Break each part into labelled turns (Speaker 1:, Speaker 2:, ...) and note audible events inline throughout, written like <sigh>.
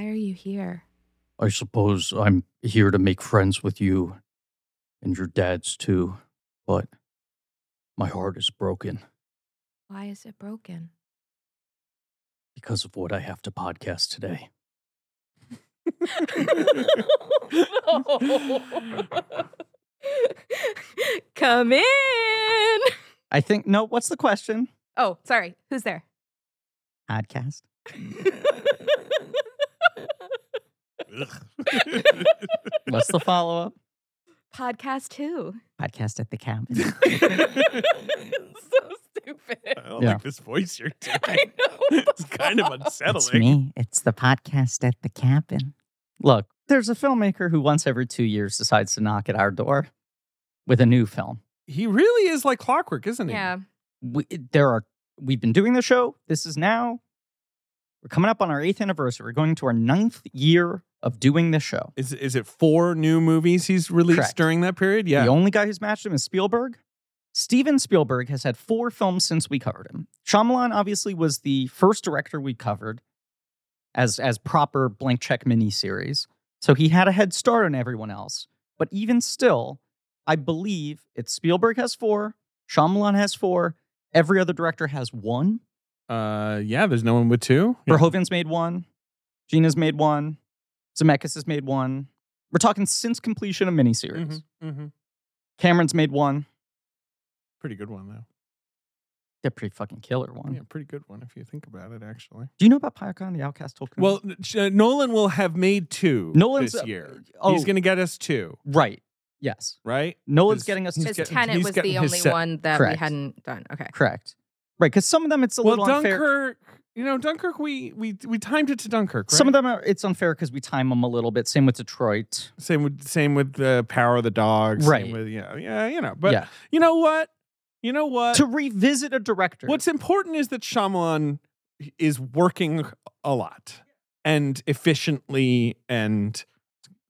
Speaker 1: here?
Speaker 2: I suppose I'm here to make friends with you and your dad's too, but my heart is broken
Speaker 1: Why is it broken?
Speaker 2: because of what I have to podcast today.
Speaker 1: Come in.
Speaker 3: I think no. What's the question?
Speaker 1: Oh, sorry. Who's there?
Speaker 3: Podcast. What's the follow up?
Speaker 1: Podcast who?
Speaker 3: <laughs> Podcast at the camp. <laughs>
Speaker 1: so
Speaker 4: <laughs>
Speaker 1: stupid.
Speaker 4: I don't
Speaker 3: Yeah.
Speaker 4: like this voice you're
Speaker 1: <laughs> I
Speaker 4: doing.
Speaker 1: know.
Speaker 4: <laughs> it's kind of
Speaker 3: It's
Speaker 4: unsettling.
Speaker 3: me. It's the podcast at the cabin.
Speaker 2: Look,
Speaker 3: There's a filmmaker who once every two years decides to knock at our door with a new film.
Speaker 4: He really is like clockwork, isn't he?
Speaker 1: Yeah.
Speaker 3: We, there are we've been doing the show. This is now. We're coming up on our eighth anniversary. We're going to our ninth year of doing this show.
Speaker 4: Is is it four new movies he's released
Speaker 3: Correct.
Speaker 4: during that period?
Speaker 3: The
Speaker 4: Yeah.
Speaker 3: only guy who's matched him is Spielberg. Steven Spielberg has had four films since we covered him. Shyamalan obviously was the first director we covered as as proper blank check miniseries. So he had a head start on everyone else. But even still, I believe it's Spielberg has four, Shyamalan has four, every other director has one.
Speaker 4: Uh, yeah. There's no one with two. Yeah.
Speaker 3: Verhoeven's made one, Gina's made one, Zemeckis has made one. We're talking since completion of miniseries.
Speaker 4: Mhm, mhm.
Speaker 3: Cameron's made one.
Speaker 4: Pretty good one though.
Speaker 3: They're pretty fucking killer one.
Speaker 4: Yeah, pretty good one if you think about it, actually.
Speaker 3: Do you know about Pyocon, the Outcast Hulk?
Speaker 4: Well, n- sh- uh, Nolan will have made two
Speaker 3: Nolan's
Speaker 4: this
Speaker 3: uh,
Speaker 4: year.
Speaker 3: oh,
Speaker 4: He's going to get us two,
Speaker 3: right. Yes,
Speaker 4: right?
Speaker 3: Nolan's
Speaker 4: His-
Speaker 3: getting us
Speaker 4: his
Speaker 3: to
Speaker 1: Because
Speaker 4: He's get-
Speaker 1: Tenet
Speaker 4: he's
Speaker 1: was
Speaker 4: gotten
Speaker 1: the
Speaker 4: his
Speaker 1: only
Speaker 4: set.
Speaker 1: one that we
Speaker 3: Correct.
Speaker 1: hadn't done. Okay.
Speaker 3: correct. Right, because some of them it's a
Speaker 4: Well,
Speaker 3: little unfair.
Speaker 4: Dunkirk. You know, Dunkirk. We we we timed it to Dunkirk. Right?
Speaker 3: Some of them are, it's unfair because we time them a little bit. Same with Detroit.
Speaker 4: Same with same with the power of the dogs.
Speaker 3: Right.
Speaker 4: Same with, yeah. Yeah. You know. But
Speaker 3: yeah,
Speaker 4: you know what? You know what?
Speaker 3: to revisit a director.
Speaker 4: Uh, What's important is that Shyamalan is working a lot and efficiently and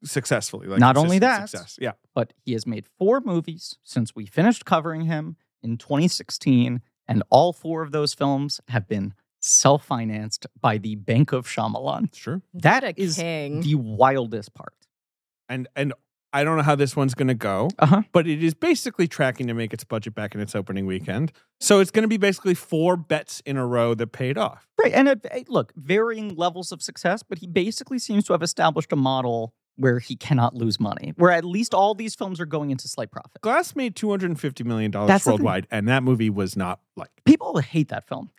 Speaker 4: successfully. Like
Speaker 3: Not only
Speaker 4: consistent
Speaker 3: that-
Speaker 4: success. yeah.
Speaker 3: but he has made four movies since we finished covering him in 2016, and all four of those films have been self-financed by the Bank of Shyamalan.
Speaker 4: It's true.
Speaker 3: That
Speaker 1: What a
Speaker 3: is
Speaker 1: king.
Speaker 3: the wildest part.
Speaker 4: And and I don't know how this one's going to go,
Speaker 3: Uh-huh.
Speaker 4: but it is basically tracking to make its budget back in its opening weekend. So it's going to be basically four bets in a row that paid off.
Speaker 3: Right. And it, it- look, varying levels of success, but he basically seems to have established a model where he cannot lose money, where at least all these films are going into slight profit.
Speaker 4: Glass made two hundred and fifty million
Speaker 3: That's
Speaker 4: dollars
Speaker 3: the thing.
Speaker 4: worldwide, and that movie was not liked.
Speaker 3: People hate that film,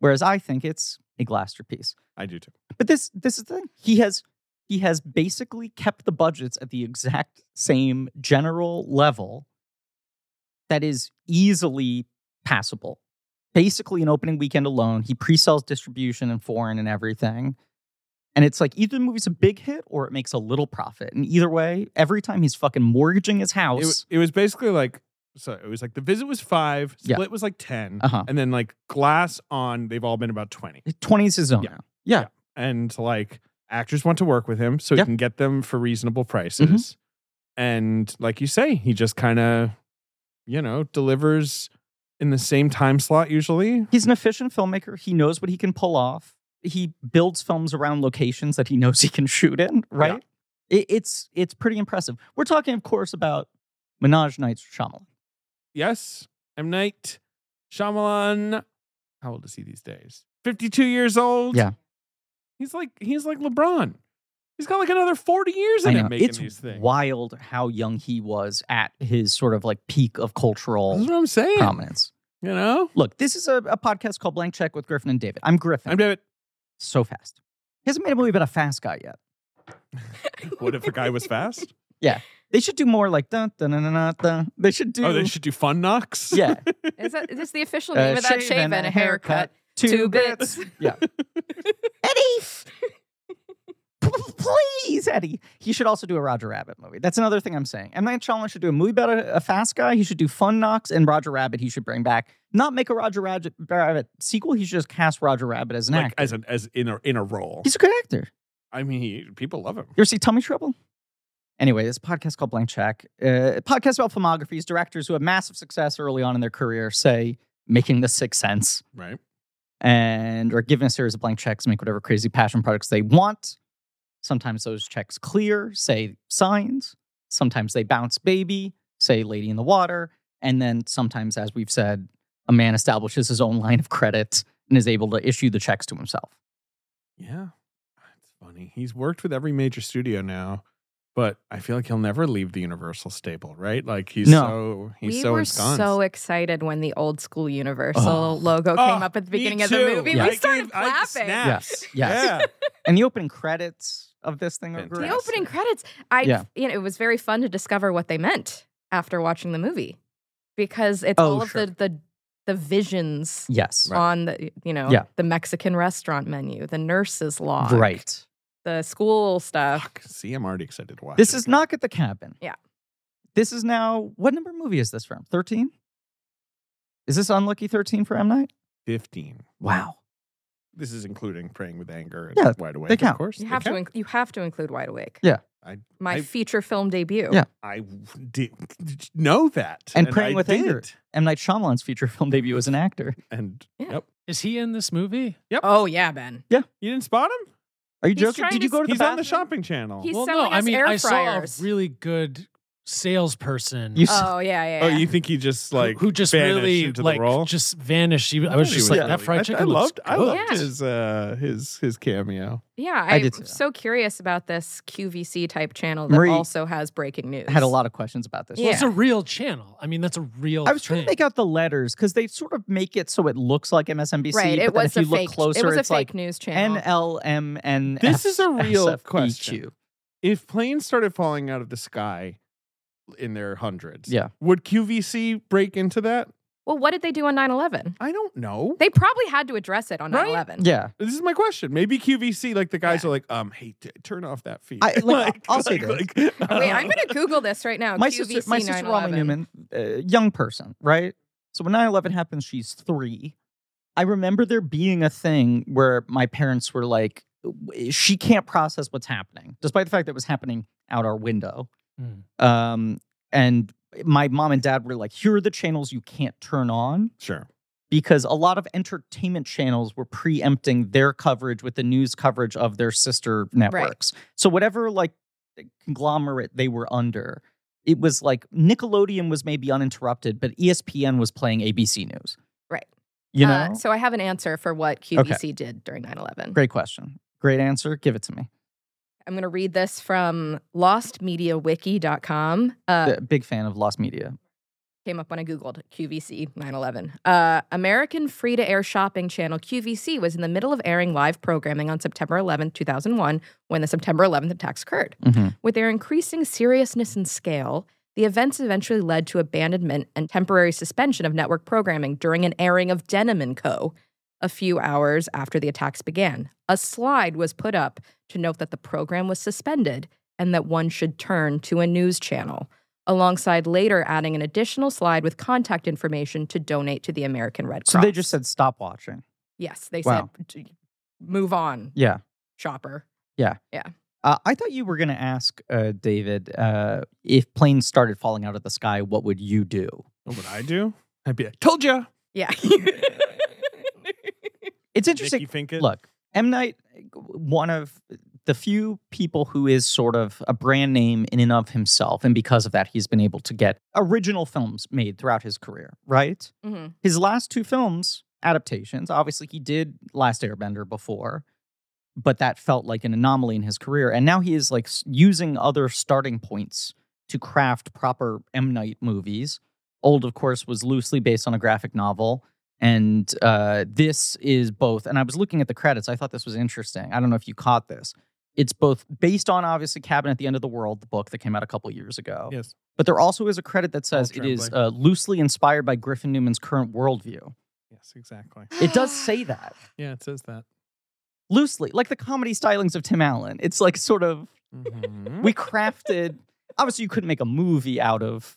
Speaker 3: whereas I think it's a masterpiece.
Speaker 4: I do too.
Speaker 3: But this this is the thing. He has he has basically kept the budgets at the exact same general level that is easily passable. Basically, an opening weekend alone, he pre-sells distribution and foreign and everything. And it's like either the movie's a big hit or it makes a little profit. And either way, every time he's fucking mortgaging his
Speaker 4: It,
Speaker 3: house.
Speaker 4: wa- it was basically like so. It was like the visit was five,
Speaker 3: Yeah.
Speaker 4: split was like ten,
Speaker 3: Uh-huh.
Speaker 4: and then like glass on. They've all been about twenty,
Speaker 3: 20s his own.
Speaker 4: Yeah.
Speaker 3: Yeah.
Speaker 4: and like actors want to work with him, so
Speaker 3: Yeah. Mm-hmm.
Speaker 4: he can get them for reasonable prices. And like you say, he just kind of, you know, delivers in the same time slot usually.
Speaker 3: He's an efficient filmmaker. He knows what he can pull off. He builds films around locations that he knows he can shoot in, right? It, it's it's pretty impressive. We're talking, of course, about Menage Nights Shyamalan.
Speaker 4: Yes, M Night Shyamalan. How old is he these days? Fifty-two years old.
Speaker 3: Yeah.
Speaker 4: he's like he's like LeBron. He's got like another forty years
Speaker 3: I
Speaker 4: in
Speaker 3: know,
Speaker 4: him making
Speaker 3: it's
Speaker 4: these things.
Speaker 3: wild how young he was at his sort of like peak of
Speaker 4: That's
Speaker 3: cultural
Speaker 4: what I'm saying.
Speaker 3: prominence.
Speaker 4: You know?
Speaker 3: Look, this is a, a podcast called Blank Check with Griffin and David. I'm Griffin.
Speaker 4: I'm David.
Speaker 3: so fast. He hasn't made a movie about a fast guy yet.
Speaker 4: What if a guy
Speaker 3: <laughs>
Speaker 4: was fast?
Speaker 3: They should do more like dun dun dun dun dun. dun. They should do
Speaker 4: Oh, they should do fun knocks? <laughs>
Speaker 3: yeah.
Speaker 1: Is, that, is this the official
Speaker 3: Uh,
Speaker 1: name of that shave and a haircut?
Speaker 3: Two,
Speaker 1: Two
Speaker 3: bits. <laughs>
Speaker 1: bits.
Speaker 3: Yeah. Eddie! P- Please, Eddie. He should also do a Roger Rabbit movie. That's another thing I'm saying. M. Night Shyamalan should do a movie about a, a fast guy. He should do Fun Knocks and Roger Rabbit. He should bring back, not make a Roger Rad- Rabbit sequel. He should just cast Roger Rabbit as an
Speaker 4: Like
Speaker 3: actor.
Speaker 4: as an as in a in a role.
Speaker 3: He's a good actor.
Speaker 4: I mean he, people love him.
Speaker 3: You ever see Tummy Trouble? Anyway, this podcast called Blank Check. Uh, podcast about filmographies, directors who have massive success early on in their career, say, making The Sixth Sense.
Speaker 4: Right.
Speaker 3: and are given a series of blank checks, make whatever crazy passion products they want. Sometimes those checks clear, say signs. Sometimes they bounce baby, say lady in the water. And then sometimes, as we've said, a man establishes his own <laughs> line of credit and is able to issue the checks to himself.
Speaker 4: Yeah. It's funny. He's worked with every major studio now, but I feel like he'll never leave the Universal staple, right? Like he's
Speaker 3: No.
Speaker 4: so he's
Speaker 1: we
Speaker 4: so
Speaker 1: were
Speaker 4: ensconced.
Speaker 1: so excited when the old school Universal
Speaker 2: Oh.
Speaker 1: logo
Speaker 4: Oh,
Speaker 1: came up at the
Speaker 4: me
Speaker 1: beginning of the
Speaker 4: too.
Speaker 1: movie.
Speaker 3: Yeah.
Speaker 1: We
Speaker 4: I
Speaker 1: started
Speaker 4: gave- I
Speaker 1: clapping.
Speaker 4: snapped.
Speaker 3: Yes. Yes.
Speaker 4: yeah.
Speaker 3: And the opening credits of this thing are
Speaker 1: The
Speaker 3: great.
Speaker 4: Fantastic.
Speaker 1: opening credits. I
Speaker 3: Yeah.
Speaker 1: you know, it was very fun to discover what they meant after watching the movie because it's
Speaker 3: Oh,
Speaker 1: all of
Speaker 3: sure.
Speaker 1: the the the visions
Speaker 3: Yes.
Speaker 4: Right.
Speaker 1: on the you know
Speaker 3: Yeah.
Speaker 1: the Mexican restaurant menu, the nurse's log,
Speaker 3: Right.
Speaker 1: The school <laughs> stuff.
Speaker 4: Fuck. See, I'm already excited to watch.
Speaker 3: This
Speaker 4: it
Speaker 3: is
Speaker 4: again.
Speaker 3: Knock at the Cabin.
Speaker 1: Yeah.
Speaker 3: This is now what number movie is this from? 13? Is this Unlucky 13 for M Night?
Speaker 4: 15.
Speaker 3: Wow.
Speaker 4: This is including praying with anger and
Speaker 3: Yeah,
Speaker 4: wide awake.
Speaker 3: they count.
Speaker 4: Of course,
Speaker 1: You
Speaker 4: they
Speaker 1: have to
Speaker 4: count.
Speaker 1: inc- you have to include Wide Awake.
Speaker 3: Yeah.
Speaker 4: I-
Speaker 1: my
Speaker 4: I-
Speaker 1: feature film debut.
Speaker 3: Yeah.
Speaker 4: I w- did did know that.
Speaker 3: And Praying
Speaker 4: I
Speaker 3: with Anger.
Speaker 4: did.
Speaker 3: M Night Shyamalan's feature <laughs> film debut as an actor.
Speaker 4: And
Speaker 1: Yeah.
Speaker 4: yep,
Speaker 5: Is he in this movie?
Speaker 1: Oh yeah,
Speaker 3: <laughs>
Speaker 1: Ben.
Speaker 4: you didn't spot him.
Speaker 3: Are you
Speaker 1: He's
Speaker 3: joking?
Speaker 1: trying
Speaker 3: Did you
Speaker 1: to-
Speaker 3: go to the
Speaker 4: He's on the
Speaker 3: bathroom?
Speaker 4: shopping channel.
Speaker 1: He's
Speaker 5: well, no.
Speaker 1: selling
Speaker 5: I
Speaker 1: us
Speaker 5: mean,
Speaker 1: air
Speaker 5: I saw a
Speaker 1: fryers.
Speaker 5: really good salesperson.
Speaker 3: You s-
Speaker 1: Oh yeah, yeah.
Speaker 4: oh,
Speaker 1: yeah.
Speaker 4: you think he just
Speaker 5: who-
Speaker 4: like
Speaker 5: who just
Speaker 4: vanished
Speaker 5: really
Speaker 4: into
Speaker 5: like
Speaker 4: the role?
Speaker 5: just vanished. He- I
Speaker 4: thought
Speaker 5: was
Speaker 4: he
Speaker 5: just like
Speaker 4: really-
Speaker 5: that fried chicken.
Speaker 4: I, I
Speaker 5: looks
Speaker 4: loved. I
Speaker 5: good."
Speaker 4: loved
Speaker 1: Yeah.
Speaker 4: his uh his his cameo.
Speaker 1: yeah,
Speaker 3: I
Speaker 1: I'm
Speaker 3: did see that.
Speaker 1: so curious about this QVC type channel that
Speaker 3: Marie
Speaker 1: also has breaking news.
Speaker 3: Had a lot of questions about this.
Speaker 5: Well, it's
Speaker 1: Yeah.
Speaker 5: a real channel. I mean, that's a real.
Speaker 3: I was trying to
Speaker 5: thing.
Speaker 3: make out the letters because they sort of make it so it looks like MSNBC.
Speaker 1: right. It
Speaker 3: but then
Speaker 1: was
Speaker 3: if
Speaker 1: a
Speaker 3: you look
Speaker 1: fake.
Speaker 3: closer,
Speaker 1: it was a
Speaker 3: it's
Speaker 1: fake
Speaker 3: like
Speaker 1: news channel.
Speaker 3: NLMN.
Speaker 4: This is a real question. If planes started falling out of the sky in their hundreds,
Speaker 3: Yeah.
Speaker 4: would QVC break into that?
Speaker 1: well, what did they do on 9/11?
Speaker 4: I don't know.
Speaker 1: They probably had to address it on
Speaker 4: Right?
Speaker 1: 9/11.
Speaker 3: Yeah.
Speaker 4: This is my question. Maybe QVC, like the guys
Speaker 1: Yeah.
Speaker 4: are like, um, hey, t- turn off that feed. <laughs>
Speaker 3: I- like, I'll say
Speaker 4: this.
Speaker 1: Wait,
Speaker 3: <laughs>
Speaker 4: <laughs>
Speaker 1: I'm gonna Google this right now.
Speaker 3: my
Speaker 1: QVC
Speaker 3: sister, my sister Raleigh
Speaker 1: 9/11.
Speaker 3: Newman, uh, young person, right? So when 9-11 happened, she's three. I remember there being a thing where my parents were like, "W- she can't process what's happening, despite the fact that it was happening out our window.
Speaker 5: Mm.
Speaker 3: Um, and my mom and dad were like, here are the channels you can't turn on
Speaker 4: Sure.
Speaker 3: because a lot of entertainment channels were preempting their coverage with the news coverage of their sister networks. So whatever like conglomerate they were under, it was like Nickelodeon was maybe uninterrupted, but E ESPN was playing ABC News.
Speaker 1: Right.
Speaker 3: You know,
Speaker 1: Uh, so I have an answer for what QVC did during 9/11.
Speaker 3: great question, great answer. Give it to me.
Speaker 1: I'm going to read this from lostmediawiki.com. Uh,
Speaker 3: The- Big fan of Lost Media.
Speaker 1: came up when I Googled QVC 911. Uh, American free to air shopping channel QVC was in the middle of airing live programming on September 11, 2001, when the September 11th attacks occurred.
Speaker 3: Mhm.
Speaker 1: With their increasing seriousness and scale, the events eventually led to abandonment and temporary suspension of network programming during an airing of Denim & Co. a few hours after the attacks began. A slide was put up to note that the program was suspended and that one should turn to a news channel, alongside later adding an additional slide with contact information to donate to the American Red Cross.
Speaker 3: So they just said stop watching.
Speaker 1: Yes, they
Speaker 3: Wow.
Speaker 1: said, "D- move on,
Speaker 3: Yeah.
Speaker 1: shopper.
Speaker 3: Uh, I thought you were going to ask uh, David uh, if planes started falling out of the sky, what would you do?
Speaker 4: What would I do? I'd be like, told ya.
Speaker 3: <laughs>
Speaker 1: Yeah. <laughs>
Speaker 3: It's interesting.
Speaker 4: Nicky Finkett.
Speaker 3: Look, M Night, one of the few people who is sort of a brand name in and of himself, and because of that, he's been able to get original films made throughout his career. Right?
Speaker 1: hmm
Speaker 3: His last two films adaptations. Obviously, he did Last Airbender before, but that felt like an anomaly in his career, and now he is like s- using other starting points to craft proper M Night movies. Old, of course, was loosely based on a graphic novel. And uh, this is both, and I was looking at the credits. I thought this was interesting. I don't know if you caught this. It's both based on, obviously, Cabin at the End of the World, the book that came out a couple years ago.
Speaker 4: Yes.
Speaker 3: But there also is a credit that says it is
Speaker 4: Tremblay.
Speaker 3: uh, loosely inspired by Griffin Newman's current worldview.
Speaker 4: Yes, exactly.
Speaker 3: It does
Speaker 4: <gasps>
Speaker 3: say that
Speaker 4: Yeah, it says that.
Speaker 3: loosely, like the comedy stylings of Tim Allen. It's like sort of,
Speaker 4: Mhm. <laughs>
Speaker 3: we crafted, obviously, you couldn't make a movie out of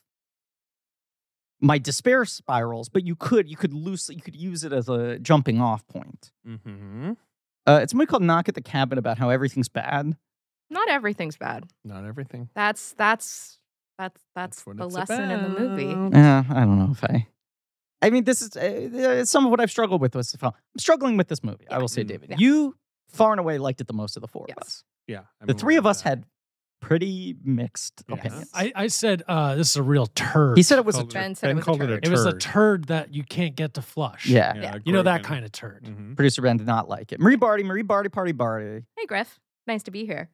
Speaker 3: my despair spirals, but you could, you could loosely, you could use it as a jumping off point.
Speaker 4: Mhm.
Speaker 3: Uh, it's a movie called Knock at the Cabin about how everything's bad.
Speaker 1: Not everything's bad.
Speaker 4: Not everything.
Speaker 1: That's that's that's that's,
Speaker 4: what
Speaker 1: the
Speaker 4: it's
Speaker 1: lesson in the movie.
Speaker 4: about.
Speaker 3: Uh, I don't know if I. I mean, this is uh, uh, some of what I've struggled with with this film. I'm struggling with this movie. I will say,
Speaker 4: Mm.
Speaker 3: David,
Speaker 1: Yeah.
Speaker 3: you far and away liked it the most of the four
Speaker 1: Yes.
Speaker 3: of us.
Speaker 4: Yeah. I'm
Speaker 3: the
Speaker 4: aware
Speaker 3: three of us
Speaker 4: that.
Speaker 3: had pretty mixed
Speaker 4: Yes.
Speaker 3: opinions.
Speaker 5: I, I said uh, this is a real turd.
Speaker 3: He said it was a
Speaker 4: Called
Speaker 1: Ben said it was a
Speaker 4: called
Speaker 1: turd.
Speaker 5: It was a turd that you can't get to flush.
Speaker 3: yeah.
Speaker 1: Yeah.
Speaker 5: You know that kind of turd.
Speaker 4: hmm
Speaker 3: Producer Ben did not like it. Marie Barty, Marie Barty, Party Barty,
Speaker 1: Hey, Griff. Nice to be here.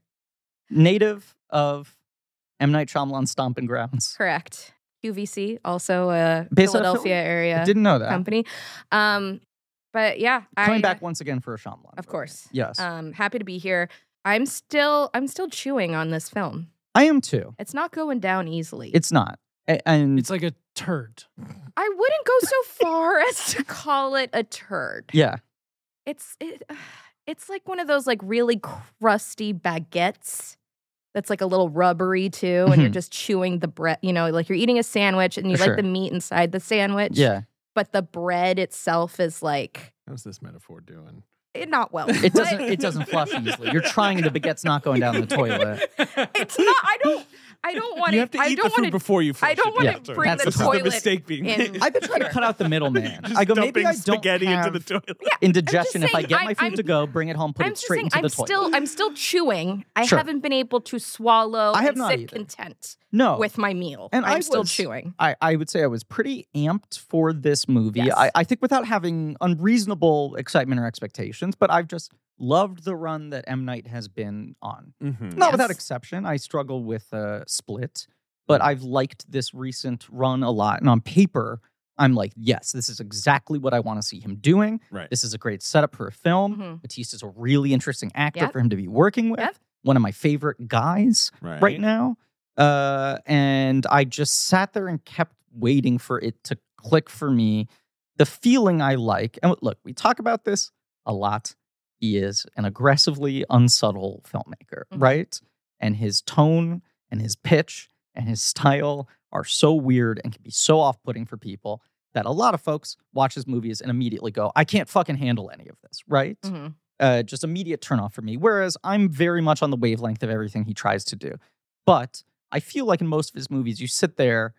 Speaker 3: native of M. Night Shyamalan Stomping Grounds.
Speaker 1: Correct. QVC, also a
Speaker 3: Based out of
Speaker 1: Philadelphia
Speaker 3: Philly?
Speaker 1: area
Speaker 3: I didn't know that.
Speaker 1: company. Um, but yeah,
Speaker 3: Coming
Speaker 1: I,
Speaker 3: back once again for a Shyamalan.
Speaker 1: Of
Speaker 3: film.
Speaker 1: course.
Speaker 3: Yes.
Speaker 1: um, happy to be here. I'm still, I'm still chewing on this film.
Speaker 3: I am too.
Speaker 1: It's not going down easily.
Speaker 3: It's not. A- And
Speaker 5: It's like a turd.
Speaker 1: I wouldn't go so far <laughs> as to call it a turd.
Speaker 3: yeah.
Speaker 1: It's it, <sighs> it's like one of those like really crusty baguettes that's like a little rubbery too, and you're
Speaker 3: Mhm.
Speaker 1: just chewing the bread. You know, like you're eating a sandwich and you
Speaker 3: For
Speaker 1: like
Speaker 3: sure.
Speaker 1: the meat inside the sandwich.
Speaker 3: Yeah.
Speaker 1: but the bread itself is like
Speaker 4: How's this metaphor doing?
Speaker 1: eh, not well.
Speaker 3: It doesn't
Speaker 1: But
Speaker 3: it doesn't flush easily. You're trying the baguette's not going down the <laughs> toilet.
Speaker 1: <laughs> It's not.
Speaker 4: <laughs>
Speaker 1: I don't. I don't want
Speaker 4: You have to
Speaker 1: I
Speaker 4: eat the
Speaker 1: don't
Speaker 4: food
Speaker 1: want to.
Speaker 4: before you flush
Speaker 1: I don't
Speaker 4: it.
Speaker 1: want
Speaker 3: Yeah.
Speaker 1: to bring
Speaker 3: That's
Speaker 1: the
Speaker 4: This is
Speaker 1: toilet.
Speaker 4: the mistake being
Speaker 1: in.
Speaker 4: made.
Speaker 1: I
Speaker 3: I've been trying to cut out
Speaker 1: <laughs>
Speaker 3: the middleman.
Speaker 4: <laughs> Just
Speaker 3: I go maybe
Speaker 4: dumping
Speaker 3: I don't
Speaker 4: spaghetti
Speaker 3: have
Speaker 4: into the toilet.
Speaker 3: indigestion.
Speaker 1: I'm just
Speaker 3: if I
Speaker 1: saying,
Speaker 3: get
Speaker 1: I-
Speaker 3: my food
Speaker 1: I'm-
Speaker 3: to go, bring it home, put
Speaker 1: I'm
Speaker 3: it
Speaker 1: just
Speaker 3: straight
Speaker 1: saying.
Speaker 3: into
Speaker 1: I'm
Speaker 3: the toilet.
Speaker 1: still. I'm still chewing. I
Speaker 3: Sure.
Speaker 1: haven't been able to swallow.
Speaker 3: I have
Speaker 1: and
Speaker 3: not
Speaker 1: sit
Speaker 3: either.
Speaker 1: content
Speaker 3: no,
Speaker 1: with my meal.
Speaker 3: And
Speaker 1: I'm
Speaker 3: I
Speaker 1: still
Speaker 3: was-
Speaker 1: chewing.
Speaker 3: I, I would say I was pretty amped for this movie.
Speaker 1: Yes.
Speaker 3: I, I think without having unreasonable excitement or expectations, but I've just loved the run that M. Night has been on.
Speaker 4: Mhm.
Speaker 3: Not without
Speaker 1: Yes.
Speaker 3: exception. I struggle with uh, Split, but I've liked this recent run a lot. And on paper, I'm like, yes, this is exactly what I want to see him doing.
Speaker 4: Right.
Speaker 3: This is a great setup for a film.
Speaker 1: Mhm.
Speaker 3: Batista's a really interesting actor
Speaker 1: Yep.
Speaker 3: for him to be working with.
Speaker 1: Yep.
Speaker 3: One of my favorite guys
Speaker 4: Right.
Speaker 3: right now. Uh, and I just sat there and kept waiting for it to click for me. The feeling I like, and look, we talk about this a lot. He is an aggressively unsubtle filmmaker,
Speaker 1: Mhm.
Speaker 3: right? And his tone and his pitch and his style are so weird and can be so off putting for people that a lot of folks watch his movies and immediately go, I can't fucking handle any of this, right?
Speaker 1: Mhm.
Speaker 3: uh, just immediate turnoff for me. Whereas I'm very much on the wavelength of everything he tries to do. But I feel like in most of his movies, you sit there,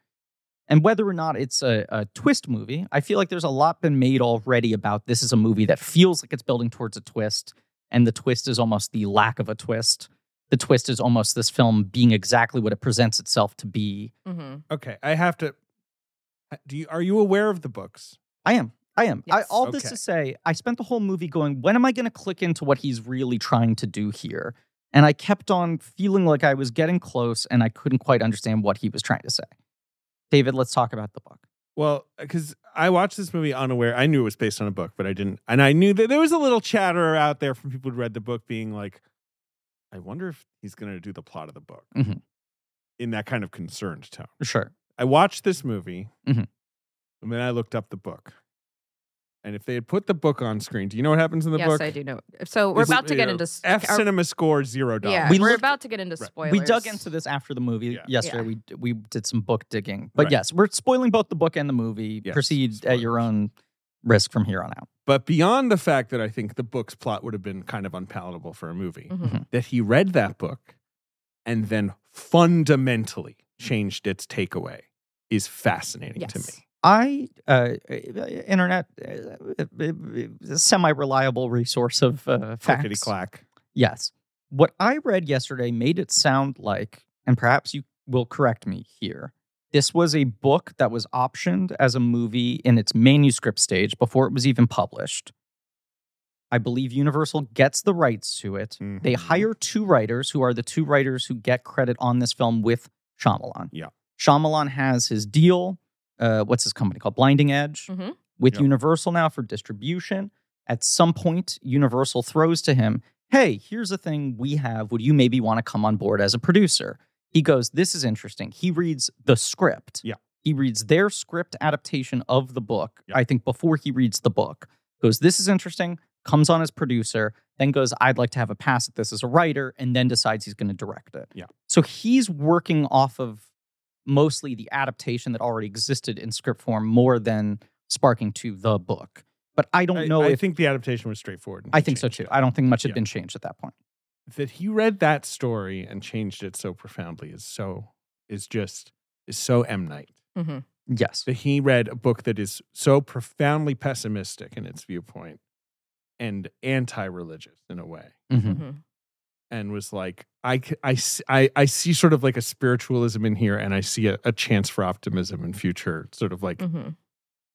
Speaker 3: and whether or not it's a, a twist movie, I feel like there's a lot been made already about this is a movie that feels like it's building towards a twist, and the twist is almost the lack of a twist. The twist is almost this film being exactly what it presents itself to be.
Speaker 1: Mhm.
Speaker 4: Okay. I have to. uh, Do you are you aware of the books?
Speaker 3: I am. I am. I,
Speaker 1: Yes.
Speaker 3: all this
Speaker 4: Okay.
Speaker 3: to say, I spent the whole movie going, when am I going to click into what he's really trying to do here? And I kept on feeling like I was getting close and I couldn't quite understand what he was trying to say. David, let's talk about the book.
Speaker 4: Well, because I watched this movie unaware. I knew it was based on a book, but I didn't. And I knew that there was a little chatter out there from people who read the book being like, I wonder if he's going to do the plot of the book
Speaker 3: Mhm.
Speaker 4: in that kind of concerned tone.
Speaker 3: Sure.
Speaker 4: I watched this movie
Speaker 3: Mhm.
Speaker 4: and then I looked up the book. And if they had put the book on screen, do you know what happens in the
Speaker 1: yes,
Speaker 4: book?
Speaker 1: I do know. So we're
Speaker 4: This-
Speaker 1: about to get
Speaker 4: you know,
Speaker 1: into s-
Speaker 4: F
Speaker 1: our-
Speaker 4: Cinema Score zero dollars.
Speaker 1: Yeah,
Speaker 3: We
Speaker 1: we are
Speaker 3: looked-
Speaker 1: about to get into
Speaker 4: Right.
Speaker 1: spoilers.
Speaker 3: We dug into this after the movie
Speaker 4: Yeah.
Speaker 3: yesterday.
Speaker 1: Yeah.
Speaker 3: We we did some book digging. But
Speaker 4: Right.
Speaker 3: yes, we're spoiling both the book and the movie.
Speaker 4: Yes,
Speaker 3: Proceed at your
Speaker 4: spoilers.
Speaker 3: own risk from here on out.
Speaker 4: But beyond the fact that I think the book's plot would have been kind of unpalatable for a movie,
Speaker 3: Mm-hmm.
Speaker 1: Mhm.
Speaker 4: that he read that book and then fundamentally changed its takeaway is fascinating to
Speaker 1: Yes.
Speaker 4: me.
Speaker 3: I uh, uh, internet uh, semi reliable resource of uh,
Speaker 4: Clickety
Speaker 3: facts.
Speaker 4: clack.
Speaker 3: Yes. What I read yesterday made it sound like, and perhaps you will correct me here, this was a book that was optioned as a movie in its manuscript stage before it was even published. I believe Universal gets the rights to it. They
Speaker 4: Mm-hmm.
Speaker 3: hire two writers who are the two writers who get credit on this film with Shyamalan.
Speaker 4: Yeah.
Speaker 3: Shyamalan has his deal. Uh, what's his company called? Blinding Edge
Speaker 1: Mhm.
Speaker 3: with
Speaker 4: Yep.
Speaker 3: Universal now for distribution. At some point, Universal throws to him, Hey, here's a thing we have. Would you maybe want to come on board as a producer? He goes, This is interesting. He reads the script.
Speaker 4: Yeah.
Speaker 3: He reads their script adaptation of the book,
Speaker 4: Yeah.
Speaker 3: I think, before he reads the book. Goes, This is interesting. Comes on as producer, then goes, I'd like to have a pass at this as a writer, and then decides he's going to direct it.
Speaker 4: Yeah.
Speaker 3: So he's working off of mostly the adaptation that already existed in script form more than sparking to the book. But I don't
Speaker 4: I,
Speaker 3: know
Speaker 4: I
Speaker 3: if
Speaker 4: think the adaptation was straightforward. and
Speaker 3: I
Speaker 4: he
Speaker 3: think so
Speaker 4: changed
Speaker 3: too.
Speaker 4: it.
Speaker 3: I don't think much had
Speaker 4: Yeah.
Speaker 3: been changed at that point.
Speaker 4: that he read that story and changed it so profoundly is so is just is so M Night.
Speaker 1: Mhm.
Speaker 3: Yes.
Speaker 4: That he read a book that is so profoundly pessimistic in its viewpoint and anti-religious in a way.
Speaker 3: Mhm.
Speaker 1: Mhm.
Speaker 4: and was like, I, c- I, s- I- I see sort of like a spiritualism in here, and I see a, a chance for optimism in future. Sort of like
Speaker 1: Mhm.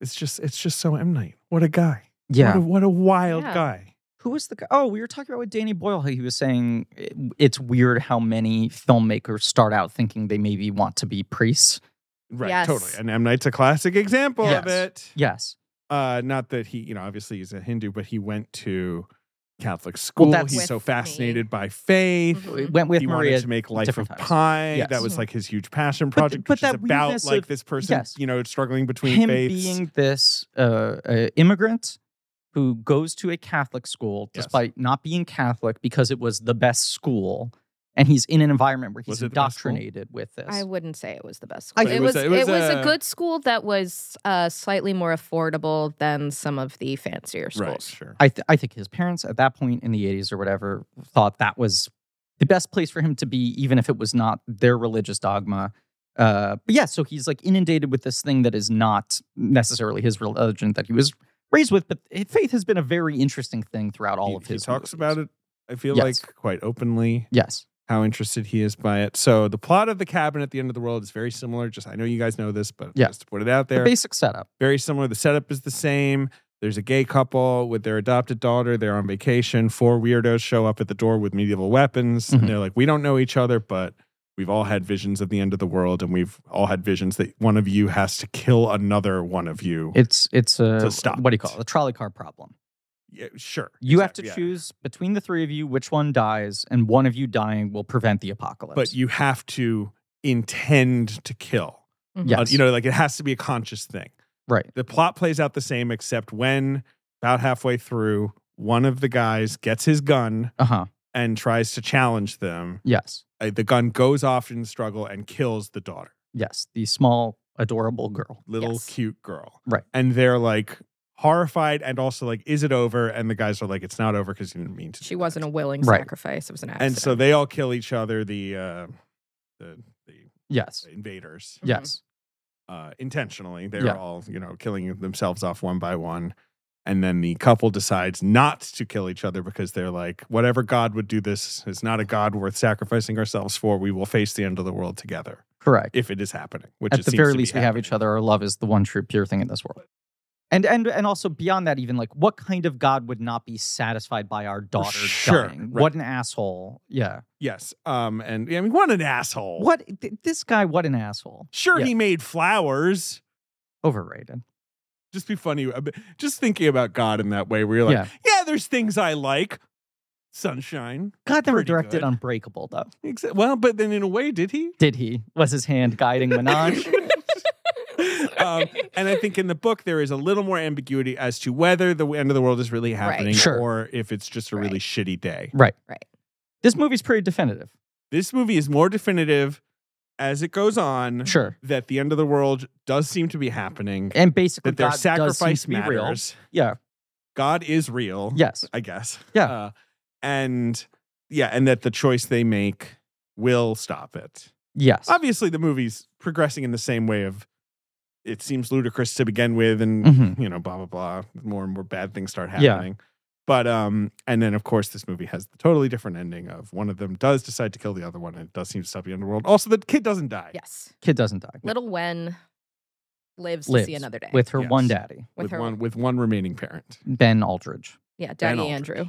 Speaker 4: it's just it's just so M Night. What a guy!
Speaker 3: Yeah.
Speaker 4: What a, what a wild
Speaker 1: Yeah.
Speaker 4: guy!
Speaker 3: Who was the guy? Oh, we were talking about with Danny Boyle. how He was saying it- it's weird how many filmmakers start out thinking they maybe want to be priests.
Speaker 4: Right,
Speaker 1: Yes.
Speaker 4: totally. And M Night's a classic example of
Speaker 3: Yes.
Speaker 4: it.
Speaker 3: Yes.
Speaker 4: Uh, not that he, you know, obviously he's a Hindu, but he went to Catholic school.
Speaker 3: that's-
Speaker 4: he's so
Speaker 1: With me.
Speaker 4: fascinated by faith.
Speaker 1: Mhm.
Speaker 3: It went with
Speaker 4: he
Speaker 3: Maria.
Speaker 4: wanted to make Life of
Speaker 3: different times.
Speaker 4: Pie.
Speaker 3: Yes.
Speaker 4: That was like his huge passion
Speaker 3: But th-
Speaker 4: project,
Speaker 3: but
Speaker 4: which is
Speaker 3: that
Speaker 4: about
Speaker 3: weirdness
Speaker 4: like
Speaker 3: of-
Speaker 4: this person,
Speaker 3: yes.
Speaker 4: you know, struggling between
Speaker 3: him
Speaker 4: faiths.
Speaker 3: being this uh, uh, immigrant who goes to a Catholic school
Speaker 4: Yes.
Speaker 3: despite not being Catholic because it was the best school, and he's in an environment where he's
Speaker 4: Was it the best school?
Speaker 3: indoctrinated with this.
Speaker 1: I wouldn't say it was the best
Speaker 3: I-
Speaker 1: school.
Speaker 4: But
Speaker 1: it, was, it, was,
Speaker 4: was
Speaker 1: a,
Speaker 4: a-
Speaker 1: good school that was uh, slightly more affordable than some of the fancier schools.
Speaker 4: right, sure.
Speaker 3: I, th- I think his parents at that point in the 80s or whatever thought that was the best place for him to be, even if it was not their religious dogma. Uh, but yeah, so he's like inundated with this thing that is not necessarily his religion that he was raised with, but faith has been a very interesting thing throughout all
Speaker 4: He-
Speaker 3: of
Speaker 4: he
Speaker 3: his.
Speaker 4: talks about it. I feel
Speaker 3: Yes.
Speaker 4: like quite openly
Speaker 3: Yes.
Speaker 4: how interested he is by it. So the plot of the cabin at the end of the world is very similar. Just I know you guys know this, but
Speaker 3: Yeah.
Speaker 4: just to put it out there,
Speaker 3: The basic setup.
Speaker 4: very similar. The setup is the same. There's a gay couple with their adopted daughter. They're on vacation. Four weirdos show up at the door with medieval weapons.
Speaker 3: Mhm.
Speaker 4: And they're like, we don't know each other, but we've all had visions of the end of the world. And we've all had visions that one of you has to kill another one of you.
Speaker 3: It's it's a
Speaker 4: To stop
Speaker 3: what do you
Speaker 4: it.
Speaker 3: call it? A trolley car problem.
Speaker 4: Yeah, sure.
Speaker 3: You have to
Speaker 4: Exactly, yeah.
Speaker 3: choose between the three of you which one dies, and one of you dying will prevent the apocalypse.
Speaker 4: But you have to intend to kill.
Speaker 1: Mhm.
Speaker 3: Yes.
Speaker 4: Uh, you know, like it has to be a conscious thing.
Speaker 3: right.
Speaker 4: The plot plays out the same, except when about halfway through, one of the guys gets his gun
Speaker 3: Uh huh.
Speaker 4: and tries to challenge them.
Speaker 3: Yes.
Speaker 4: uh, the gun goes off in the struggle and kills the daughter,
Speaker 3: Yes. The small, adorable girl.
Speaker 4: little
Speaker 1: Yes.
Speaker 4: cute girl.
Speaker 3: Right.
Speaker 4: And they're like horrified and also like, is it over? And the guys are like, it's not over because you didn't mean to.
Speaker 1: She
Speaker 4: do
Speaker 1: wasn't
Speaker 4: that.
Speaker 1: a willing
Speaker 3: Right.
Speaker 1: sacrifice. It was an accident.
Speaker 4: And so they all kill each other, the uh, the, the
Speaker 3: Yes.
Speaker 4: invaders,
Speaker 1: Mhm.
Speaker 3: Yes.
Speaker 4: uh, intentionally. They're
Speaker 3: Yeah.
Speaker 4: all, you know, killing themselves off one by one. And then the couple decides not to kill each other because they're like, whatever God would do this is not a God worth sacrificing ourselves for. We will face the end of the world together
Speaker 3: Correct.
Speaker 4: if it is happening. Which
Speaker 3: At
Speaker 4: it
Speaker 3: the
Speaker 4: seems
Speaker 3: very
Speaker 4: to be
Speaker 3: least, we have
Speaker 4: happening.
Speaker 3: each other. Our love is the one true, pure thing in this world. And and and also beyond that, even like what kind of God would not be satisfied by our daughter
Speaker 4: sure,
Speaker 3: dying?
Speaker 4: right.
Speaker 3: What an asshole! Yeah.
Speaker 4: Yes. Um. And I mean, what an asshole.
Speaker 3: What th- this guy? What an asshole!
Speaker 4: Sure,
Speaker 3: Yeah.
Speaker 4: he made flowers.
Speaker 3: Overrated.
Speaker 4: Just be funny. a bit- Just thinking about God in that way, where you're like,
Speaker 3: yeah.
Speaker 4: yeah, there's things I like. Sunshine.
Speaker 3: God never
Speaker 4: pretty
Speaker 3: directed
Speaker 4: good.
Speaker 3: Unbreakable though.
Speaker 4: Exa- Well, but then in a way, did he?
Speaker 3: Did he? Was his hand
Speaker 4: <laughs>
Speaker 3: guiding Minaj?
Speaker 1: <laughs>
Speaker 4: um, and I think in the book there is a little more ambiguity as to whether the end of the world is really happening
Speaker 3: Sure.
Speaker 4: or if it's just a really
Speaker 1: Right.
Speaker 4: shitty day.
Speaker 3: this movie's pretty definitive.
Speaker 4: This movie is more definitive as it goes on
Speaker 3: Sure.
Speaker 4: that the end of the world does seem to be happening.
Speaker 3: And basically,
Speaker 4: that their
Speaker 3: God does
Speaker 4: sacrifice
Speaker 3: seem to be real.
Speaker 4: matters.
Speaker 3: Yeah.
Speaker 4: God is real.
Speaker 3: Yes.
Speaker 4: I guess.
Speaker 3: Yeah.
Speaker 4: Uh, and yeah, and that the choice they make will stop it.
Speaker 3: Yes.
Speaker 4: Obviously, the movie's progressing in the same way of it seems ludicrous to begin with, and
Speaker 3: Mhm.
Speaker 4: you know, blah blah blah. More and more bad things start
Speaker 3: Yeah.
Speaker 4: happening. But um, and then of course this movie has the totally different ending of one of them does decide to kill the other one, and it does seem to stop the underworld. Also, the kid doesn't die
Speaker 1: yes,
Speaker 3: Kid doesn't die.
Speaker 1: little Wen lives, to
Speaker 3: Lives
Speaker 1: see another day
Speaker 3: with her one
Speaker 4: Yes.
Speaker 3: daddy,
Speaker 1: with her
Speaker 4: one with one remaining parent.
Speaker 3: Ben Aldridge.
Speaker 1: yeah,
Speaker 4: Ben
Speaker 1: Daddy
Speaker 4: Aldridge.
Speaker 1: Andrew.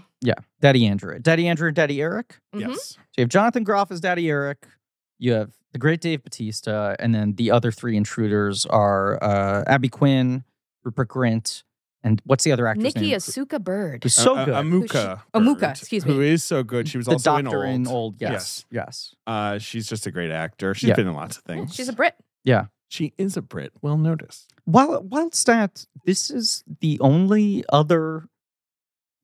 Speaker 3: Daddy Andrew. Daddy Andrew, Daddy Eric.
Speaker 1: Mhm.
Speaker 4: Yes,
Speaker 3: So you have Jonathan Groff as Daddy Eric. You have the great Dave Batista. And then the other three intruders are uh, Abby Quinn, Rupert Grint, and what's the other actor's
Speaker 1: Nikki
Speaker 3: name?
Speaker 1: Asuka Bird.
Speaker 3: Who's so
Speaker 4: A-
Speaker 3: good.
Speaker 4: a- Amuka,
Speaker 1: Who she- Amuka,
Speaker 4: Bird,
Speaker 1: excuse
Speaker 4: who
Speaker 1: me.
Speaker 4: is so good. She was
Speaker 3: the
Speaker 4: also in
Speaker 3: doctor
Speaker 4: old.
Speaker 3: in old. Yes.
Speaker 4: Yes.
Speaker 3: Yes.
Speaker 4: Uh, she's just a great actor. She's
Speaker 3: Yeah.
Speaker 4: been in lots of things.
Speaker 1: She's a Brit.
Speaker 4: she is a Brit. Well noticed.
Speaker 3: While whilst that, this is the only other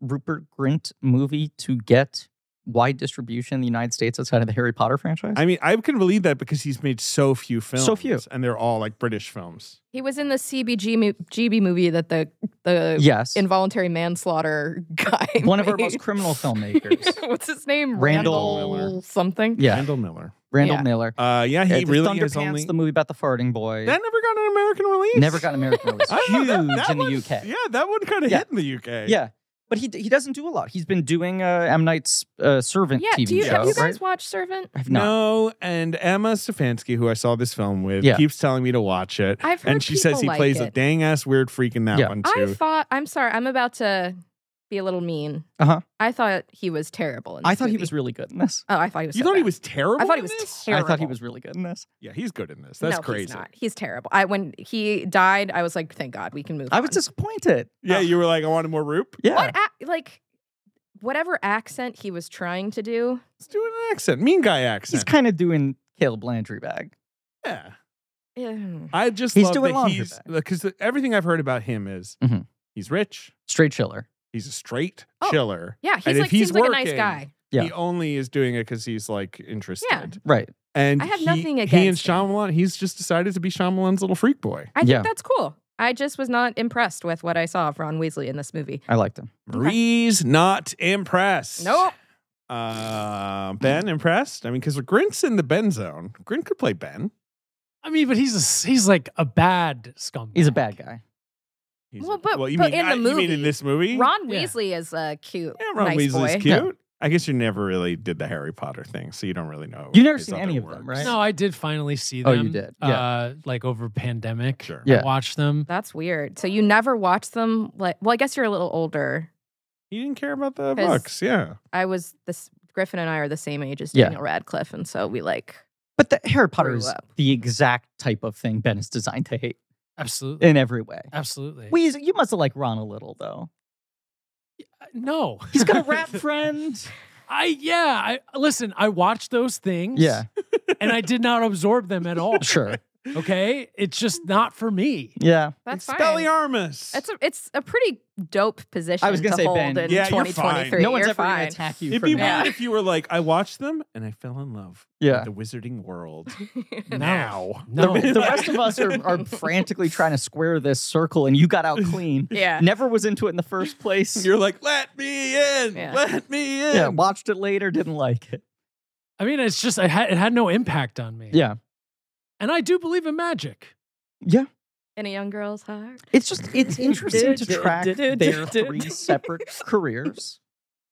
Speaker 3: Rupert Grint movie to get wide distribution in the United States outside of the Harry Potter franchise.
Speaker 4: I mean, I can believe that because he's made so few films.
Speaker 3: So few.
Speaker 4: and they're all like British films.
Speaker 1: He was in the CBG mo- GB movie that the the <laughs>
Speaker 3: yes.
Speaker 1: involuntary manslaughter <laughs> guy.
Speaker 3: One of our
Speaker 1: made.
Speaker 3: most
Speaker 1: <laughs>
Speaker 3: criminal filmmakers.
Speaker 1: What's his name?
Speaker 3: Randall
Speaker 4: Miller.
Speaker 1: something.
Speaker 3: yeah.
Speaker 4: Randall Miller.
Speaker 3: Randall
Speaker 1: Yeah.
Speaker 3: Miller.
Speaker 4: Uh, yeah, he
Speaker 3: Uh, the
Speaker 4: really
Speaker 3: Thunderpants,
Speaker 4: is only.
Speaker 3: the movie about the farting boy.
Speaker 4: that never got an American release. <laughs>
Speaker 3: never got an American release.
Speaker 4: I
Speaker 3: Huge
Speaker 4: don't know, that- that
Speaker 3: in the
Speaker 4: one-
Speaker 3: UK.
Speaker 4: Yeah, that one kind of
Speaker 3: Yeah.
Speaker 4: hit in the UK.
Speaker 3: Yeah. But he he doesn't do a lot. He's been doing uh, M Night's uh, Servant
Speaker 1: Yeah,
Speaker 3: TV
Speaker 1: do you,
Speaker 3: show.
Speaker 1: have you guys
Speaker 3: right?
Speaker 1: watched
Speaker 3: <sighs>
Speaker 1: Servant?
Speaker 3: I've not.
Speaker 4: No, and Emma Stefanski, who I saw this film with,
Speaker 3: Yeah.
Speaker 4: keeps telling me to watch it.
Speaker 1: I've heard
Speaker 4: and she says
Speaker 1: people
Speaker 4: he
Speaker 1: like
Speaker 4: plays a
Speaker 1: it.
Speaker 4: dang ass weird freak in that
Speaker 3: Yeah.
Speaker 4: one
Speaker 1: I
Speaker 4: too.
Speaker 1: thought I'm sorry, I'm about to be a little mean.
Speaker 3: Uh-huh.
Speaker 1: I thought he was terrible. In
Speaker 3: I
Speaker 1: this
Speaker 3: thought he
Speaker 1: movie.
Speaker 3: was really good in this.
Speaker 1: Oh, I thought he was.
Speaker 4: you
Speaker 1: so
Speaker 4: thought he
Speaker 1: bad.
Speaker 4: was terrible?
Speaker 1: I thought he
Speaker 4: in
Speaker 1: was
Speaker 4: this?
Speaker 1: terrible.
Speaker 3: I thought he was really good in this.
Speaker 4: Yeah, he's good in this. That's
Speaker 1: no,
Speaker 4: crazy.
Speaker 1: He's, not. he's terrible. I when he died, I was like, thank God we can move.
Speaker 3: I was
Speaker 1: on.
Speaker 3: disappointed.
Speaker 4: Yeah,
Speaker 3: Ugh.
Speaker 4: you were like, I wanted more Roop.
Speaker 3: yeah.
Speaker 1: what ac like whatever accent he was trying to do.
Speaker 4: Let's do an accent, mean guy accent.
Speaker 3: He's kind of doing Caleb Landry bag.
Speaker 4: yeah.
Speaker 1: eh,
Speaker 4: I just
Speaker 3: He's
Speaker 4: love
Speaker 3: doing
Speaker 4: that
Speaker 3: laundry
Speaker 4: he's
Speaker 3: bag.
Speaker 4: because everything I've heard about him is
Speaker 3: Mhm.
Speaker 4: he's rich,
Speaker 3: Straight chiller.
Speaker 4: he's a straight
Speaker 1: Oh.
Speaker 4: chiller.
Speaker 1: Yeah, he's
Speaker 4: And if
Speaker 1: like
Speaker 4: he's
Speaker 1: seems like a nice
Speaker 4: working-
Speaker 1: guy.
Speaker 3: Yeah.
Speaker 4: He only is doing it because he's like interested.
Speaker 3: Right.
Speaker 4: And
Speaker 1: I have
Speaker 4: he-
Speaker 1: nothing
Speaker 4: He and
Speaker 1: against him.
Speaker 4: Shyamalan, he's just decided to be Shyamalan's little freak boy.
Speaker 1: I think
Speaker 3: Yeah.
Speaker 1: that's cool. I just was not impressed with what I saw of Ron Weasley in this movie.
Speaker 3: I liked him.
Speaker 1: Okay.
Speaker 4: Marie's not impressed.
Speaker 1: Nope.
Speaker 4: Uh, ben impressed? I mean, because Grint's in the Ben zone. Grint could play Ben.
Speaker 5: I mean, but he's a, s- he's like a bad scumbag.
Speaker 3: He's a bad guy.
Speaker 4: He's
Speaker 1: Well,
Speaker 4: a-
Speaker 1: but-
Speaker 4: you
Speaker 1: but
Speaker 4: mean,
Speaker 1: in the
Speaker 4: I- you mean in
Speaker 1: movie,
Speaker 4: this movie?
Speaker 1: Ron
Speaker 5: Yeah.
Speaker 1: Weasley is a cute,
Speaker 4: yeah, Ron
Speaker 1: nice
Speaker 4: Weasley's
Speaker 1: boy.
Speaker 4: cute. I guess you never really did the Harry Potter thing, so you don't really know.
Speaker 3: You never
Speaker 4: his
Speaker 3: seen
Speaker 4: other
Speaker 3: any of them,
Speaker 4: works.
Speaker 3: right?
Speaker 5: No, I did finally see
Speaker 3: Oh,
Speaker 5: them.
Speaker 3: you did. Yeah.
Speaker 5: Uh, like over pandemic.
Speaker 4: Sure.
Speaker 5: I
Speaker 3: Yeah.
Speaker 5: watched them.
Speaker 1: That's weird. So you never watched them? Like, well, I guess you're a little older.
Speaker 4: You didn't care about the
Speaker 1: 'Cause-
Speaker 4: books, yeah.
Speaker 1: I was this. Griffin and I are the same age as
Speaker 3: Yeah.
Speaker 1: Daniel Radcliffe, and so we like.
Speaker 3: But the Harry Potter
Speaker 1: Grew
Speaker 3: is
Speaker 1: up.
Speaker 3: the exact type of thing Ben is designed to hate
Speaker 5: Absolutely.
Speaker 3: in every way.
Speaker 5: Absolutely.
Speaker 3: Weez, you must have liked Ron a little though.
Speaker 5: no.
Speaker 3: He's got a rap friend.
Speaker 5: I yeah. I listen. I watched those
Speaker 3: <laughs>
Speaker 5: things.
Speaker 3: Yeah.
Speaker 5: <laughs> and I did not absorb them at all.
Speaker 3: Sure.
Speaker 5: Okay, it's just not for me.
Speaker 3: Yeah.
Speaker 1: That's fine.
Speaker 4: Expelliarmus.
Speaker 1: It's a it's a pretty dope position.
Speaker 3: I was
Speaker 1: to
Speaker 3: gonna say,
Speaker 1: hold
Speaker 3: Ben,
Speaker 1: in
Speaker 4: Yeah, you're
Speaker 1: 2023.
Speaker 4: fine.
Speaker 3: No one's
Speaker 1: You're
Speaker 3: ever
Speaker 1: fine.
Speaker 3: gonna attack you.
Speaker 4: It'd
Speaker 3: for
Speaker 4: be
Speaker 1: Yeah.
Speaker 3: that.
Speaker 4: weird if you were like, I watched them and I fell in love.
Speaker 3: Yeah.
Speaker 4: with The Wizarding
Speaker 3: <laughs>
Speaker 4: World.
Speaker 5: No.
Speaker 4: now.
Speaker 5: No,
Speaker 3: The rest of us are, are frantically trying to square this circle, and you got out clean.
Speaker 1: <laughs> yeah.
Speaker 3: Never was into it in the first place.
Speaker 4: <laughs> You're like, let me in.
Speaker 1: Yeah.
Speaker 4: Let me in.
Speaker 3: yeah, watched it later, didn't like it.
Speaker 5: I mean, it's just I had, it had no impact on me.
Speaker 3: Yeah,
Speaker 5: and I do believe in magic.
Speaker 1: In a young girl's heart.
Speaker 3: it's just it's interesting to track their three separate careers.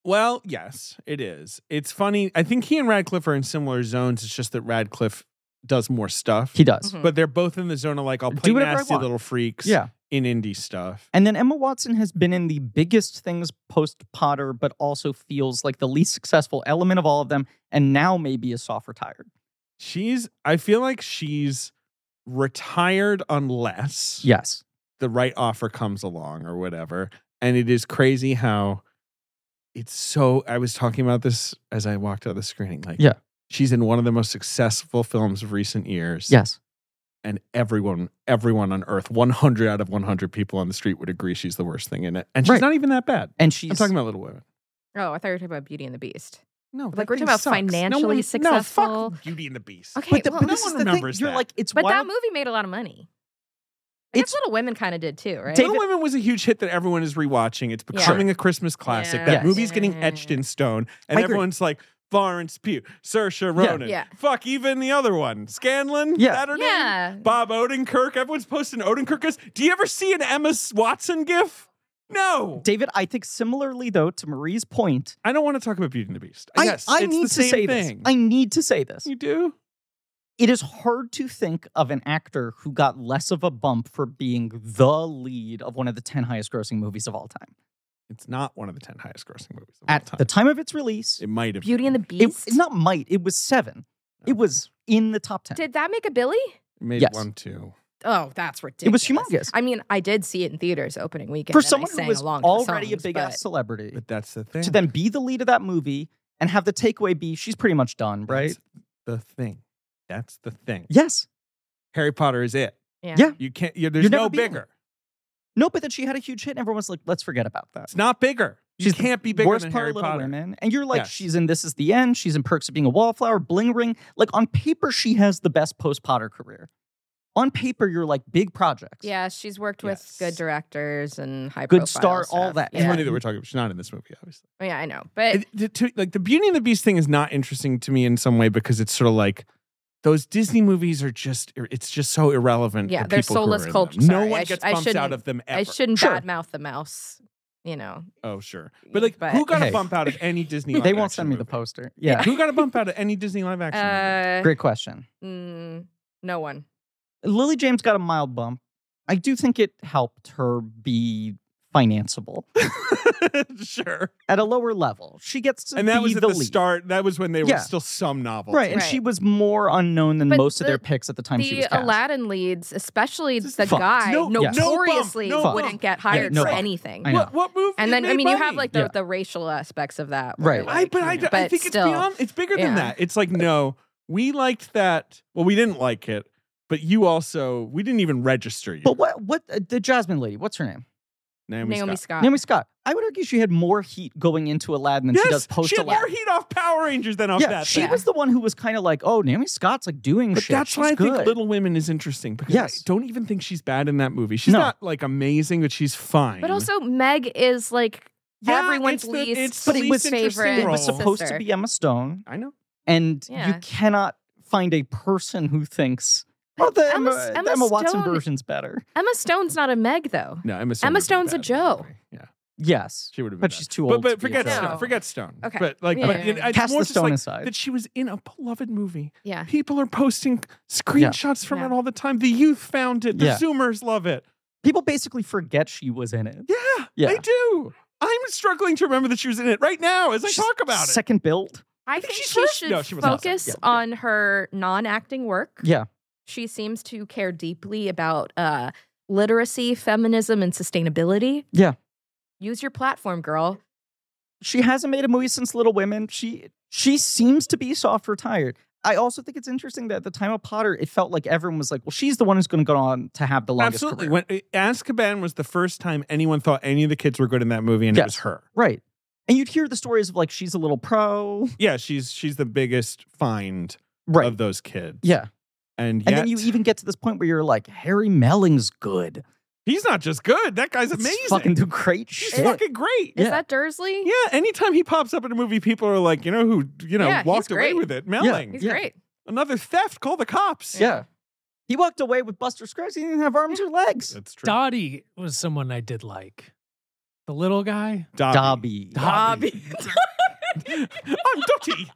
Speaker 4: Well, yes, it is. It's funny. I think he and Radcliffe are in similar zones. It's just that Radcliffe does more stuff.
Speaker 3: He does.
Speaker 1: Mhm.
Speaker 4: but they're both in the zone of like, I'll
Speaker 3: Do
Speaker 4: play
Speaker 3: whatever I
Speaker 4: nasty
Speaker 3: want.
Speaker 4: little freaks
Speaker 3: Yeah,
Speaker 4: in indie stuff.
Speaker 3: and then Emma Watson has been in the biggest things post Potter, but also feels like the least successful element of all of them, and now maybe is soft retired.
Speaker 4: She's, I feel like she's retired unless
Speaker 3: Yes,
Speaker 4: the right offer comes along or whatever. And it is crazy how it's so. I was talking about this as I walked out of the screening. Like,
Speaker 3: Yeah.
Speaker 4: she's in one of the most successful films of recent years.
Speaker 3: yes,
Speaker 4: and everyone everyone on earth 100 out of 100 people on the street would agree she's the worst thing in it and she's
Speaker 3: Right.
Speaker 4: not even that bad
Speaker 3: and she's
Speaker 4: i'm talking about little women
Speaker 1: Oh, I thought you were talking about Beauty and the Beast.
Speaker 4: no
Speaker 1: Like,
Speaker 4: that
Speaker 1: we're talking
Speaker 4: thing
Speaker 1: about
Speaker 4: sucks.
Speaker 1: financially
Speaker 4: no one, no,
Speaker 1: successful-
Speaker 4: fuck beauty and the beast
Speaker 1: Okay,
Speaker 3: But, the,
Speaker 1: well,
Speaker 3: but
Speaker 4: no
Speaker 3: this
Speaker 4: one
Speaker 3: is the thing.
Speaker 4: remembers
Speaker 3: You're
Speaker 4: that.
Speaker 3: like it's
Speaker 1: But that
Speaker 3: wild.
Speaker 1: movie made a lot of money. I guess
Speaker 3: It's-
Speaker 1: Little Women kind of did too, right?
Speaker 4: Little Women was a huge hit that everyone is rewatching. It's
Speaker 1: Yeah.
Speaker 4: becoming a Christmas classic.
Speaker 1: Yeah. Mm-hmm.
Speaker 4: That
Speaker 3: Yes.
Speaker 4: movie's getting etched in stone, and
Speaker 3: I agree.
Speaker 4: everyone's like Florence Pugh, Saoirse Ronan,
Speaker 1: Yeah.
Speaker 4: fuck even the other one, Scanlon,
Speaker 3: Yeah.
Speaker 4: Saturday,
Speaker 1: yeah.
Speaker 4: Bob Odenkirk. Everyone's posting Odenkirk. gifs. Do you ever see an Emma Watson gif? No.
Speaker 3: David, I think similarly though to Marie's point,
Speaker 4: I don't want to talk about Beauty and the Beast.
Speaker 3: I,
Speaker 4: Uh, yes,
Speaker 3: I
Speaker 4: it's
Speaker 3: need
Speaker 4: the
Speaker 3: to
Speaker 4: same
Speaker 3: say
Speaker 4: thing.
Speaker 3: this. I need to say this.
Speaker 4: you do.
Speaker 3: It is hard to think of an actor who got less of a bump for being the lead of one of the 10 highest grossing movies of all time.
Speaker 4: It's not one of the ten highest grossing movies of
Speaker 3: At
Speaker 4: all time.
Speaker 3: the time of its release,
Speaker 4: it might have
Speaker 1: Beauty and the
Speaker 3: it,
Speaker 1: Beast.
Speaker 3: it's not might, it was seven. It was in the top 10.
Speaker 1: Did that make a Billy?
Speaker 4: It made
Speaker 3: Yes.
Speaker 4: one two.
Speaker 1: Oh, that's
Speaker 3: it was
Speaker 1: ridiculous.
Speaker 3: humongous.
Speaker 1: I mean, I did see it in theaters opening weekend.
Speaker 3: for
Speaker 1: and I
Speaker 3: someone who
Speaker 1: sang
Speaker 3: was
Speaker 1: along to the
Speaker 3: already
Speaker 1: songs,
Speaker 3: a big
Speaker 1: but
Speaker 3: ass celebrity
Speaker 4: But that's the thing.
Speaker 3: to then be the lead of that movie and have the takeaway be she's pretty much done, right?
Speaker 4: That's the thing. That's the thing.
Speaker 3: yes.
Speaker 4: Harry Potter is it.
Speaker 1: Yeah.
Speaker 3: Yeah.
Speaker 4: You can't. You, there's
Speaker 3: You're never
Speaker 4: no
Speaker 3: beaten.
Speaker 4: bigger.
Speaker 3: No, but then she had a huge hit and everyone's like, let's forget about that.
Speaker 4: It's not bigger. You
Speaker 3: She's the
Speaker 4: can't be bigger
Speaker 3: worst
Speaker 4: than
Speaker 3: part
Speaker 4: Harry
Speaker 3: of Little
Speaker 4: Potter.
Speaker 3: Women, and you're like,
Speaker 4: Yes.
Speaker 3: she's in This Is the End. She's in Perks of Being a Wallflower, Bling Ring. Like on paper, she has the best post Potter career. On paper, you're like big projects.
Speaker 1: Yeah, she's worked with
Speaker 4: Yes.
Speaker 1: good directors and high
Speaker 3: Good
Speaker 1: profile
Speaker 3: star, all
Speaker 1: stuff.
Speaker 3: that.
Speaker 4: It's
Speaker 1: Yeah.
Speaker 4: funny that we're talking. about. She's not in this movie, obviously.
Speaker 1: yeah, I know.
Speaker 3: Eh.
Speaker 1: But
Speaker 4: It- the- to- like the Beauty and the Beast thing is not interesting to me in some way because it's sort of like those Disney movies are just it's just so irrelevant.
Speaker 1: Yeah,
Speaker 4: the
Speaker 1: they're
Speaker 4: people who are
Speaker 1: soulless
Speaker 4: in
Speaker 1: cult-
Speaker 4: them. No
Speaker 1: sorry,
Speaker 4: one
Speaker 1: I sh-
Speaker 4: gets
Speaker 1: I
Speaker 4: bumps out
Speaker 1: shouldn't-
Speaker 4: of them ever.
Speaker 1: I shouldn't
Speaker 3: Sure.
Speaker 1: badmouth the mouse. you know.
Speaker 4: Oh, sure. But like, who got
Speaker 3: Hey.
Speaker 4: a bump out of any Disney? Live
Speaker 3: They won't
Speaker 4: action
Speaker 3: send me the
Speaker 4: movie?
Speaker 3: poster. Yeah.
Speaker 4: Who got a bump out of any Disney live action?
Speaker 1: <laughs>
Speaker 4: movie?
Speaker 1: Uh,
Speaker 3: Great question.
Speaker 1: mm, no one.
Speaker 3: Lily James got a mild bump. I do think it helped her be financeable
Speaker 1: Uh,
Speaker 4: <laughs> sure.
Speaker 3: at a lower level. She gets to
Speaker 4: And that
Speaker 3: be
Speaker 4: was at
Speaker 3: the
Speaker 4: the
Speaker 3: lead.
Speaker 4: start. That was when they were
Speaker 3: Yeah.
Speaker 4: still some novels.
Speaker 3: Right, and
Speaker 1: Right.
Speaker 3: she was more unknown than
Speaker 1: But
Speaker 3: most of
Speaker 1: the-
Speaker 3: their picks at the time she was
Speaker 1: The
Speaker 3: cast.
Speaker 1: Aladdin leads, especially
Speaker 4: Just
Speaker 1: the
Speaker 3: fucked.
Speaker 1: guy,
Speaker 4: No-
Speaker 3: Yes.
Speaker 4: no bump,
Speaker 1: notoriously
Speaker 4: no
Speaker 1: wouldn't
Speaker 4: bump.
Speaker 1: get hired
Speaker 3: no
Speaker 1: for
Speaker 3: bump.
Speaker 1: anything.
Speaker 3: I know.
Speaker 4: What, what movie?
Speaker 1: And then
Speaker 4: made
Speaker 1: I mean, you have
Speaker 4: money?
Speaker 1: like the,
Speaker 3: Yeah.
Speaker 1: the racial aspects of that, where you're
Speaker 3: Right.
Speaker 1: Like,
Speaker 4: I, but I,
Speaker 1: you know,
Speaker 4: I
Speaker 1: but
Speaker 4: think
Speaker 1: still,
Speaker 4: it's beyond. It's bigger
Speaker 1: yeah.
Speaker 4: than that. It's like no, we liked that. Well, we didn't like it, but you also we didn't even register you.
Speaker 3: But what? What uh, the Jasmine lady? What's her name?
Speaker 4: Naomi,
Speaker 1: Naomi
Speaker 4: Scott.
Speaker 1: Scott.
Speaker 3: Naomi Scott. I would argue she had more heat going into Aladdin than
Speaker 4: yes,
Speaker 3: she does post
Speaker 4: she had more
Speaker 3: Aladdin.
Speaker 4: heat off Power Rangers than off
Speaker 3: yeah,
Speaker 4: that.
Speaker 3: she
Speaker 4: thing.
Speaker 3: was the one who was kind of like, "Oh, Naomi Scott's like doing
Speaker 4: But
Speaker 3: shit."
Speaker 4: that's
Speaker 3: She's
Speaker 4: why I
Speaker 3: good.
Speaker 4: think Little Women is interesting because
Speaker 3: Yes.
Speaker 4: I don't even think she's bad in that movie. She's
Speaker 3: No.
Speaker 4: not like amazing, but she's fine.
Speaker 1: But also, Meg is like
Speaker 4: Yeah,
Speaker 1: everyone's
Speaker 4: it's the-
Speaker 1: least,
Speaker 4: it's the
Speaker 1: but it
Speaker 4: least
Speaker 1: was
Speaker 4: interesting
Speaker 1: favorite.
Speaker 3: it was
Speaker 4: Role.
Speaker 3: supposed
Speaker 1: sister.
Speaker 3: to be Emma Stone,
Speaker 4: I know.
Speaker 3: and you
Speaker 1: Yeah.
Speaker 3: cannot find a person who thinks, "Oh, the Emma,
Speaker 1: Emma-
Speaker 3: the
Speaker 1: Emma
Speaker 3: Emma Watson
Speaker 1: Stone-
Speaker 3: version's better."
Speaker 1: Emma Stone's not a Meg though.
Speaker 4: No, Emma.
Speaker 1: Emma
Speaker 4: would have been
Speaker 1: Stone's a
Speaker 4: bad in that
Speaker 1: Joe.
Speaker 4: movie. Yeah,
Speaker 3: Yes,
Speaker 4: she would have been.
Speaker 3: but
Speaker 4: bad.
Speaker 3: she's too
Speaker 4: but,
Speaker 3: old.
Speaker 4: but
Speaker 3: to be a
Speaker 4: forget
Speaker 1: Joe.
Speaker 3: Joe.
Speaker 4: Stone.
Speaker 1: No.
Speaker 4: Forget Stone.
Speaker 1: Okay.
Speaker 4: But like,
Speaker 1: Yeah,
Speaker 4: but
Speaker 1: yeah, yeah.
Speaker 4: it's
Speaker 3: Cast
Speaker 4: more
Speaker 3: the
Speaker 4: just
Speaker 3: stone
Speaker 4: like
Speaker 3: aside.
Speaker 4: that she was in a
Speaker 3: <laughs>
Speaker 4: beloved movie.
Speaker 1: Yeah.
Speaker 4: People are posting screenshots from
Speaker 1: Yeah.
Speaker 4: it all the time. The youth found it. The
Speaker 3: Yeah.
Speaker 4: Zoomers love it.
Speaker 3: People basically forget she was in it.
Speaker 4: Yeah,
Speaker 3: Yeah.
Speaker 4: they do. I'm struggling to remember that she was in it right now as I
Speaker 3: She's
Speaker 4: talk about it.
Speaker 3: Second build.
Speaker 1: I
Speaker 4: think
Speaker 1: think
Speaker 4: she's
Speaker 1: she
Speaker 4: first-
Speaker 1: should
Speaker 4: no, she was outside.
Speaker 1: focus
Speaker 4: Yeah, yeah.
Speaker 1: on her non-acting work.
Speaker 3: Yeah.
Speaker 1: She seems to care deeply about uh, literacy, feminism, and sustainability.
Speaker 3: Yeah.
Speaker 1: Use your platform, girl.
Speaker 3: She hasn't made a movie since Little Women. She she seems to be soft retired. I also think it's interesting that at the time of Potter, it felt like everyone was like, "Well, she's the one who's going to go on to have the longest
Speaker 4: Absolutely.
Speaker 3: career."
Speaker 4: When uh, Azkaban was the first time anyone thought any of the kids were good in that movie, and it was
Speaker 3: Yes.
Speaker 4: her.
Speaker 3: right. And you'd hear the stories of like she's a little pro,
Speaker 4: Yeah, she's she's the biggest find
Speaker 3: right?
Speaker 4: of those kids.
Speaker 3: yeah,
Speaker 4: and yet,
Speaker 3: and then you even get to this point where you're like, Harry Melling's good.
Speaker 4: he's not just good. That guy's
Speaker 3: He's
Speaker 4: amazing.
Speaker 3: fucking do great
Speaker 4: he's
Speaker 3: shit.
Speaker 4: fucking great.
Speaker 1: Is
Speaker 3: Yeah.
Speaker 1: that Dursley?
Speaker 4: Yeah, anytime he pops up in a movie, people are like, you know who, you know,
Speaker 1: Yeah, he's
Speaker 4: walked away
Speaker 1: great.
Speaker 4: with it. Melling,
Speaker 1: He's
Speaker 3: Yeah.
Speaker 1: great.
Speaker 3: <laughs>
Speaker 4: another theft. Call the cops.
Speaker 3: yeah, he walked away with Buster Scruggs. He didn't have arms or legs.
Speaker 4: that's true.
Speaker 5: Dottie was someone I did like. The little guy.
Speaker 4: Dobby.
Speaker 3: Dobby.
Speaker 5: Dobby.
Speaker 4: <laughs> I'm Dotty.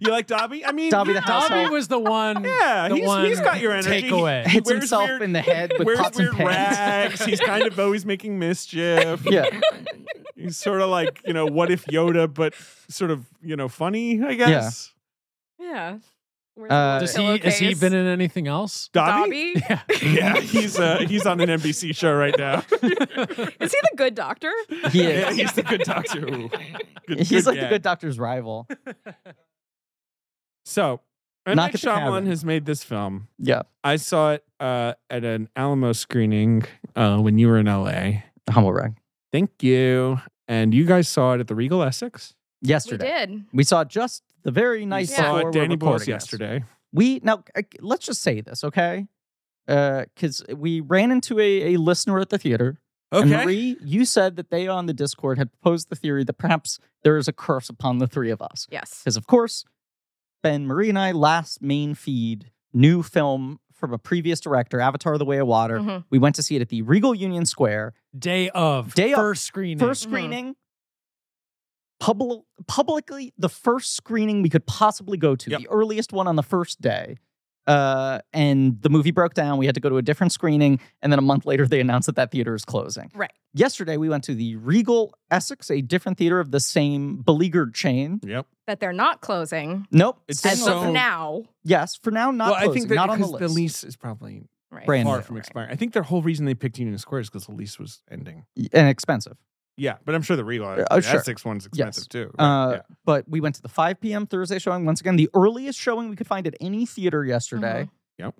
Speaker 4: you like Dobby? I mean,
Speaker 3: Dobby the
Speaker 4: yeah,
Speaker 3: house
Speaker 5: Dobby
Speaker 3: Also-
Speaker 5: was the one.
Speaker 4: Yeah,
Speaker 5: the
Speaker 4: he's-
Speaker 5: one
Speaker 4: he's got your energy.
Speaker 3: <laughs>
Speaker 5: Takeaway.
Speaker 3: hits
Speaker 4: Wears
Speaker 3: himself
Speaker 4: weird-
Speaker 3: in the head with
Speaker 4: wears
Speaker 3: pots
Speaker 4: weird
Speaker 3: and pans.
Speaker 4: rags. He's kind of always making mischief.
Speaker 3: <laughs> Yeah.
Speaker 4: He's sort of like, you know, what if Yoda, but sort of, you know, funny, I guess.
Speaker 1: Yeah. Where's
Speaker 3: Uh,
Speaker 1: the
Speaker 5: Does he? Has he
Speaker 1: pillowcase?
Speaker 5: been in anything else?
Speaker 4: Dobby?
Speaker 1: Dobby?
Speaker 5: Yeah.
Speaker 4: <laughs> Yeah, he's uh, he's on an NBC show right now.
Speaker 1: Is he the good
Speaker 4: <laughs>
Speaker 1: doctor?
Speaker 3: <laughs> He is.
Speaker 4: yeah, he's the good doctor. Who. <laughs> Good-
Speaker 3: He's like the
Speaker 4: gag.
Speaker 3: good doctor's rival.
Speaker 4: So,
Speaker 3: Knock
Speaker 4: M. Night
Speaker 3: at the cabin.
Speaker 4: Shyamalan has made this film.
Speaker 3: Yeah.
Speaker 4: I saw it uh, at an Alamo screening uh, when you were in LA.
Speaker 3: Humble rag.
Speaker 4: Thank you. And you guys saw it at the Regal Essex.
Speaker 1: We
Speaker 3: Yesterday.
Speaker 1: did.
Speaker 3: We, saw just the very nice
Speaker 1: Yeah.
Speaker 4: Saw
Speaker 3: before
Speaker 4: it
Speaker 3: we're
Speaker 4: Danny Boyle's
Speaker 3: recording this.
Speaker 4: yesterday.
Speaker 3: We now uh, let's just say this, okay? Because we ran into a, a listener at the theater. And Marie, you said that they on the Discord had posed the theory that perhaps there is a curse upon the three of us.
Speaker 1: Yes.
Speaker 3: Because, of course, Ben, Marie, and I last main feed new film from a previous director, Avatar The Way of Water.
Speaker 4: Mm-hmm.
Speaker 1: Mhm.
Speaker 3: We went to see it at the Regal Union Square.
Speaker 5: Day of.
Speaker 3: Day of.
Speaker 5: First screening.
Speaker 3: first
Speaker 4: Mm-hmm.
Speaker 1: Mhm.
Speaker 3: screening publi- publicly the first screening we could possibly go to
Speaker 4: Yep.
Speaker 3: the earliest one on the first day uh, and the movie broke down we had to go to a different screening and then a month later they announced that that theater is closing
Speaker 1: Right.
Speaker 3: yesterday we went to the regal essex a different theater of the same beleaguered chain
Speaker 4: Yep.
Speaker 1: That they're not closing
Speaker 3: nope
Speaker 4: It's
Speaker 1: as
Speaker 4: So-
Speaker 1: of now.
Speaker 3: yes for now not
Speaker 4: well, I
Speaker 3: closing,
Speaker 4: think that
Speaker 3: not on the
Speaker 4: because
Speaker 3: list
Speaker 4: lease is probably
Speaker 1: Right.
Speaker 3: Brand
Speaker 4: far
Speaker 3: new.
Speaker 4: from
Speaker 1: Right.
Speaker 4: expiring. I think their whole reason they picked Union Square is because the lease was ending.
Speaker 3: and expensive
Speaker 4: Yeah, but I'm sure the Regal
Speaker 3: Uh, sure.
Speaker 4: Essex one's expensive too.
Speaker 3: Uh,
Speaker 4: Right,
Speaker 3: but we went to the 5 p.m. Thursday showing. Once again, the earliest showing we could find at any theater
Speaker 1: Uh-huh.
Speaker 3: yesterday.
Speaker 4: Yep.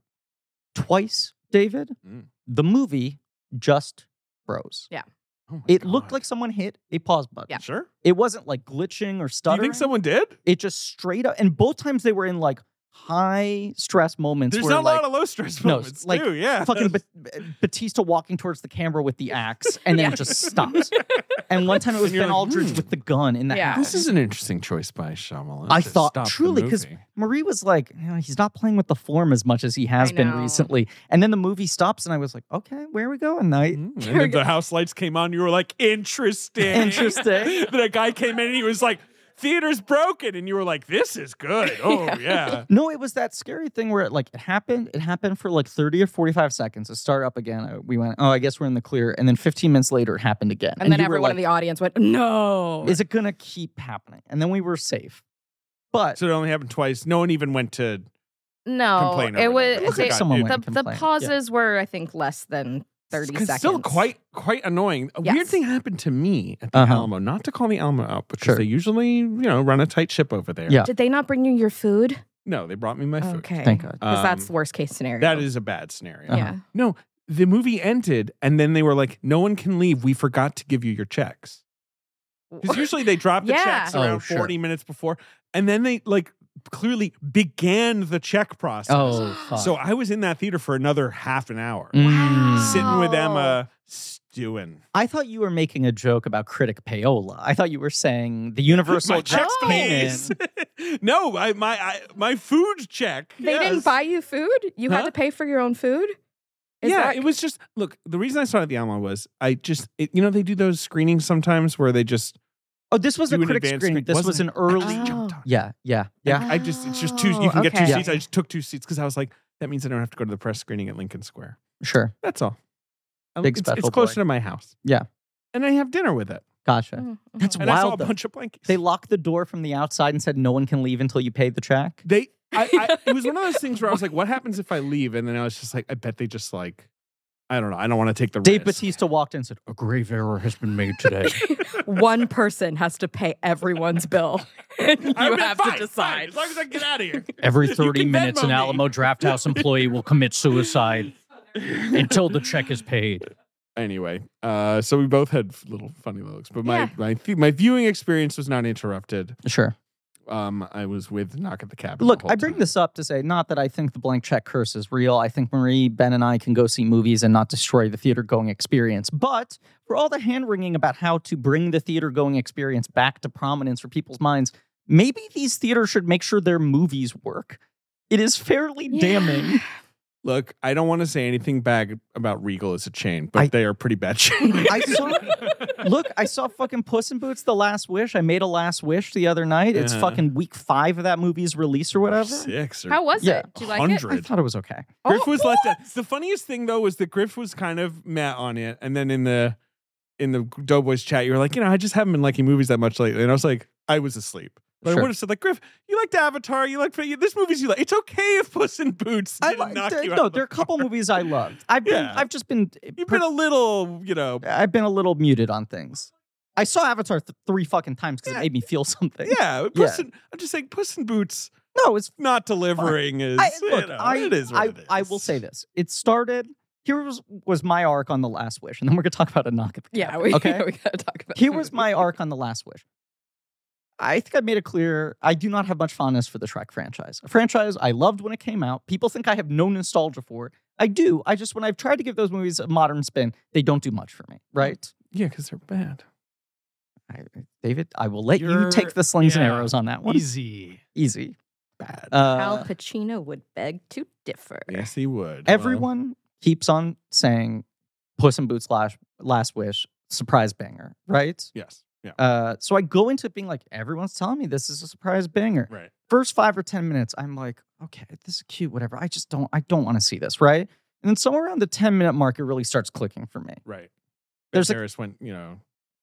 Speaker 3: Twice, David,
Speaker 4: Mm.
Speaker 3: the movie just froze.
Speaker 4: yeah. Oh my
Speaker 3: It looked
Speaker 4: God.
Speaker 3: like someone hit a pause button.
Speaker 1: Yeah.
Speaker 4: sure.
Speaker 3: It wasn't like glitching or
Speaker 4: Do you
Speaker 3: stuttering.
Speaker 4: think someone did?
Speaker 3: It just straight up, and both times they were in like high stress moments.
Speaker 4: There's
Speaker 3: where,
Speaker 4: not a
Speaker 3: like,
Speaker 4: lot of low stress
Speaker 3: No,
Speaker 4: moments,
Speaker 3: like,
Speaker 4: too. Yeah.
Speaker 3: fucking Bat- Batista walking towards the camera with
Speaker 4: <laughs>
Speaker 3: the axe and then
Speaker 1: Yeah.
Speaker 3: it just stops. and one time it was
Speaker 4: And you're
Speaker 3: Ben
Speaker 4: like,
Speaker 3: Aldridge
Speaker 4: hmm.
Speaker 3: with the gun in the
Speaker 1: Yeah.
Speaker 3: house.
Speaker 1: This
Speaker 3: <laughs>
Speaker 4: an interesting choice by Shyamalan.
Speaker 3: I
Speaker 4: to
Speaker 3: thought-
Speaker 4: stop the
Speaker 3: truly, 'cause
Speaker 4: movie.
Speaker 3: Marie was like, you know, he's not playing with the form as much as he has
Speaker 1: I
Speaker 3: been
Speaker 1: know.
Speaker 3: recently. And then the movie stops, and I was like, okay, where are we going? I,
Speaker 1: Mm-hmm.
Speaker 4: Mm, and then the house lights came on. You were like, interesting.
Speaker 3: Interesting.
Speaker 4: <laughs> then a guy came in and he was like, theater's broken. And you were like, this
Speaker 1: <laughs>
Speaker 4: is good. Oh, yeah.
Speaker 3: no, it was that scary thing where it like it happened. It happened for like thirty or forty-five seconds. It started up again. I- We went, oh, I guess we're in the clear. And then fifteen minutes later, it happened again.
Speaker 1: And, then
Speaker 3: you were
Speaker 1: everyone in
Speaker 3: like,
Speaker 1: the audience went, no.
Speaker 3: is it gonna keep happening? And then we were safe. But
Speaker 4: So it only happened twice. No one even went to
Speaker 1: no.
Speaker 4: complain.
Speaker 1: Oh, It
Speaker 4: over
Speaker 1: was
Speaker 4: that.
Speaker 3: Looks
Speaker 1: they-
Speaker 3: like someone
Speaker 4: Dude,
Speaker 3: went-
Speaker 1: the,
Speaker 3: and
Speaker 1: the
Speaker 3: complain. Yeah.
Speaker 1: pauses were, I think, less than 30
Speaker 4: 'cause
Speaker 1: seconds.
Speaker 4: Still quite quite annoying. A weird
Speaker 1: Yes.
Speaker 4: thing happened to me at the
Speaker 3: Uh-huh.
Speaker 4: Alamo. Not to call the Alamo out because
Speaker 3: Sure.
Speaker 4: they usually you know run a tight ship over there.
Speaker 3: Yeah.
Speaker 1: Did they not bring you your food?
Speaker 4: No, they brought me my food.
Speaker 1: Okay.
Speaker 3: thank God.
Speaker 1: Because that's
Speaker 4: Um,
Speaker 1: the worst case scenario.
Speaker 4: that is a bad scenario.
Speaker 3: Uh-huh.
Speaker 1: Yeah.
Speaker 4: No, the movie ended, and then they were like, "No one can leave. We forgot to give you your checks."
Speaker 3: Uh-huh.
Speaker 1: <laughs>
Speaker 4: Because usually they drop the
Speaker 1: Yeah.
Speaker 4: checks
Speaker 3: Oh,
Speaker 4: around
Speaker 3: sure.
Speaker 4: forty minutes before, and then they like clearly began the check process.
Speaker 3: Oh,
Speaker 1: <gasps>
Speaker 3: fuck.
Speaker 4: So I was in that theater for another half an hour,
Speaker 3: Mm.
Speaker 4: sitting with
Speaker 1: Wow.
Speaker 4: Emma,
Speaker 3: <laughs>
Speaker 4: stewing.
Speaker 3: I thought you were making a joke about critic payola. I thought you
Speaker 1: <laughs>
Speaker 3: were saying the universal
Speaker 4: my check
Speaker 1: checks
Speaker 4: pays.
Speaker 3: payment.
Speaker 4: <laughs> no, I, my I, my food check.
Speaker 1: They didn't
Speaker 4: yes.
Speaker 1: buy you food? You had
Speaker 4: Huh?
Speaker 1: to pay for your own food? Is
Speaker 4: yeah,
Speaker 1: that-
Speaker 4: it was just look. The reason I saw it at the Alamo was I just it, you know they do those screenings sometimes where they just
Speaker 3: Oh, this was
Speaker 4: do
Speaker 3: a
Speaker 4: an
Speaker 3: critic
Speaker 4: advanced
Speaker 3: screening.
Speaker 4: screen-
Speaker 3: This
Speaker 4: wasn't
Speaker 3: was an
Speaker 4: it? I
Speaker 3: early.
Speaker 4: just
Speaker 1: Oh.
Speaker 4: jumped on it.
Speaker 3: Ah. Yeah, yeah, yeah.
Speaker 4: I just it's just two. You
Speaker 1: Oh,
Speaker 4: can get two
Speaker 1: okay.
Speaker 4: seats. I just took two seats because I was like that means I don't have to go to the press screening at Lincoln Square.
Speaker 3: Sure.
Speaker 4: That's all. Um,
Speaker 3: Big
Speaker 4: it's, it's
Speaker 3: special
Speaker 4: closer
Speaker 3: boy.
Speaker 4: to my house.
Speaker 3: Yeah.
Speaker 4: and I have dinner with it.
Speaker 3: Gotcha.
Speaker 1: Mm, mhm.
Speaker 3: That's
Speaker 4: And I saw a
Speaker 3: wild. though.
Speaker 4: bunch of blankets.
Speaker 3: They locked the door from the outside and said no one can leave until you pay the check.
Speaker 4: They, I,
Speaker 3: <laughs>
Speaker 4: I, it was one of those things where I was like, "What happens if I leave?" And then I was just like, "I bet they just like, I don't know. I don't want to take the
Speaker 3: Dave
Speaker 4: risk."
Speaker 3: Batista walked in and said,
Speaker 2: A grave error has been made today.
Speaker 1: One person has to pay everyone's bill. <laughs> you
Speaker 4: I mean,
Speaker 1: have
Speaker 4: fine,
Speaker 1: to
Speaker 4: fine,
Speaker 1: decide.
Speaker 4: as long as I get out of here.
Speaker 2: <laughs> Every
Speaker 4: You
Speaker 2: 30
Speaker 4: can
Speaker 2: minutes,
Speaker 4: Venmo
Speaker 2: an
Speaker 4: me.
Speaker 2: Alamo Drafthouse employee will commit suicide until the check is <laughs> paid.
Speaker 4: Anyway, uh, so we both had little funny looks, but my
Speaker 1: Yeah.
Speaker 4: my th- my viewing experience was not interrupted.
Speaker 3: Sure.
Speaker 4: Um, I was with Knock at the Cabin.
Speaker 3: Look,
Speaker 4: the whole
Speaker 3: I bring
Speaker 4: time.
Speaker 3: this up to say not that I think the blank check curse is real. I think Marie, Ben, and I can go see movies and not destroy the theater going experience. But for all the hand wringing about how to bring the theater going experience back to prominence for people's minds, maybe these theaters should make sure their movies work. It is fairly
Speaker 1: Yeah.
Speaker 3: damning.
Speaker 4: Look, I don't want to say anything bad about Regal as a chain, but
Speaker 3: I-
Speaker 4: they are pretty bad <laughs> chain.
Speaker 3: I saw, look, I saw fucking Puss in Boots: The Last Wish. I made a Last Wish the other night. It's
Speaker 4: Uh-huh.
Speaker 3: fucking week five of that movie's release or whatever.
Speaker 4: Six or
Speaker 1: How was
Speaker 3: Yeah,
Speaker 1: it? Do you like it?
Speaker 3: I thought it was okay.
Speaker 1: Oh,
Speaker 4: Griff was let
Speaker 1: <laughs>
Speaker 4: down. The funniest thing though was that Griff was kind of mad on it, and then in the in the Doughboys chat, you were like, you know, I just haven't been liking movies that much lately, and I was like, I was asleep. But I
Speaker 3: Sure.
Speaker 4: would have said like, Griff, you liked Avatar, you liked this movie's you like. It's okay if Puss in Boots
Speaker 3: I
Speaker 4: didn't
Speaker 3: li-
Speaker 4: knock
Speaker 3: th-
Speaker 4: you
Speaker 3: no,
Speaker 4: out.
Speaker 3: there are a couple movies I loved. I've been,
Speaker 4: Yeah.
Speaker 3: I've just been,
Speaker 4: You've been a little,
Speaker 3: <laughs>
Speaker 4: you know,
Speaker 3: I've been a little muted on things. I saw Avatar th- three fucking times because
Speaker 4: Yeah.
Speaker 3: it made me feel something.
Speaker 4: yeah. but Puss In, I'm just saying, Puss in Boots
Speaker 3: No, it's.
Speaker 4: not delivering is.
Speaker 3: I,
Speaker 4: you
Speaker 3: look,
Speaker 4: know,
Speaker 3: I,
Speaker 4: it is what
Speaker 3: I,
Speaker 4: it is.
Speaker 3: I will say this. It started. Here was was my arc on the Last Wish, and then we're gonna talk about a knock at the
Speaker 1: Yeah,
Speaker 3: Cabin,
Speaker 1: we, <laughs>
Speaker 3: okay.
Speaker 1: we gotta talk about <laughs>
Speaker 3: Here was my arc on The Last Wish. I think I made it clear I do not have much fondness for the Trek franchise. A franchise I loved when it came out. People think I have no nostalgia for it. I do. I just, when I've tried to give those movies a modern spin, they don't do much for me, right?
Speaker 4: yeah, because they're bad.
Speaker 3: I, David, I will let you
Speaker 5: You're-
Speaker 3: take the slings
Speaker 5: yeah.
Speaker 3: and arrows on that one. Easy.
Speaker 5: Easy.
Speaker 4: Bad.
Speaker 1: Al
Speaker 3: Uh,
Speaker 1: Pacino would beg to differ.
Speaker 4: yes, he would. Well,
Speaker 3: everyone keeps on saying Puss in Boots Last, Last Wish, surprise banger, right?
Speaker 4: yes. Yeah.
Speaker 3: Uh, so I go into it being like, everyone's telling me this is a surprise banger.
Speaker 4: Right.
Speaker 3: first five or ten minutes, I'm like, okay, this is cute, whatever. I just don't, I don't want to see this, right? And then somewhere around the ten minute mark, it really starts clicking for me.
Speaker 4: Right.
Speaker 3: There's
Speaker 4: There's
Speaker 3: a-
Speaker 4: Harris went, you know,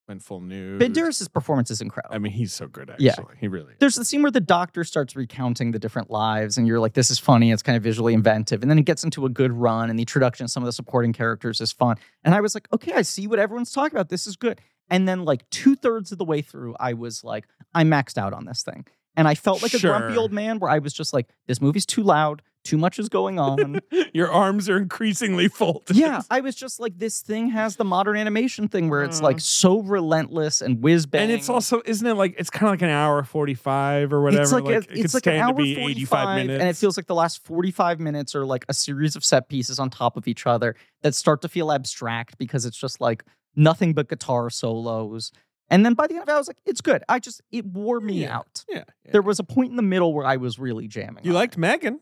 Speaker 4: went full nude.
Speaker 3: Ben Duris's performance is incredible.
Speaker 4: I mean, he's so good. Actually,
Speaker 3: Yeah.
Speaker 4: he really. Is.
Speaker 3: there's the scene where the doctor starts recounting the different lives, and you're like, this is funny. It's kind of visually inventive. And then it gets into a good run, and the introduction of some of the supporting characters is fun. And I was like, okay, I see what everyone's talking about. This is good. And then, like, two thirds of the way through, I was like, I maxed out on this thing. And I felt like a grumpy
Speaker 4: Sure.
Speaker 3: old man where I was just like, this movie's too loud, Too much is
Speaker 4: <laughs>
Speaker 3: going on.
Speaker 4: Your arms are increasingly folded.
Speaker 3: yeah, I was just like, this thing has the modern animation thing where it's like so relentless and whiz bang.
Speaker 4: Mm. And it's also, isn't it like, it's kind of like an hour 45 or whatever?
Speaker 3: It's like, a-
Speaker 4: it could
Speaker 3: it's like an
Speaker 4: stand
Speaker 3: hour
Speaker 4: to be
Speaker 3: 45,
Speaker 4: 85 minutes.
Speaker 3: and it feels like the last 45 minutes are like a series of set pieces on top of each other that start to feel abstract because it's just like nothing but guitar solos. And then by the end of it, I was like, it's good. I just it wore me
Speaker 4: Yeah.
Speaker 3: out.
Speaker 4: yeah. yeah.
Speaker 3: There was a point in the middle where I was really jamming.
Speaker 4: you
Speaker 3: on
Speaker 4: liked
Speaker 3: it.
Speaker 4: Megan.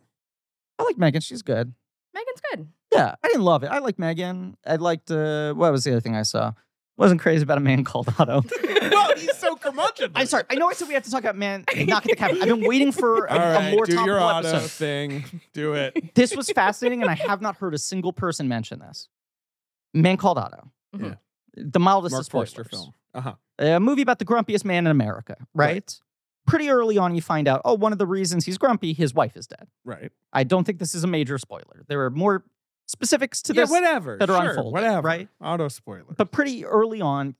Speaker 3: I like Megan. She's good.
Speaker 1: Megan's good.
Speaker 3: Yeah, I didn't love it. I liked Megan. I liked uh what was the other thing I saw? Wasn't crazy about a man called <laughs>
Speaker 4: <laughs>
Speaker 3: Otto.
Speaker 4: well, he's so curmudgeon.
Speaker 3: I'm sorry. I know I said we have to talk about
Speaker 4: <laughs>
Speaker 3: man knock at the cabin. I've been waiting for a,
Speaker 4: All
Speaker 3: a
Speaker 4: right,
Speaker 3: more
Speaker 4: do your
Speaker 3: topical
Speaker 4: auto
Speaker 3: episode.
Speaker 4: thing.
Speaker 3: <laughs>
Speaker 4: Do it.
Speaker 3: This
Speaker 4: <laughs>
Speaker 3: was fascinating, and I have not heard a single person mention this. Man called Otto. Mm-hmm.
Speaker 1: Mhm.
Speaker 3: The mildest
Speaker 4: Mark
Speaker 3: of spoilers.
Speaker 4: Forster film. Uh huh.
Speaker 3: A movie about the grumpiest man in America, right? Pretty early on, you find out, oh, one of the reasons he's grumpy, his wife is dead.
Speaker 4: Right.
Speaker 3: I don't think this is a major spoiler. There are more specifics to
Speaker 4: yeah,
Speaker 3: this.
Speaker 4: whatever.
Speaker 3: that are
Speaker 4: sure,
Speaker 3: unfolding,
Speaker 4: Whatever.
Speaker 3: right?
Speaker 4: Auto spoiler.
Speaker 3: but pretty early on,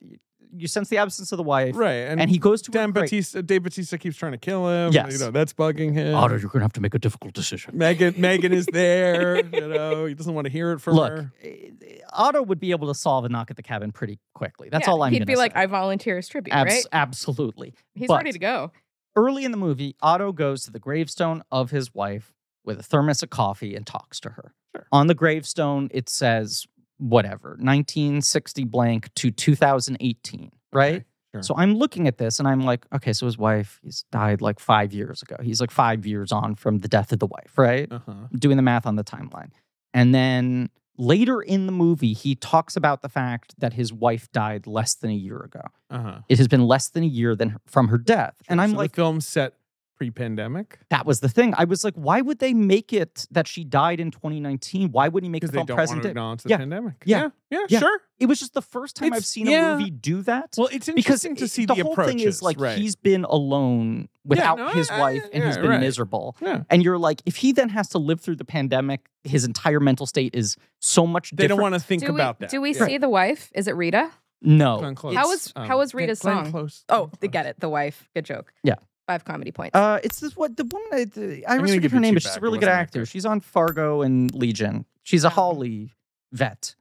Speaker 3: you sense the absence of the wife,
Speaker 4: right. And,
Speaker 3: and, he goes to
Speaker 4: Dan
Speaker 3: a great-
Speaker 4: Batista, Dave Batista keeps trying to kill him.
Speaker 3: Yes.
Speaker 4: You know, that's bugging him.
Speaker 2: Otto, you're going to have to make a difficult decision.
Speaker 4: Megan, Megan is there.
Speaker 3: <laughs>
Speaker 4: You know, he doesn't want to hear it from
Speaker 3: Look,
Speaker 4: her.
Speaker 3: eh, Otto would be able to solve a knock at the cabin pretty quickly. That's
Speaker 1: Yeah,
Speaker 3: all I'm.
Speaker 1: He'd
Speaker 3: gonna
Speaker 1: be like,
Speaker 3: say.
Speaker 1: I volunteer as tribute,
Speaker 3: Abs-
Speaker 1: right?
Speaker 3: absolutely.
Speaker 1: He's
Speaker 3: but-
Speaker 1: ready to go.
Speaker 3: Early in the movie, Otto goes to the gravestone of his wife with a thermos of coffee and talks to her.
Speaker 4: Sure.
Speaker 3: On the gravestone, it says whatever 1960 blank to 2018, right?
Speaker 4: Okay, sure.
Speaker 3: So I'm looking at this and I'm like, okay, so his wife, he's died like five years ago. He's like five years on from the death of the wife, right?
Speaker 4: Uh huh.
Speaker 3: doing the math on the timeline. And then later in the movie, he talks about the fact that his wife died less than a year ago.
Speaker 4: Uh huh.
Speaker 3: It has been less than a year than from her death. And I'm
Speaker 4: so
Speaker 3: like,
Speaker 4: the film set pre pandemic
Speaker 3: that was the thing. I was like, why would they make it that she died in 2019? Why wouldn't he make the
Speaker 4: because they
Speaker 3: film
Speaker 4: don't want
Speaker 3: present
Speaker 4: to
Speaker 3: day?
Speaker 4: acknowledge the
Speaker 3: Yeah.
Speaker 4: pandemic.
Speaker 3: Yeah.
Speaker 4: Yeah.
Speaker 3: Yeah.
Speaker 4: Sure.
Speaker 3: It was just the first time I've
Speaker 4: It's-
Speaker 3: seen
Speaker 4: yeah.
Speaker 3: a movie do that.
Speaker 4: Well, it's
Speaker 3: because
Speaker 4: interesting
Speaker 3: it-
Speaker 4: to see
Speaker 3: the,
Speaker 4: the,
Speaker 3: whole
Speaker 4: approaches.
Speaker 3: thing is like
Speaker 4: right.
Speaker 3: he's been alone without
Speaker 4: no,
Speaker 3: his
Speaker 4: I- I-
Speaker 3: wife and he's
Speaker 4: yeah,
Speaker 3: been
Speaker 4: right.
Speaker 3: miserable.
Speaker 4: Yeah.
Speaker 3: And you're like, if he then has to live through the pandemic, his entire mental state is so much
Speaker 4: They don't
Speaker 3: different.
Speaker 4: want to think
Speaker 1: do we,
Speaker 4: about that.
Speaker 1: Do we
Speaker 4: Yeah.
Speaker 1: see the wife? Is it Rita?
Speaker 3: no.
Speaker 4: Glenn Close. Um,
Speaker 1: How was- how was Rita's
Speaker 4: Glenn
Speaker 1: song?
Speaker 4: Close.
Speaker 1: Oh, they get it. The wife. Good joke.
Speaker 3: Yeah.
Speaker 1: Five comedy points.
Speaker 3: Uh, it's this what the woman. I, the, I
Speaker 4: I'm gonna
Speaker 3: forget
Speaker 4: give
Speaker 3: her
Speaker 4: you
Speaker 3: name,
Speaker 4: two
Speaker 3: but she's
Speaker 4: back.
Speaker 3: a
Speaker 4: It
Speaker 3: really good
Speaker 4: wasn't that
Speaker 3: actor.
Speaker 4: good.
Speaker 3: She's on Fargo and Legion. She's a Holly vet.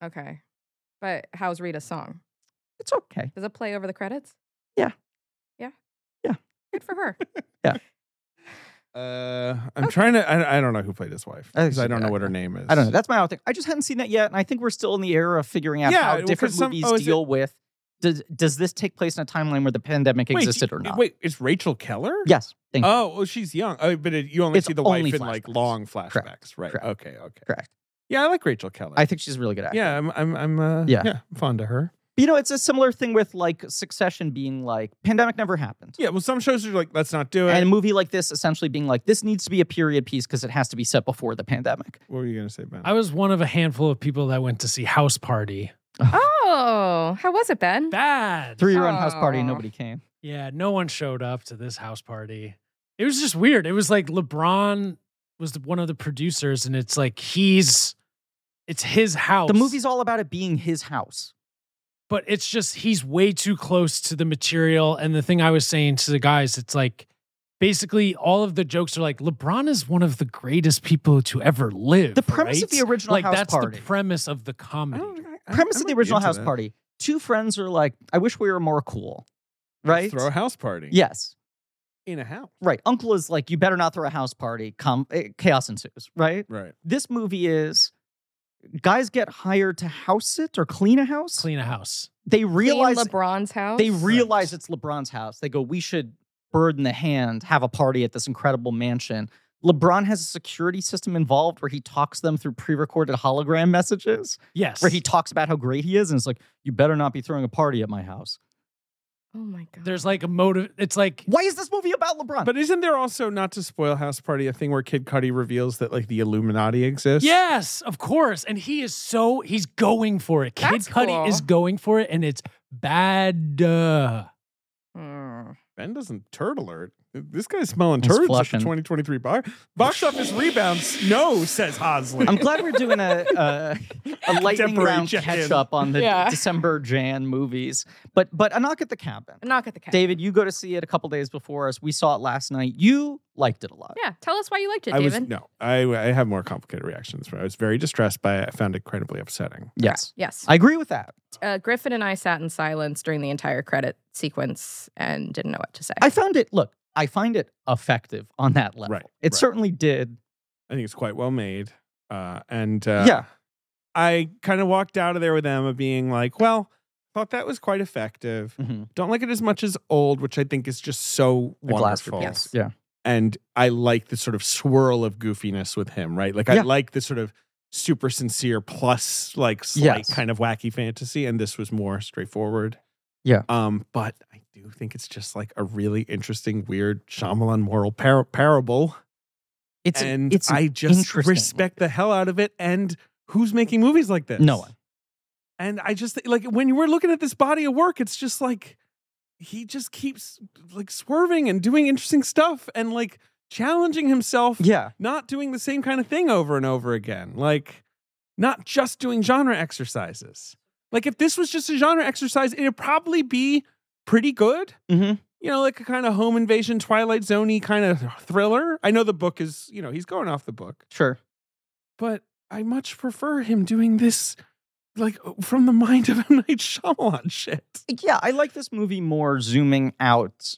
Speaker 1: okay. But how's Rita's song?
Speaker 3: It's okay.
Speaker 1: Does it play over the credits?
Speaker 3: Yeah.
Speaker 1: Yeah.
Speaker 3: Yeah.
Speaker 1: Good for her.
Speaker 4: Uh, I'm trying to. I, I don't know who played his wife.
Speaker 3: I think
Speaker 4: 'cause
Speaker 3: she's
Speaker 4: I don't
Speaker 3: back
Speaker 4: know what her name is.
Speaker 3: I don't know. That's my own thing. I just hadn't seen that yet, and I think we're still in the era of figuring out
Speaker 4: Yeah,
Speaker 3: how
Speaker 4: well, 'cause
Speaker 3: different
Speaker 4: some-
Speaker 3: movies
Speaker 4: oh, is it-
Speaker 3: deal with. Does does this take place in a timeline where the pandemic
Speaker 4: Wait,
Speaker 3: existed
Speaker 4: she-
Speaker 3: or not?
Speaker 4: Wait, it's Rachel Keller?
Speaker 3: Yes. Thank you.
Speaker 4: Oh, well, she's young. Oh, but it, you only
Speaker 3: It's
Speaker 4: see the
Speaker 3: only
Speaker 4: wife in like
Speaker 3: flashbacks.
Speaker 4: long flashbacks, right?
Speaker 3: Correct.
Speaker 4: Okay, okay.
Speaker 3: Correct.
Speaker 4: Yeah, I like Rachel Keller.
Speaker 3: I think she's a really good actor.
Speaker 4: yeah, I'm, I'm, I'm. Uh,
Speaker 3: Yeah.
Speaker 4: yeah. I'm fond of her.
Speaker 3: You know, it's a similar thing with like Succession being like pandemic never happened.
Speaker 4: Yeah. Well, some shows are like, let's not do it.
Speaker 3: And a movie like this essentially being like, this needs to be a period piece because it has to be set before the pandemic.
Speaker 4: what were you gonna say, Ben?
Speaker 5: I was one of a handful of people that went to see House Party.
Speaker 1: oh, how was it, Ben?
Speaker 5: Bad.
Speaker 3: Three year old house party,
Speaker 1: Aw.
Speaker 3: nobody came.
Speaker 5: Yeah, no one showed up to this house party. It was just weird. It was like LeBron was the- one of the producers, and it's like he's, it's his house.
Speaker 3: The movie's all about it being his house.
Speaker 5: but it's just he's way too close to the material. And the thing I was saying to the guys, it's like basically all of the jokes are like LeBron is one of the greatest people to ever live.
Speaker 3: The premise of
Speaker 5: right?
Speaker 3: the original
Speaker 5: like
Speaker 3: house
Speaker 5: that's
Speaker 3: party.
Speaker 5: the premise of the comedy.
Speaker 3: premise of the original house
Speaker 4: party.
Speaker 3: party. Two friends are like, I wish we were more cool. Right?
Speaker 4: Throw a house party.
Speaker 3: yes.
Speaker 4: In a house.
Speaker 3: Right. Uncle is like, you better not throw a house party. Come eh, chaos ensues, right?
Speaker 4: Right.
Speaker 3: This movie is guys get hired to house sit or clean a house.
Speaker 5: Clean a house.
Speaker 3: They
Speaker 1: Clean
Speaker 3: realize
Speaker 1: LeBron's house.
Speaker 3: They realize it's LeBron's house. They go, we should bird in the hand, have a party at this incredible mansion. LeBron has a security system involved where he talks them through pre-recorded hologram messages,
Speaker 5: Yes.
Speaker 3: where he talks about how great he is, and it's like, you better not be throwing a party at my house.
Speaker 1: oh my god.
Speaker 5: There's like a motive. It's like
Speaker 3: Why is this movie about LeBron?
Speaker 4: But isn't there also not to spoil house party a thing where Kid Cudi reveals that like the Illuminati exists?
Speaker 5: Yes, of course. And he is so he's going for it. Kid
Speaker 1: That's
Speaker 5: Cudi
Speaker 1: cool.
Speaker 5: is going for it, and it's bad. Uh,
Speaker 1: Hmm.
Speaker 4: Ben doesn't turtle alert. This guy's smelling
Speaker 3: He's
Speaker 4: turds at the
Speaker 3: flushing.
Speaker 4: 2023 bar. Box office rebounds. No, says Hosley.
Speaker 3: I'm glad we're doing a a,
Speaker 1: <laughs>
Speaker 3: a lightning
Speaker 4: Temporary
Speaker 3: round
Speaker 4: check-in.
Speaker 3: catch up on the
Speaker 1: Yeah.
Speaker 3: December Jan movies. But but a knock at the cabin.
Speaker 1: A knock at the cabin.
Speaker 3: David, you go to see it a couple days before us. We saw it last night. You liked it a lot.
Speaker 1: Yeah, tell us why you liked it,
Speaker 4: I was
Speaker 1: David.
Speaker 4: no. I I have more complicated reactions, but I was very distressed by it. I found it incredibly upsetting.
Speaker 3: Yes.
Speaker 1: Yes.
Speaker 3: I agree with that.
Speaker 1: Uh, Griffin and I sat in silence during the entire credit sequence and didn't know what to say.
Speaker 3: I found it look, I find it effective on that level.
Speaker 4: Right,
Speaker 3: It
Speaker 4: right.
Speaker 3: certainly did.
Speaker 4: I think it's quite well made. Uh, and uh,
Speaker 3: yeah.
Speaker 4: I kind of walked out of there with Emma being like, well, thought that was quite effective.
Speaker 3: Mhm.
Speaker 4: Don't like it as much as old, which I think is just so
Speaker 3: A glass
Speaker 4: wonderful.
Speaker 3: replace. Yeah.
Speaker 4: And I like the sort of swirl of goofiness with him, right? Like I
Speaker 3: Yeah.
Speaker 4: like the sort of super sincere plus like slight
Speaker 3: Yes.
Speaker 4: kind of wacky fantasy. And this was more straightforward.
Speaker 3: Yeah.
Speaker 4: Um, but I do think it's just like a really interesting, weird Shyamalan moral par- parable
Speaker 3: It's
Speaker 4: and
Speaker 3: it's
Speaker 4: I just
Speaker 3: interesting
Speaker 4: respect the hell out of it. And who's making movies like this?
Speaker 3: No one.
Speaker 4: And I just like when we're looking at this body of work, it's just like he just keeps like swerving and doing interesting stuff and like challenging himself,
Speaker 3: Yeah.
Speaker 4: not doing the same kind of thing over and over again. Like not just doing genre exercises. Like if this was just a genre exercise, it'd probably be pretty good
Speaker 3: Mm-hmm.
Speaker 4: you know, like a kind of home invasion, Twilight Zoney kind of thriller. I know the book is, you know, he's going off the book,
Speaker 3: Sure.
Speaker 4: but I much prefer him doing this, like from the mind of M Night Shyamalan shit.
Speaker 3: Yeah, I like this movie more zooming out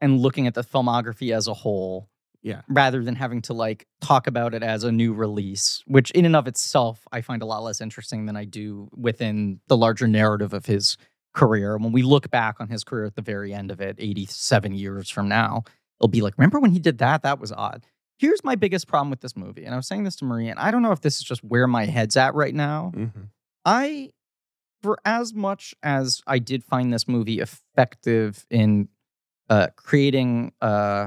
Speaker 3: and looking at the filmography as a whole.
Speaker 4: Yeah.
Speaker 3: Rather than having to like talk about it as a new release, which in and of itself I find a lot less interesting than I do within the larger narrative of his career. When we look back on his career at the very end of it, 87 years from now, it'll be like, remember when he did that? That was odd. Here's my biggest problem with this movie. And I was saying this to Marie, and I don't know if this is just where my head's at right now.
Speaker 4: Mm-hmm.
Speaker 3: I, for as much as I did find this movie effective in uh, creating uh,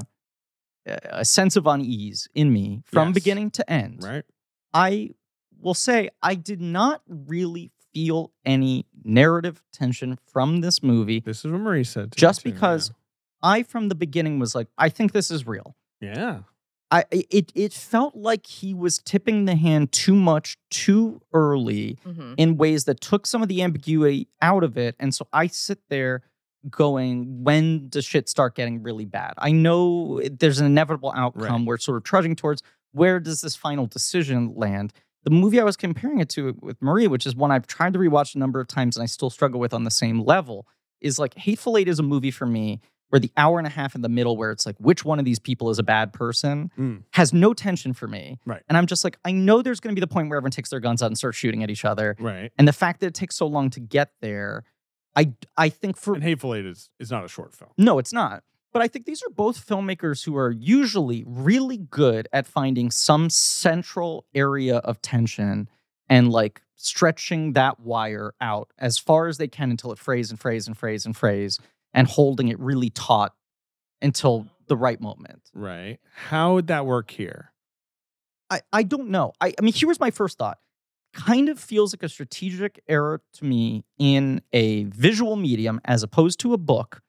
Speaker 3: a sense of unease in me from
Speaker 4: Yes.
Speaker 3: beginning to end,
Speaker 4: Right?
Speaker 3: I will say I did not really feel any narrative tension from this movie.
Speaker 4: This is what Marie said. to me,
Speaker 3: Just
Speaker 4: too,
Speaker 3: because- I, from the beginning, was like, I think this is real.
Speaker 4: Yeah. Yeah.
Speaker 3: I it it felt like he was tipping the hand too much too early
Speaker 1: Mhm.
Speaker 4: Mm-hmm.
Speaker 3: in ways that took some of the ambiguity out of it. And so I sit there going, when does shit start getting really bad? I know it- there's an inevitable outcome
Speaker 4: Right.
Speaker 3: we're sort of trudging towards. Where does this final decision land? The movie I was comparing it to with Marie, which is one I've tried to rewatch a number of times and I still struggle with on the same level, is like Hateful Eight is a movie for me where the hour and a half in the middle, where it's like, which one of these people is a bad person,
Speaker 4: Mm.
Speaker 3: has no tension for me.
Speaker 4: Right.
Speaker 3: And I'm just like, I know there's going to be the point where everyone takes their guns out and starts shooting at each other.
Speaker 4: Right.
Speaker 3: And the fact that it takes so long to get there, I I think for
Speaker 4: And Hateful Eight is, is not a short film.
Speaker 3: no, it's not. But I think these are both filmmakers who are usually really good at finding some central area of tension and like stretching that wire out as far as they can until it frays and frays and frays and frays and holding it really taut until the right moment.
Speaker 4: Right. How would that work here?
Speaker 3: I, I don't know. I, I mean, here was my first thought. Kind of feels like a strategic error to me in a visual medium as opposed to a book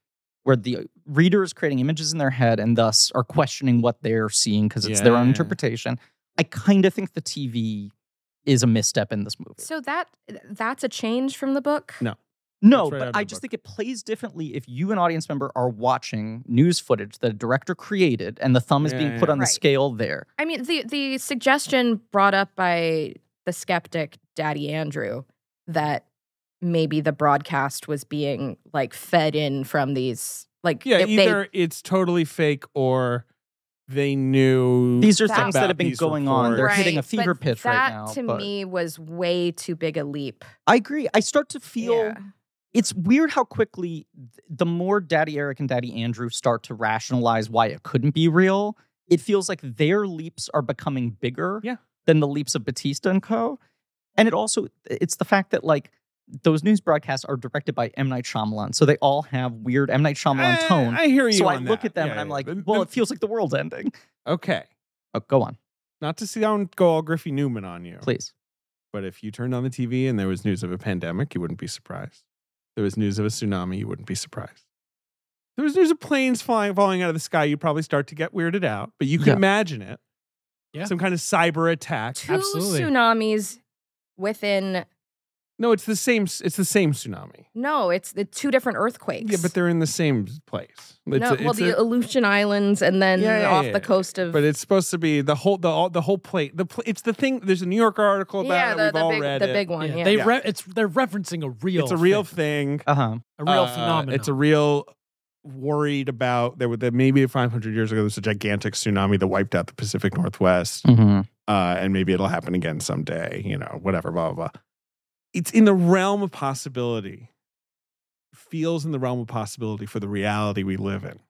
Speaker 3: where the reader is creating images in their head and thus are questioning what they're seeing because it's their own
Speaker 4: Yeah.
Speaker 3: interpretation. I kind of think the TV is a misstep in this movie.
Speaker 1: So that that's a change from the book.
Speaker 4: No.
Speaker 3: No,
Speaker 4: That's right out of
Speaker 3: but I
Speaker 4: the
Speaker 3: just
Speaker 4: book.
Speaker 3: think it plays differently if you, an audience member, are watching news footage that a director created and the thumb is
Speaker 4: Yeah,
Speaker 3: being
Speaker 4: yeah,
Speaker 3: put
Speaker 4: yeah.
Speaker 3: on
Speaker 1: Right.
Speaker 3: the scale there.
Speaker 1: I mean the the suggestion brought up by the skeptic Daddy Andrew that maybe the broadcast was being like fed in from these like
Speaker 4: Yeah.
Speaker 1: if
Speaker 4: either it's totally fake or they knew
Speaker 3: These are
Speaker 1: That-
Speaker 3: things that have been
Speaker 4: these
Speaker 3: going on. They're
Speaker 4: reports.
Speaker 3: hitting a
Speaker 1: Right, but
Speaker 3: fever pitch right
Speaker 1: that
Speaker 3: now.
Speaker 1: to
Speaker 3: but-
Speaker 1: me was way too big a leap.
Speaker 3: I agree. I start to feel
Speaker 1: Yeah.
Speaker 3: it's weird how quickly th- the more Daddy Eric and Daddy Andrew start to rationalize why it couldn't be real, it feels like their leaps are becoming bigger
Speaker 4: Yeah.
Speaker 3: than the leaps of Batista and Co. And it also it's the fact that like those news broadcasts are directed by M Night Shyamalan, so they all have weird M Night Shyamalan
Speaker 4: I-
Speaker 3: tone.
Speaker 4: Eh, I hear you.
Speaker 3: so I
Speaker 4: on
Speaker 3: look
Speaker 4: that.
Speaker 3: at them
Speaker 4: Yeah,
Speaker 3: and I'm
Speaker 4: yeah.
Speaker 3: like,
Speaker 4: The-
Speaker 3: well,
Speaker 4: the-
Speaker 3: it feels like the world's ending.
Speaker 4: okay.
Speaker 3: Oh, go on,
Speaker 4: Not to sound go all Griffey Newman on you.
Speaker 3: please.
Speaker 4: But if you turned on the TV and there was news of a pandemic, you wouldn't be surprised. There was news of a tsunami, you wouldn't be surprised. There's there's a planes flying falling out of the sky. You probably start to get weirded out, but you can
Speaker 2: Yeah.
Speaker 4: imagine it.
Speaker 5: Yeah.
Speaker 4: Some kind of cyber attack.
Speaker 1: Two
Speaker 5: Absolutely.
Speaker 1: tsunamis within
Speaker 4: No, it's the same. s- It's the same tsunami.
Speaker 1: no, it's the two different earthquakes.
Speaker 4: Yeah, but they're in the same place. It's
Speaker 1: no,
Speaker 4: a-
Speaker 1: well,
Speaker 4: it's
Speaker 1: the
Speaker 4: a-
Speaker 1: Aleutian Islands and then
Speaker 4: Yeah, yeah,
Speaker 1: off
Speaker 4: yeah,
Speaker 1: the
Speaker 4: yeah.
Speaker 1: coast of
Speaker 4: but it's supposed to be the whole the all, the whole plate. The pl- it's the thing. There's a New Yorker article about
Speaker 1: yeah,
Speaker 4: it.
Speaker 1: the,
Speaker 4: We've
Speaker 1: the
Speaker 4: all
Speaker 1: big
Speaker 4: read
Speaker 1: the
Speaker 4: it.
Speaker 1: big one. Yeah,
Speaker 5: They
Speaker 4: Yeah.
Speaker 5: re- it's they're referencing a real
Speaker 4: It's a real
Speaker 5: thing,
Speaker 4: thing.
Speaker 3: Uh huh.
Speaker 5: a real
Speaker 4: Uh,
Speaker 5: phenomenon.
Speaker 4: It's a real worried about there were that maybe 500 years ago there was a gigantic tsunami that wiped out the Pacific Northwest,
Speaker 2: Mm-hmm.
Speaker 4: uh, and maybe it'll happen again someday. You know, whatever, blah blah blah. It's in the realm of possibility. Feels in the realm of possibility for the reality we live in,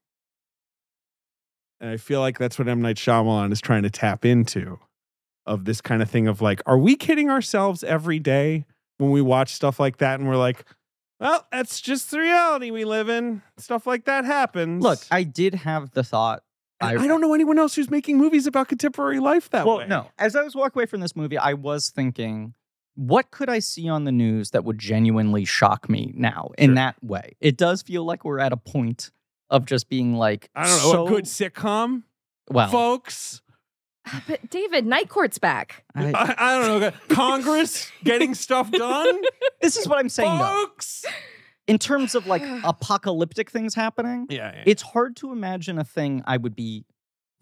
Speaker 4: and I feel like that's what M Night Shyamalan is trying to tap into, of this kind of thing of like, are we kidding ourselves every day when we watch stuff like that, and we're like. Well, that's just the reality we live in. Stuff like that happens.
Speaker 3: Look, I did have the thought.
Speaker 4: I, I don't know anyone else who's making movies about contemporary life that
Speaker 3: well,
Speaker 4: way.
Speaker 3: no. As I was walking away from this movie, I was thinking, what could I see on the news that would genuinely shock me now in
Speaker 4: Sure.
Speaker 3: that way? It does feel like we're at a point of just being like,
Speaker 4: I don't know.
Speaker 3: so,
Speaker 4: a good sitcom,
Speaker 3: Well,
Speaker 4: folks.
Speaker 1: but David, Night Court's back.
Speaker 3: I,
Speaker 4: I, I don't know. <laughs> Congress
Speaker 3: <laughs>
Speaker 4: getting stuff done,
Speaker 3: this is what I'm saying though.
Speaker 4: folks.
Speaker 3: In terms of like apocalyptic things happening,
Speaker 4: Yeah, yeah.
Speaker 3: it's hard to imagine a thing I would be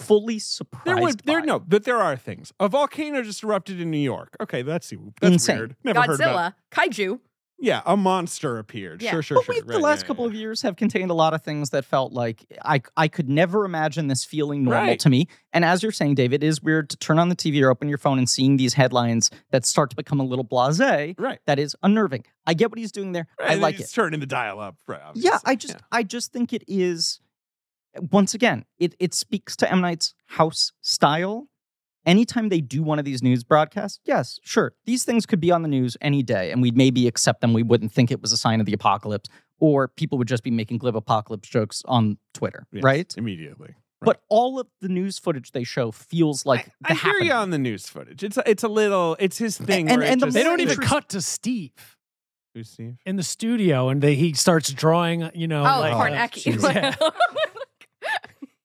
Speaker 3: fully surprised.
Speaker 4: there would there
Speaker 3: by.
Speaker 4: no, but there are things. A volcano just erupted in New York. Okay, that's that's
Speaker 3: Insane.
Speaker 4: weird. Never heard about.
Speaker 1: Godzilla, kaiju.
Speaker 4: Yeah, a monster appeared.
Speaker 1: Yeah.
Speaker 4: Sure, sure,
Speaker 3: But
Speaker 4: sure.
Speaker 3: like
Speaker 4: Right,
Speaker 3: the last
Speaker 4: yeah,
Speaker 3: couple
Speaker 4: yeah.
Speaker 3: of years have contained a lot of things that felt like I I could never imagine this feeling normal
Speaker 4: Right.
Speaker 3: to me. And as you're saying, David, it is weird to turn on the TV or open your phone and seeing these headlines that start to become a little blasé.
Speaker 4: Right.
Speaker 3: That is unnerving. I get what he's doing there.
Speaker 4: Right,
Speaker 3: I
Speaker 4: and
Speaker 3: like
Speaker 4: it's
Speaker 3: it.
Speaker 4: Turning the dial up. Right,
Speaker 3: Yeah,
Speaker 4: obviously.
Speaker 3: I just I just think it is eh, once again, it it speaks to M Night's house style. Anytime they do one of these news broadcasts, yes, sure. These things could be on the news any day and we'd maybe accept them. We wouldn't think it was a sign of the apocalypse or people would just be making glib apocalypse jokes on Twitter,
Speaker 4: Yes,
Speaker 3: right?
Speaker 4: Immediately.
Speaker 3: But all of the news footage they show feels like
Speaker 4: I,
Speaker 3: the
Speaker 4: I hear you
Speaker 3: happening.
Speaker 4: on the news footage. It's it's a little it's his thing.
Speaker 3: and-
Speaker 4: where it
Speaker 3: and the
Speaker 4: just-
Speaker 5: they don't
Speaker 3: more
Speaker 5: even
Speaker 3: interest-
Speaker 5: cut to Steve
Speaker 3: <laughs>
Speaker 4: Who's Steve?
Speaker 5: in the studio, and they, he starts drawing. You know,
Speaker 1: Oh,
Speaker 5: like,
Speaker 1: <laughs> Kornacki.
Speaker 5: Yeah.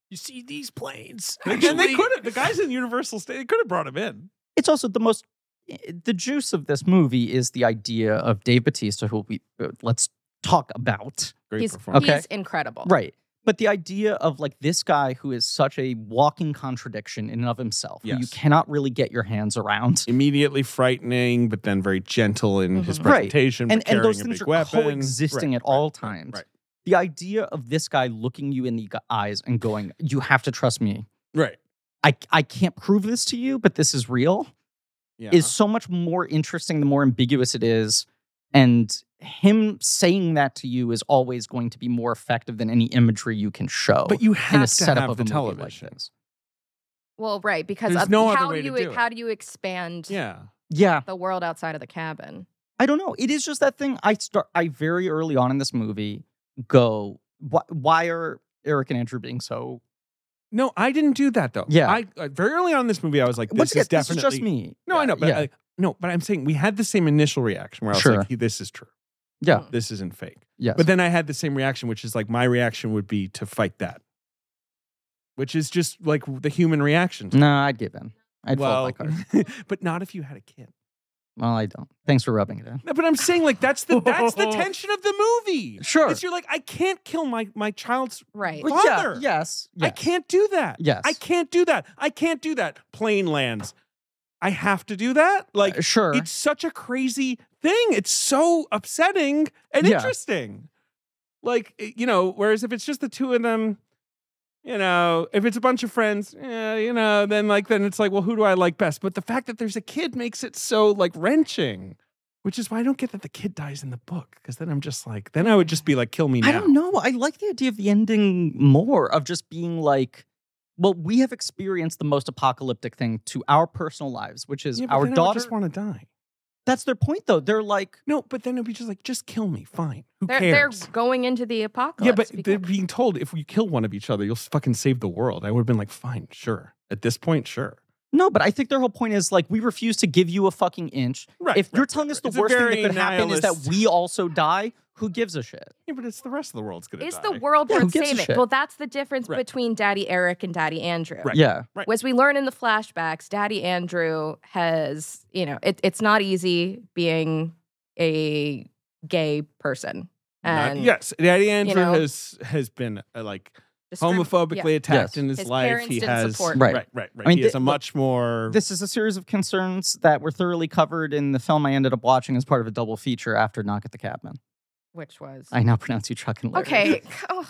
Speaker 5: you see these planes?
Speaker 4: And they
Speaker 5: Actually-
Speaker 4: could have the guys in Universal State. They could have brought him in.
Speaker 3: it's also the most eh, the juice of this movie is the idea of Dave Batista who we uh, let's talk about.
Speaker 4: Great
Speaker 1: He's,
Speaker 4: performance.
Speaker 3: Okay.
Speaker 1: he's incredible.
Speaker 3: Right. But the idea of like this guy who is such a walking contradiction in and of himself, who you
Speaker 4: Yes.
Speaker 3: cannot really get your hands
Speaker 4: <laughs>
Speaker 3: around.
Speaker 4: Immediately frightening, but then very gentle in his
Speaker 1: Mhm.
Speaker 3: Right.
Speaker 4: presentation.
Speaker 3: And,
Speaker 4: but
Speaker 3: and
Speaker 4: carrying
Speaker 3: those
Speaker 4: a
Speaker 3: things
Speaker 4: big
Speaker 3: are
Speaker 4: weapon.
Speaker 3: coexisting
Speaker 4: Right,
Speaker 3: at all
Speaker 4: right, right,
Speaker 3: times.
Speaker 4: Right,
Speaker 3: The idea of this guy looking you in the g- eyes and going, You have to trust me.
Speaker 4: right.
Speaker 3: I, I can't prove this to you, but this is real
Speaker 4: Yeah.
Speaker 3: is so much more interesting the more ambiguous it is. And him saying that to you is always going to be more effective than any imagery you can show.
Speaker 4: but you
Speaker 3: in a
Speaker 4: have to
Speaker 3: setup
Speaker 4: have
Speaker 3: of
Speaker 4: the
Speaker 3: a movie like
Speaker 4: television.
Speaker 3: this.
Speaker 1: Well, right, because
Speaker 4: There's
Speaker 1: of
Speaker 4: no other
Speaker 1: how
Speaker 4: way to
Speaker 1: you e,
Speaker 4: do it.
Speaker 1: how do you expand
Speaker 4: yeah.
Speaker 3: Yeah.
Speaker 1: the world outside of the cabin?
Speaker 3: I don't know. It is just that thing. I start. I very early on in this movie go. Why, why are Eric and Andrew being so?
Speaker 4: No, I didn't do that though.
Speaker 3: Yeah.
Speaker 4: I, I very early on in this movie, I was like, this
Speaker 3: Once
Speaker 4: is
Speaker 3: again,
Speaker 4: definitely
Speaker 3: this is just me.
Speaker 4: No, I know, but uh,
Speaker 3: yeah,
Speaker 4: I, no, but I'm saying we had the same initial reaction where I was
Speaker 3: Sure.
Speaker 4: like, "Hey, this is true.
Speaker 3: yeah,
Speaker 4: This isn't fake.
Speaker 3: yes.
Speaker 4: But then I had the same reaction, which is like my reaction would be to fight that, which is just like the human reaction. To
Speaker 3: no, I'd give in. Mm, I'd
Speaker 4: well,
Speaker 3: fold my
Speaker 4: <laughs>
Speaker 3: card.
Speaker 4: but not if you had a kid.
Speaker 3: Well, I don't. Thanks for rubbing it in.
Speaker 4: No, but I'm saying like that's the that's
Speaker 3: <laughs>
Speaker 4: the tension of the movie.
Speaker 3: Sure.
Speaker 4: It's you're like I can't kill my my child's
Speaker 1: Right.
Speaker 4: Well,
Speaker 3: But yeah,
Speaker 4: Father!
Speaker 3: yes,
Speaker 4: I
Speaker 3: yes.
Speaker 4: can't do that.
Speaker 3: Yes.
Speaker 4: I can't do that. I can't do that. Plane lands. I have to do that. Like
Speaker 3: Uh, sure.
Speaker 4: it's such a crazy thing. It's so upsetting and
Speaker 3: Yeah.
Speaker 4: interesting. Like i- you know, whereas if it's just the two of them, you know, if it's a bunch of friends, eh, you know, then like then it's like, well, who do I like best? But the fact that there's a kid makes it so like wrenching, which is why I don't get that the kid dies in the book because then I'm just like, then I would just be like, kill me now.
Speaker 3: I don't know. I like the idea of the ending more of just being like, well, we have experienced the most apocalyptic thing to our personal lives, which is
Speaker 4: Yeah, but
Speaker 3: our
Speaker 4: then I would
Speaker 3: daughter.
Speaker 4: just want to die.
Speaker 3: That's their point, though. They're like,
Speaker 4: No, but then it'd be just like, just kill me. Fine. Who
Speaker 1: They're, they're
Speaker 4: cares?
Speaker 1: going into the
Speaker 4: yeah,
Speaker 1: apocalypse.
Speaker 4: but
Speaker 1: because-
Speaker 4: they're being told if we kill one of each other, you'll fucking save the world. I would have been like, fine, sure. At this point, sure.
Speaker 3: No, but I think their whole point is like we refuse to give you a fucking inch.
Speaker 4: Right.
Speaker 3: if you're
Speaker 4: right,
Speaker 3: telling
Speaker 4: right,
Speaker 3: us the
Speaker 4: right. It's a
Speaker 3: worst thing that
Speaker 4: very
Speaker 3: could happen is that
Speaker 4: nihilist-
Speaker 3: we also die, who gives a shit?
Speaker 4: Yeah, but it's the rest of the world's gonna.
Speaker 1: Is
Speaker 4: die.
Speaker 1: the world
Speaker 3: Yeah, who
Speaker 1: worth
Speaker 3: gives a
Speaker 1: saving?
Speaker 3: shit?
Speaker 1: Well, that's the difference
Speaker 4: Right.
Speaker 1: between Daddy Eric and Daddy Andrew.
Speaker 4: Right.
Speaker 3: Yeah.
Speaker 1: As we learn in the flashbacks, Daddy Andrew has, you know, it, it's not easy being a gay person.
Speaker 4: Not-
Speaker 1: And
Speaker 4: yes, Daddy Andrew
Speaker 1: know-
Speaker 4: has has been uh, like
Speaker 1: discrimin-
Speaker 4: homophobically attacked
Speaker 3: Yes.
Speaker 4: in his,
Speaker 1: His
Speaker 4: life.
Speaker 1: parents
Speaker 4: He
Speaker 1: didn't
Speaker 4: has
Speaker 1: support
Speaker 3: him. Right.
Speaker 4: right, right, right.
Speaker 3: I mean,
Speaker 4: he
Speaker 3: thi-
Speaker 4: is a much more
Speaker 3: This is a series of concerns that were thoroughly covered in the film I ended up watching as part of a double feature after Knock at the Cabin.
Speaker 1: yeah, which was.
Speaker 3: I now pronounce you Chuck and Larry.
Speaker 1: okay. <laughs> Ugh.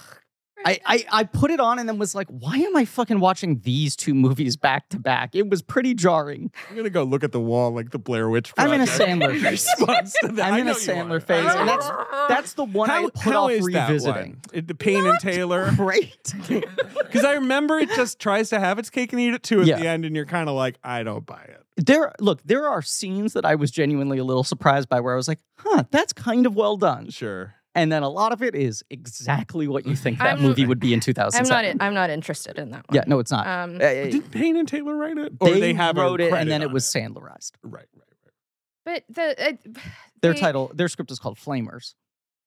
Speaker 3: I, I, I put it on and then was like, why am I fucking watching these two movies back to back? It was pretty jarring.
Speaker 4: I'm gonna go look at the wall like the Blair Witch.
Speaker 3: I'm in a
Speaker 4: Project.
Speaker 3: Sandler
Speaker 4: <laughs> Your
Speaker 3: phase.
Speaker 4: response to that.
Speaker 3: I'm
Speaker 4: I
Speaker 3: in a
Speaker 4: know you
Speaker 3: Sandler
Speaker 4: are.
Speaker 3: phase,
Speaker 4: I
Speaker 3: and
Speaker 4: know
Speaker 3: that's-
Speaker 4: you are.
Speaker 3: That's the one I
Speaker 4: how,
Speaker 3: put
Speaker 4: how
Speaker 3: off
Speaker 4: is that
Speaker 3: revisiting.
Speaker 4: one? It- The Payne and Taylor.
Speaker 3: <laughs>
Speaker 4: <laughs>
Speaker 3: Great.
Speaker 4: Because I remember it just tries to have its cake and eat it too at
Speaker 3: Yeah.
Speaker 4: the end, and you're kind of like, I don't buy it.
Speaker 3: there look, there are scenes that I was genuinely a little surprised by where I was like, huh, that's kind of well done.
Speaker 4: Sure.
Speaker 3: And then a lot of it is exactly what you think that
Speaker 1: I'm-
Speaker 3: movie would be in
Speaker 1: I'm
Speaker 3: 2007.
Speaker 1: not. in- I'm not interested in that one.
Speaker 3: yeah, no, it's not.
Speaker 1: Um,
Speaker 3: Uh, uh,
Speaker 4: Did Payne and Taylor write it,
Speaker 3: they,
Speaker 4: have a
Speaker 3: wrote it,
Speaker 4: credit
Speaker 3: and then
Speaker 4: on
Speaker 3: it was Sandlerized.
Speaker 4: right, right, right.
Speaker 1: but the uh,
Speaker 3: Their
Speaker 1: they-
Speaker 3: title, their script is called Flamers.
Speaker 1: <sighs>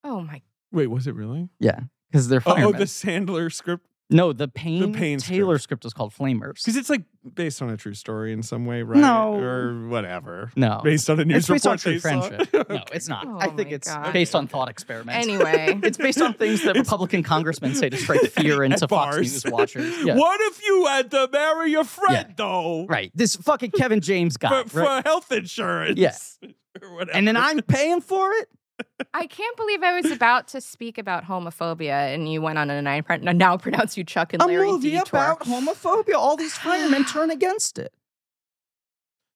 Speaker 1: Oh my.
Speaker 4: Wait, was it really?
Speaker 3: Yeah, because they're
Speaker 4: Oh,
Speaker 3: firemen.
Speaker 4: the Sandler script
Speaker 3: no, the Payne,
Speaker 4: Payne
Speaker 3: Taylor script. is called Flamers.
Speaker 4: because it's like based on a true story in some way, right?
Speaker 3: No.
Speaker 4: or whatever.
Speaker 3: No,
Speaker 4: Based on a
Speaker 3: it's
Speaker 4: news
Speaker 3: based on
Speaker 4: report.
Speaker 3: true
Speaker 4: they saw.
Speaker 3: friendship.
Speaker 4: <laughs>
Speaker 3: No, it's not.
Speaker 1: Oh
Speaker 3: I think
Speaker 1: my
Speaker 3: it's
Speaker 1: God.
Speaker 3: based on thought experiments.
Speaker 1: Anyway.
Speaker 3: It's based on things that
Speaker 4: <laughs> It's-
Speaker 3: Republican congressmen say to
Speaker 4: <laughs>
Speaker 3: strike fear
Speaker 4: At
Speaker 3: into Fox
Speaker 4: bars.
Speaker 3: News watchers.
Speaker 4: <laughs>
Speaker 3: Yeah.
Speaker 4: What if you had to marry your friend though?
Speaker 3: Right. This fucking Kevin James guy.
Speaker 4: For, for
Speaker 3: right?
Speaker 4: health insurance.
Speaker 3: Yes.
Speaker 4: <laughs> Or whatever.
Speaker 3: And then I'm paying for it?
Speaker 1: I can't believe I was about to speak about homophobia, and you went on an I pro- now pronounce you Chuck and
Speaker 3: A
Speaker 1: Larry
Speaker 3: movie
Speaker 1: detour.
Speaker 3: about homophobia. All <gasps> these firemen turn against it.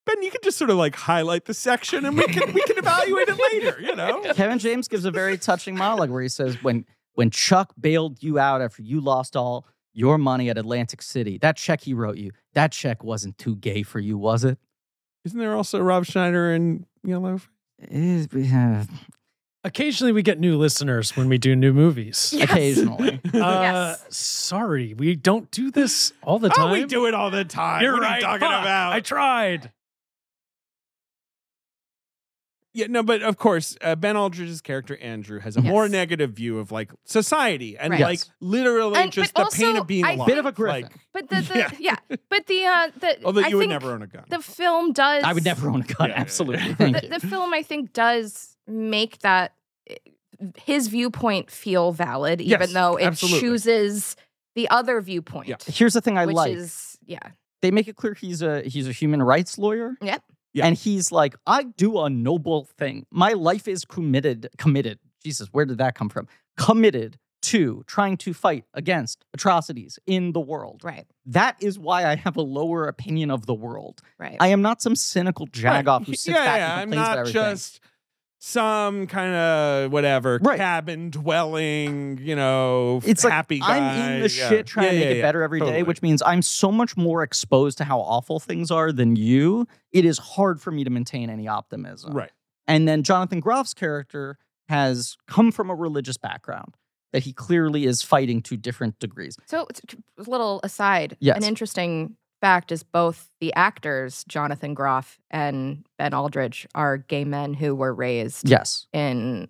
Speaker 4: Ben, you can just sort of like highlight the section and we can we can evaluate it later, you
Speaker 3: <laughs>
Speaker 4: know?
Speaker 3: Kevin James gives a very touching monologue where he says, when, when Chuck bailed you out after you lost all your money at Atlantic City, that check he wrote you, that check wasn't too gay for you, was it?
Speaker 4: Isn't there also Rob Schneider and Yellow?
Speaker 3: It- yeah,
Speaker 5: Occasionally, we get new listeners when we do new movies.
Speaker 1: <laughs> Yes.
Speaker 3: <laughs> Occasionally.
Speaker 5: Uh,
Speaker 1: Yes.
Speaker 5: Sorry, we don't do this all the time.
Speaker 4: Oh, we do it all the time.
Speaker 5: You're
Speaker 4: what
Speaker 5: right.
Speaker 4: Are you talking
Speaker 5: Fuck,
Speaker 4: about?
Speaker 5: I tried.
Speaker 4: yeah, no, but of course, uh, Ben Aldridge's character Andrew has a
Speaker 3: Yes.
Speaker 4: more negative view of like society and
Speaker 1: Right.
Speaker 4: like literally
Speaker 1: And-
Speaker 4: just the
Speaker 1: but
Speaker 4: pain
Speaker 1: also,
Speaker 4: of being
Speaker 1: I
Speaker 4: alive.
Speaker 1: think-
Speaker 3: Bit of a griffin.
Speaker 4: Like,
Speaker 1: But the, the
Speaker 4: <laughs>
Speaker 1: yeah. but the uh, the
Speaker 4: although
Speaker 1: I
Speaker 4: you would
Speaker 1: think
Speaker 4: never own a gun.
Speaker 1: the film does.
Speaker 3: I would never own a gun.
Speaker 4: Yeah, yeah,
Speaker 3: Absolutely. <laughs>
Speaker 4: yeah.
Speaker 3: Thank you.
Speaker 1: the, the film I think does make that his viewpoint feel valid, even
Speaker 4: Yes,
Speaker 1: though it
Speaker 4: absolutely.
Speaker 1: chooses the other viewpoint,
Speaker 4: Yeah.
Speaker 3: Here's the thing I
Speaker 1: which
Speaker 3: like.
Speaker 1: is yeah,
Speaker 3: they make it clear he's a he's a human rights lawyer.
Speaker 1: Yep.
Speaker 4: Yeah.
Speaker 3: And he's like, I do a noble thing. My life is committed, committed. Jesus, where did that come from? Committed to trying to fight against atrocities in the world.
Speaker 1: right,
Speaker 3: That is why I have a lower opinion of the world.
Speaker 1: right.
Speaker 3: I am not some
Speaker 4: <laughs>
Speaker 3: cynical jagoff who sits
Speaker 4: yeah,
Speaker 3: back
Speaker 4: yeah,
Speaker 3: and
Speaker 4: I'm
Speaker 3: complains
Speaker 4: not
Speaker 3: about everything.
Speaker 4: just some kind of whatever
Speaker 3: Right.
Speaker 4: cabin dwelling, you know,
Speaker 3: It's like,
Speaker 4: happy
Speaker 3: I'm in the
Speaker 4: guy. Yeah.
Speaker 3: shit trying
Speaker 4: Yeah,
Speaker 3: to
Speaker 4: yeah,
Speaker 3: make it
Speaker 4: yeah.
Speaker 3: better every day,
Speaker 4: Totally.
Speaker 3: which means I'm so much more exposed to how awful things are than you. It is hard for me to maintain any optimism.
Speaker 4: Right.
Speaker 3: And then Jonathan Groff's character has come from a religious background that he clearly is fighting to different degrees.
Speaker 1: So, t- t- a little aside,
Speaker 3: Yes.
Speaker 1: an interesting fact is both the actors, Jonathan Groff and Ben Aldridge, are gay men who were raised
Speaker 3: Yes.
Speaker 1: in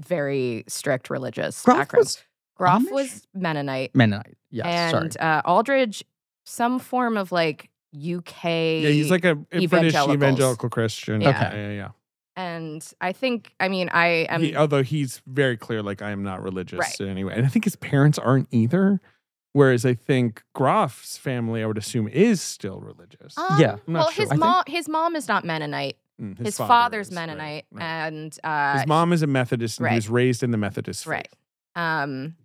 Speaker 1: very strict religious
Speaker 3: Groff
Speaker 1: backgrounds.
Speaker 3: was
Speaker 1: Groff
Speaker 3: Amish?
Speaker 1: was Mennonite,
Speaker 3: Mennonite. Yes. sorry.
Speaker 1: and uh, Aldridge, some form of like UK.
Speaker 4: Yeah, he's like a, a British
Speaker 1: evangelicals.
Speaker 4: evangelical Christian.
Speaker 1: Yeah.
Speaker 4: Yeah, yeah, yeah.
Speaker 1: and I think, I mean, I am. Um,
Speaker 4: He- although he's very clear, like I am not religious
Speaker 1: Right.
Speaker 4: in any way, and I think his parents aren't either. Whereas I think Groff's family, I would assume, is still religious.
Speaker 1: Um,
Speaker 3: Yeah.
Speaker 4: I'm not
Speaker 1: well,
Speaker 4: sure. I
Speaker 1: his
Speaker 4: think-
Speaker 1: mom, his mom is not Mennonite.
Speaker 4: Mm,
Speaker 1: His,
Speaker 4: father
Speaker 1: father's
Speaker 4: is, right,
Speaker 1: Mennonite,
Speaker 4: right.
Speaker 1: and uh,
Speaker 4: his mom is a Methodist, and
Speaker 1: right.
Speaker 4: he was raised in the Methodist faith.
Speaker 1: right um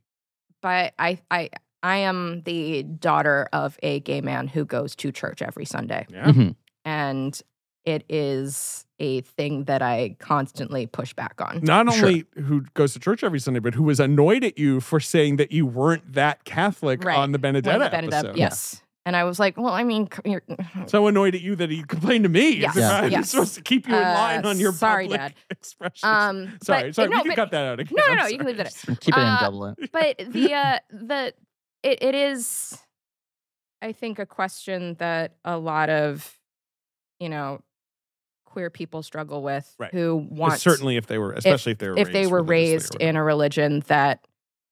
Speaker 1: but i i i am the daughter of a gay man who goes to church every sunday <laughs>
Speaker 4: Yeah.
Speaker 3: Mhm.
Speaker 1: and it is a thing that i constantly push back on
Speaker 4: Not
Speaker 3: Sure.
Speaker 4: only who goes to church every Sunday, but who was annoyed at you for saying that you weren't that Catholic
Speaker 1: Right.
Speaker 4: on the
Speaker 1: When
Speaker 4: Benedetta
Speaker 1: it ended up-
Speaker 4: episode.
Speaker 1: yes and i was like well i mean c- you're, <laughs>
Speaker 4: So annoyed at you that he complained to me. <laughs>
Speaker 1: Yes,
Speaker 4: as if
Speaker 3: Yeah.
Speaker 4: I'm
Speaker 1: yes.
Speaker 4: supposed to keep you in
Speaker 1: Uh,
Speaker 4: line on your
Speaker 1: sorry,
Speaker 4: public
Speaker 1: Dad.
Speaker 4: <laughs> expressions.
Speaker 1: um
Speaker 4: <laughs> sorry,
Speaker 1: but,
Speaker 4: sorry.
Speaker 1: no,
Speaker 4: we can
Speaker 1: but-
Speaker 4: cut that out again.
Speaker 1: no no
Speaker 4: I'm
Speaker 1: no you can
Speaker 4: sorry.
Speaker 1: leave that in.
Speaker 3: Keep it in
Speaker 1: Uh,
Speaker 3: double it.
Speaker 1: but
Speaker 4: <laughs>
Speaker 1: the uh the it, it is i think a question that a lot of you know queer people struggle with
Speaker 4: Right.
Speaker 1: who want
Speaker 4: certainly if they were, especially if, they were
Speaker 1: if they were
Speaker 4: religiously
Speaker 1: raised
Speaker 4: or
Speaker 1: in a religion that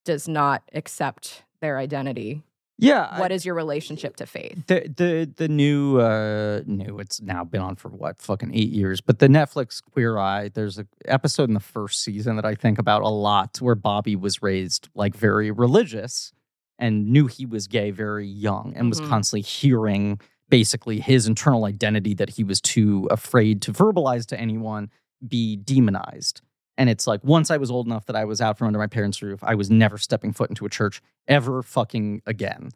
Speaker 1: does not accept their identity.
Speaker 3: Yeah.
Speaker 1: what is your relationship to faith?
Speaker 3: the the the new uh new it's now been on for what fucking eight years but the netflix queer eye there's a episode in the first season that i think about a lot where bobby was raised like very religious and knew he was gay very young and was
Speaker 1: Mhm.
Speaker 3: constantly hearing basically his internal identity that he was too afraid to verbalize to anyone be demonized and it's like once i was old enough that i was out from under my parents roof i was never stepping foot into a church ever fucking again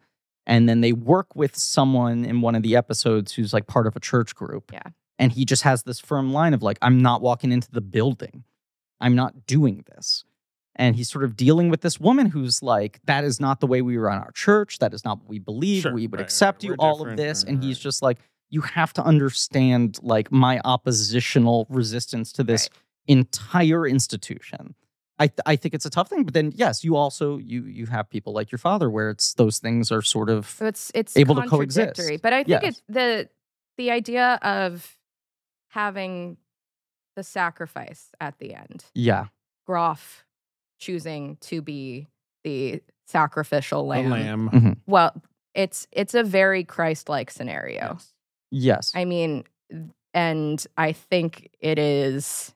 Speaker 3: and then they work with someone in one of the episodes who's like part of a church group.
Speaker 1: Yeah.
Speaker 3: And he just has this firm line of like, I'm not walking into the building. I'm not doing this. And he's sort of dealing with this woman who's like, that is not the way we run our church. That is not what we believe.
Speaker 4: Sure.
Speaker 3: We would
Speaker 4: Right,
Speaker 3: accept
Speaker 4: right.
Speaker 3: you,
Speaker 4: We're
Speaker 3: all of
Speaker 4: different.
Speaker 3: this.
Speaker 4: Right,
Speaker 3: and he's
Speaker 4: right.
Speaker 3: just like, you have to understand like my oppositional resistance to this entire institution. I, th- I think it's a tough thing, but then yes, you also you you have people like your father where it's those things are sort of
Speaker 1: So it's it's
Speaker 3: Able to
Speaker 1: contradictory.
Speaker 3: coexist.
Speaker 1: But I think
Speaker 3: Yes.
Speaker 1: it's the the idea of having the sacrifice at the end.
Speaker 3: Yeah.
Speaker 1: Groff choosing to be the sacrificial
Speaker 4: whatever.
Speaker 1: lamb.
Speaker 4: a lamb.
Speaker 1: Well, it's it's a very Christ-like scenario.
Speaker 3: Yes.
Speaker 1: I mean, and I think it is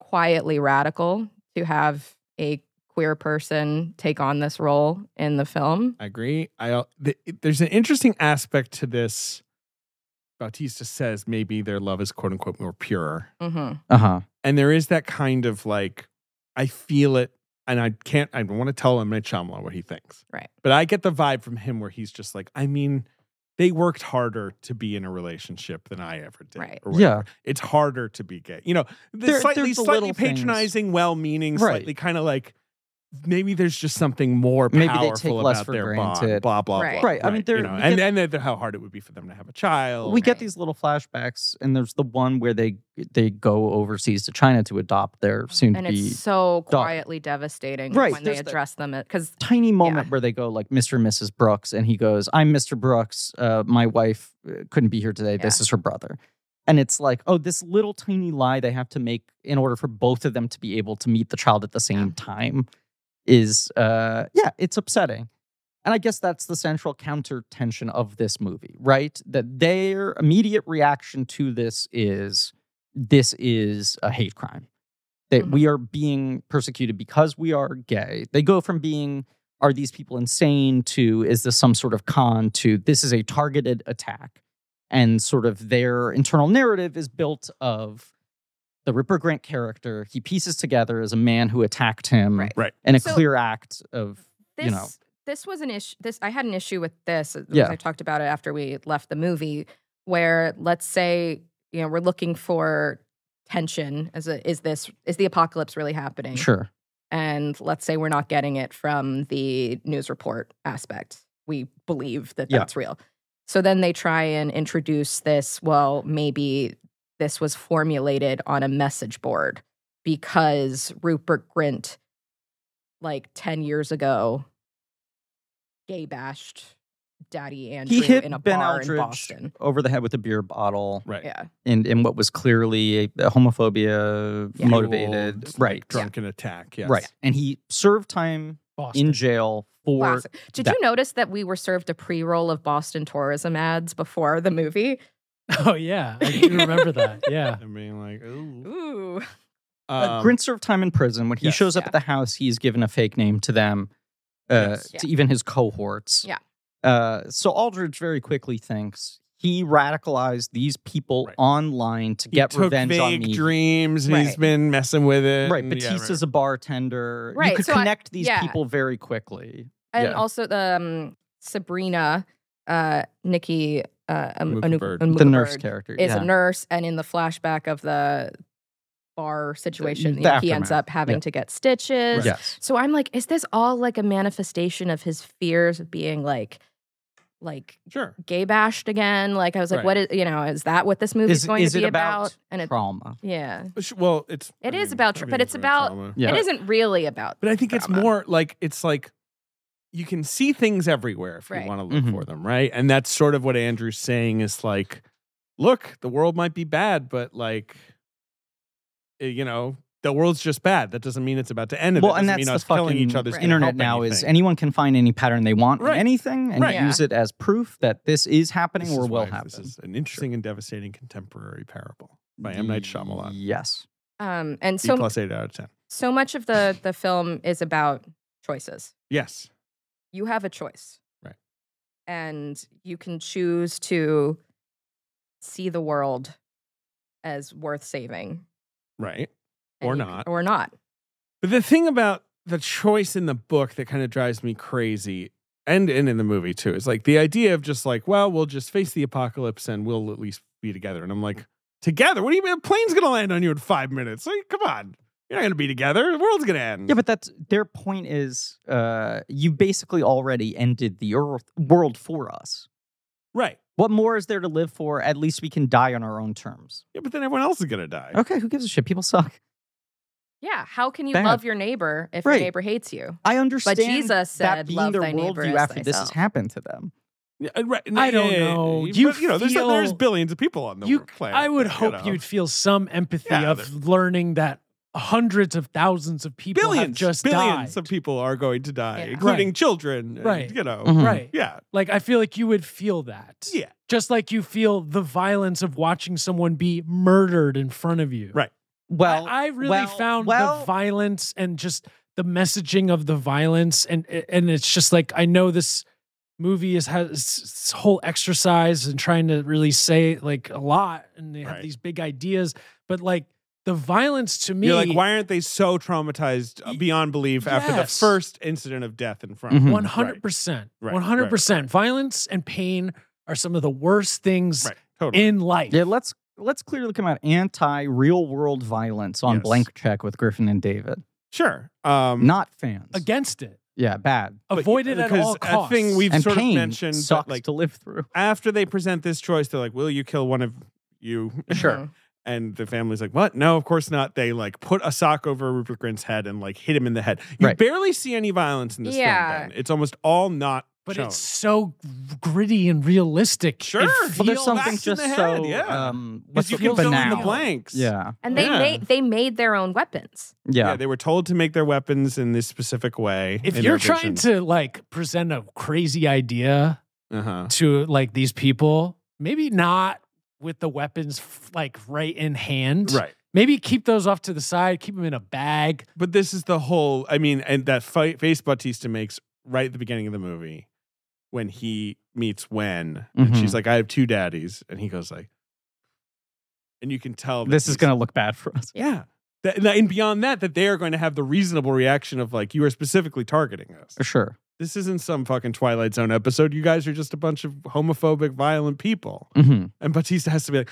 Speaker 1: quietly radical to have a queer person take on this role in the film.
Speaker 4: I agree. I al- th- it- there's an interesting aspect to this. Bautista says maybe their love is quote unquote more pure,
Speaker 1: hmm
Speaker 3: uh huh.
Speaker 4: and there is that kind of like I feel it, and I can't. I don't want to tell him Shyamalan what he thinks,
Speaker 1: Right.
Speaker 4: But I get the vibe from him where he's just like, I mean, they worked harder to be in a relationship than I ever did,
Speaker 1: Right.
Speaker 4: or
Speaker 3: Yeah.
Speaker 4: whatever. it's harder to be gay. You know, the
Speaker 3: There-
Speaker 4: slightly
Speaker 3: there's the
Speaker 4: slightly
Speaker 3: little things.
Speaker 4: patronizing, well-meaning,
Speaker 3: Right.
Speaker 4: slightly kind of like. Maybe there's just something more
Speaker 3: Maybe they
Speaker 4: powerful
Speaker 3: take less
Speaker 4: about
Speaker 3: for
Speaker 4: their bond.
Speaker 3: granted.
Speaker 4: Blah blah
Speaker 1: Right.
Speaker 4: blah.
Speaker 3: Right. I mean, there-
Speaker 4: you know,
Speaker 3: we
Speaker 4: and
Speaker 3: get-
Speaker 4: and the- the- how hard it would be for them to have a child.
Speaker 3: We get
Speaker 1: Right.
Speaker 3: these little flashbacks, and there's the one where they they go overseas to China to adopt their soon to
Speaker 1: Oh, And
Speaker 3: be
Speaker 1: it's so
Speaker 3: dog.
Speaker 1: quietly devastating
Speaker 3: Right,
Speaker 1: when they
Speaker 3: there's the-
Speaker 1: address them uh, because
Speaker 3: tiny moment
Speaker 1: Yeah.
Speaker 3: where they go like Mr. and Mrs. Brooks, and he goes, "I'm Mr. Brooks. Uh, my wife uh, couldn't be here today. This is her brother." And it's like, oh, this little tiny lie they have to make in order for both of them to be able to meet the child at the same time is, uh, yeah, it's upsetting. And I guess that's the central counter tension of this movie, right? That their immediate reaction to this is, this is a hate crime. That
Speaker 1: Mhm.
Speaker 3: we are being persecuted because we are gay. They go from being, are these people insane, to, is this some sort of con, to, this is a targeted attack. And sort of their internal narrative is built of the Ripper Grant character he pieces together as a man who attacked him
Speaker 1: Right.
Speaker 4: Right.
Speaker 3: and a
Speaker 1: So-
Speaker 3: clear act of
Speaker 1: this
Speaker 3: you know.
Speaker 1: this was an issue this i had an issue with this uh, because
Speaker 3: Yeah.
Speaker 1: i talked about it after we left the movie where let's say you know we're looking for tension as a, is this is the apocalypse really happening
Speaker 3: sure
Speaker 1: and let's say we're not getting it from the news report aspect we believe that
Speaker 3: Yeah.
Speaker 1: that's real so then they try and introduce this well maybe this was formulated on a message board because rupert grint like 10 years ago gay bashed daddy andrew
Speaker 3: he hit
Speaker 1: in a
Speaker 3: Ben
Speaker 1: bar in
Speaker 3: Aldridge
Speaker 1: boston
Speaker 3: over the head with a beer bottle
Speaker 4: Right.
Speaker 1: yeah
Speaker 3: in, in what was clearly a, a homophobia
Speaker 1: Yeah.
Speaker 3: motivated
Speaker 4: Fueled,
Speaker 3: right
Speaker 4: Drunken attack. Yes.
Speaker 3: right and he served time
Speaker 5: Boston.
Speaker 3: in jail for
Speaker 1: Classic. Did
Speaker 3: that-
Speaker 1: you notice that we were served a pre-roll of Boston tourism ads before the movie?
Speaker 5: Oh yeah, I do remember that.
Speaker 4: <laughs>
Speaker 5: Yeah.
Speaker 4: And being like, ooh.
Speaker 1: Ooh.
Speaker 3: uh,
Speaker 4: Um,
Speaker 3: Grint served time in prison when he
Speaker 4: yes.
Speaker 3: shows up
Speaker 1: Yeah.
Speaker 3: at the house he's given a fake name to them uh,
Speaker 4: Yes.
Speaker 3: to even his cohorts
Speaker 1: Yeah.
Speaker 3: uh, so Aldridge very quickly thinks he radicalized these people
Speaker 4: Right.
Speaker 3: online to
Speaker 4: he
Speaker 3: get
Speaker 4: took
Speaker 3: revenge on
Speaker 4: vague
Speaker 3: me.
Speaker 4: dreams. and He's
Speaker 1: Right.
Speaker 4: been messing with it.
Speaker 3: Right,
Speaker 4: and- yeah,
Speaker 3: Batista's a bartender. You
Speaker 1: Right,
Speaker 3: could
Speaker 1: so I-
Speaker 3: connect these
Speaker 1: yeah.
Speaker 3: people very quickly.
Speaker 1: and
Speaker 3: Yeah.
Speaker 1: also the um, Sabrina, uh, Nikki, uh, um,
Speaker 4: Amuka
Speaker 1: Anu-
Speaker 4: Bird.
Speaker 1: Amuka
Speaker 3: the nurse
Speaker 1: Bird
Speaker 3: character
Speaker 1: is
Speaker 3: yeah.
Speaker 1: a nurse, and in the flashback of the bar situation,
Speaker 3: the
Speaker 1: you know, he ends
Speaker 3: aftermath.
Speaker 1: up having
Speaker 3: Yeah.
Speaker 1: to get stitches.
Speaker 4: Right.
Speaker 3: Yes.
Speaker 1: So I'm like, is this all like a manifestation of his fears of being like, like
Speaker 4: Sure.
Speaker 1: gay bashed again? Like I was like,
Speaker 4: Right.
Speaker 1: what is you know, is that what this movie is going to be And it,
Speaker 3: trauma?
Speaker 1: yeah,
Speaker 4: Sh- Well, it's.
Speaker 1: It
Speaker 4: It is
Speaker 1: is about tra- but it's about-
Speaker 3: Yeah.
Speaker 1: it isn't really about.
Speaker 4: But I think it's
Speaker 1: Drama.
Speaker 4: more like it's like you can see things everywhere if
Speaker 1: Right.
Speaker 4: you want to look
Speaker 3: Mhm.
Speaker 4: for them, right? And that's sort of what Andrew's saying is like look, the world might be bad, but like, eh, you know, the world's just bad. That doesn't mean it's about to end. and
Speaker 3: well,
Speaker 4: that
Speaker 3: and
Speaker 4: doesn't
Speaker 3: that's
Speaker 4: mean
Speaker 3: the
Speaker 4: us
Speaker 3: fucking
Speaker 4: killing each other's gonna
Speaker 3: internet
Speaker 4: help
Speaker 3: now is
Speaker 4: anything.
Speaker 3: anyone can find any pattern they want
Speaker 4: Right.
Speaker 3: in anything and
Speaker 4: Right.
Speaker 3: use it as proof that this is happening
Speaker 4: This
Speaker 3: or
Speaker 4: is
Speaker 3: will
Speaker 4: why
Speaker 3: happen.
Speaker 4: This is an interesting and devastating contemporary parable by M. Night Shyamalan.
Speaker 3: Yes.
Speaker 1: Um, and
Speaker 4: D
Speaker 1: so
Speaker 4: plus eight out of ten.
Speaker 1: so much of the the film is about choices.
Speaker 4: Yes.
Speaker 1: you have a choice.
Speaker 4: Right.
Speaker 1: And you can choose to see the world as worth saving
Speaker 4: Right.
Speaker 1: and
Speaker 4: Or
Speaker 1: you c-
Speaker 4: not.
Speaker 1: Or not.
Speaker 4: But the thing about the choice in the book that kind of drives me crazy and, and in the movie too is like the idea of just like, well, we'll just face the apocalypse and we'll at least be together. And I'm like, together? What do you mean? A plane's going to land on you in five minutes. Like, come on. You're not going to be together. The world's going to end.
Speaker 3: Yeah, but that's their point is uh, you basically already ended the earth, world for us.
Speaker 4: right.
Speaker 3: What more is there to live for? At least we can die on our own terms.
Speaker 4: Yeah, but then everyone else is going to die.
Speaker 3: Okay, who gives a shit? People suck.
Speaker 1: Yeah. How can you
Speaker 3: Bad.
Speaker 1: love your neighbor if
Speaker 3: Right.
Speaker 1: your neighbor hates you?
Speaker 3: I understand
Speaker 1: Jesus
Speaker 3: that
Speaker 1: said,
Speaker 3: being
Speaker 1: "Love
Speaker 3: their
Speaker 1: thy neighbor
Speaker 3: worldview
Speaker 1: as
Speaker 3: after this has
Speaker 1: thyself."
Speaker 3: happened to them.
Speaker 4: Yeah, uh, right. No,
Speaker 5: I
Speaker 4: yeah,
Speaker 5: don't
Speaker 4: yeah, yeah,
Speaker 5: know.
Speaker 4: yeah.
Speaker 5: You
Speaker 4: But, you know, there's,
Speaker 5: feel-
Speaker 4: there's billions of people on the
Speaker 5: you,
Speaker 4: planet.
Speaker 5: I would
Speaker 4: you
Speaker 5: hope
Speaker 4: know.
Speaker 5: you would feel some empathy
Speaker 4: Yeah,
Speaker 5: of learning that hundreds of thousands of people
Speaker 4: billions,
Speaker 5: have just
Speaker 4: billions
Speaker 5: died.
Speaker 4: of people are going to die,
Speaker 1: Yeah.
Speaker 4: including
Speaker 5: Right.
Speaker 4: children. and,
Speaker 5: Right. Mm-hmm.
Speaker 4: you know.
Speaker 3: Mhm.
Speaker 5: Right.
Speaker 4: Yeah.
Speaker 5: Like I feel like you would feel that.
Speaker 4: Yeah.
Speaker 5: Just like you feel the violence of watching someone be murdered in front of you.
Speaker 4: Right.
Speaker 3: Well,
Speaker 5: I, I really
Speaker 3: well,
Speaker 5: found
Speaker 3: well,
Speaker 5: the violence and just the messaging of the violence, and and it's just like I know this movie is has this whole exercise and trying to really say like a lot, and they have
Speaker 4: Right.
Speaker 5: these big ideas, but like the violence to me,
Speaker 4: You're like, why aren't they so traumatized uh,
Speaker 5: Y-
Speaker 4: beyond belief after the
Speaker 5: yes.
Speaker 4: first incident of death in front of
Speaker 3: Mhm.
Speaker 4: them?
Speaker 5: one hundred percent,
Speaker 4: Right,
Speaker 5: one hundred percent, violence and pain are some of the worst things
Speaker 4: Right. Totally.
Speaker 5: in life.
Speaker 3: yeah, let's let's clearly come out anti real world violence on
Speaker 4: Yes.
Speaker 3: blank check with Griffin and David.
Speaker 4: sure. Um,
Speaker 3: Not fans.
Speaker 5: against it,
Speaker 3: Yeah, bad.
Speaker 4: but-
Speaker 5: avoid it at
Speaker 4: because
Speaker 5: all costs.
Speaker 4: A thing we've
Speaker 3: and
Speaker 4: sort
Speaker 3: pain
Speaker 4: of mentioned,
Speaker 3: sucks
Speaker 4: but like
Speaker 3: to live through.
Speaker 4: after they present this choice, they're like, "Will you kill one of you?"
Speaker 5: Mm-hmm.
Speaker 1: Mhm.
Speaker 4: And the family's like, "What? No, of course not." They like put a sock over Rupert Grint's head and like hit him in the head. You
Speaker 3: Right.
Speaker 4: barely see any violence in this
Speaker 1: Yeah.
Speaker 4: film. Ben. It's almost all not.
Speaker 5: but
Speaker 4: shown.
Speaker 5: it's so gritty and realistic.
Speaker 4: Sure.
Speaker 5: It
Speaker 4: Well,
Speaker 3: Well,
Speaker 5: feels-
Speaker 3: there's something
Speaker 4: whacked in
Speaker 3: just
Speaker 4: the
Speaker 3: so
Speaker 4: head, yeah.
Speaker 3: um,
Speaker 4: because
Speaker 3: what's
Speaker 4: you
Speaker 3: the-
Speaker 4: can fill in the
Speaker 3: banal.
Speaker 4: blanks.
Speaker 3: Yeah,
Speaker 1: <laughs> And they
Speaker 4: Yeah.
Speaker 1: made they made their own weapons.
Speaker 4: yeah,
Speaker 3: yeah.
Speaker 4: They were told to make their weapons in this specific way.
Speaker 5: if you're trying to like present a crazy idea
Speaker 4: to, uh-huh.
Speaker 5: to like these people, maybe not with the weapons f- like right in hand.
Speaker 4: right?
Speaker 5: Maybe keep those off to the side, keep them in a bag.
Speaker 4: But this is the whole. I mean, and that fight face Bautista makes right at the beginning of the movie when he meets Wen, and
Speaker 3: Mhm.
Speaker 4: she's like, "I have two daddies," and he goes like, and you can tell that
Speaker 3: This is
Speaker 4: he's-
Speaker 3: gonna look bad for us.
Speaker 4: yeah. That, and that- and beyond that, that they are going to have the reasonable reaction of like, "You are specifically targeting us.
Speaker 3: For sure.
Speaker 4: This isn't some fucking Twilight Zone episode. You guys are just a bunch of homophobic, violent people."
Speaker 3: Mhm.
Speaker 4: And Batista has to be like,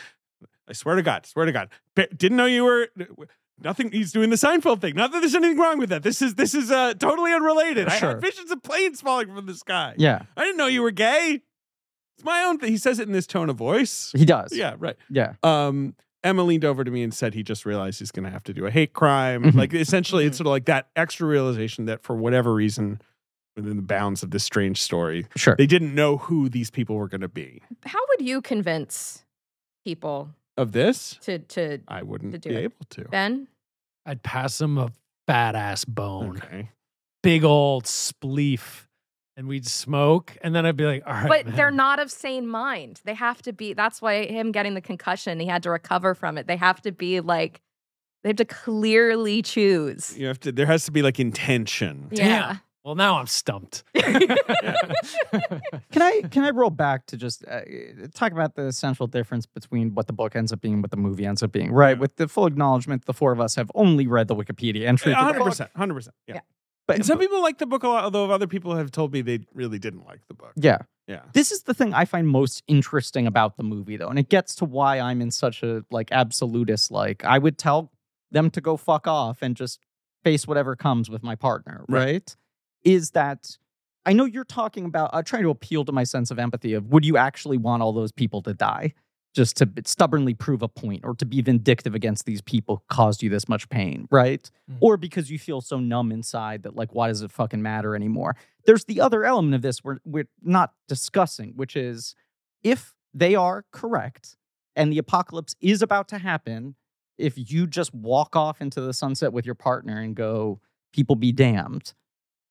Speaker 4: I swear to God, swear to God, Ba- didn't know you were. Nothing. He's doing the Seinfeld thing. Not that there's anything wrong with that. This is this is uh, totally unrelated. I
Speaker 3: Sure.
Speaker 4: had visions of planes falling from the sky.
Speaker 3: Yeah,
Speaker 4: I didn't know you were gay. It's my own thing. He says it in this tone of voice.
Speaker 3: he does.
Speaker 4: Yeah, right.
Speaker 3: yeah.
Speaker 4: Um, Emma leaned over to me and said he just realized he's going to have to do a hate crime.
Speaker 3: Mhm.
Speaker 4: Like essentially, it's sort of like that extra realization that for whatever reason, within the bounds of this strange story,
Speaker 3: Sure.
Speaker 4: they didn't know who these people were going to be.
Speaker 1: How would you convince people
Speaker 4: Of this,
Speaker 1: to to
Speaker 4: I
Speaker 1: To
Speaker 4: wouldn't
Speaker 1: do
Speaker 4: be
Speaker 1: it.
Speaker 4: able to.
Speaker 1: Ben?
Speaker 5: I'd pass them a fat ass bone,
Speaker 4: Oh, Okay.
Speaker 5: big old spleef, and we'd smoke. And then I'd be like, all right.
Speaker 1: But they're
Speaker 5: man."
Speaker 1: not of sane mind. They have to be. That's why him getting the concussion, he had to recover from it. They have to be like, they have to clearly choose.
Speaker 4: You have to. There has to be like intention.
Speaker 1: Yeah.
Speaker 5: Well, now
Speaker 1: <laughs>
Speaker 4: <laughs>
Speaker 5: I'm stumped. <laughs>
Speaker 3: Can I can I roll back to just uh, talk about the essential difference between what the book ends up being, and what the movie ends up being? Right, with the full acknowledgement, the four of us have only read the Wikipedia entry. for the
Speaker 4: One hundred
Speaker 3: book,
Speaker 4: percent. Hundred percent. Yeah.
Speaker 1: Yeah.
Speaker 3: but-
Speaker 4: And some people like the book a lot, although other people have told me they really didn't like the book.
Speaker 3: yeah,
Speaker 4: Yeah.
Speaker 3: this is the thing I find most interesting about the movie, though, and it gets to why I'm in such a like absolutist. Like, I would tell them to go fuck off and just face whatever comes with my partner,
Speaker 4: Right.
Speaker 3: right? Is that I know you're talking about uh, trying to appeal to my sense of empathy of would you actually want all those people to die just to stubbornly prove a point or to be vindictive against these people who caused you this much pain, right?
Speaker 4: Mm.
Speaker 5: Mhm.
Speaker 3: Or because you feel so numb inside that like why does it fucking matter anymore? there's the other element of this we're, we're not discussing, which is if they are correct and the apocalypse is about to happen, if you just walk off into the sunset with your partner and go, people be damned,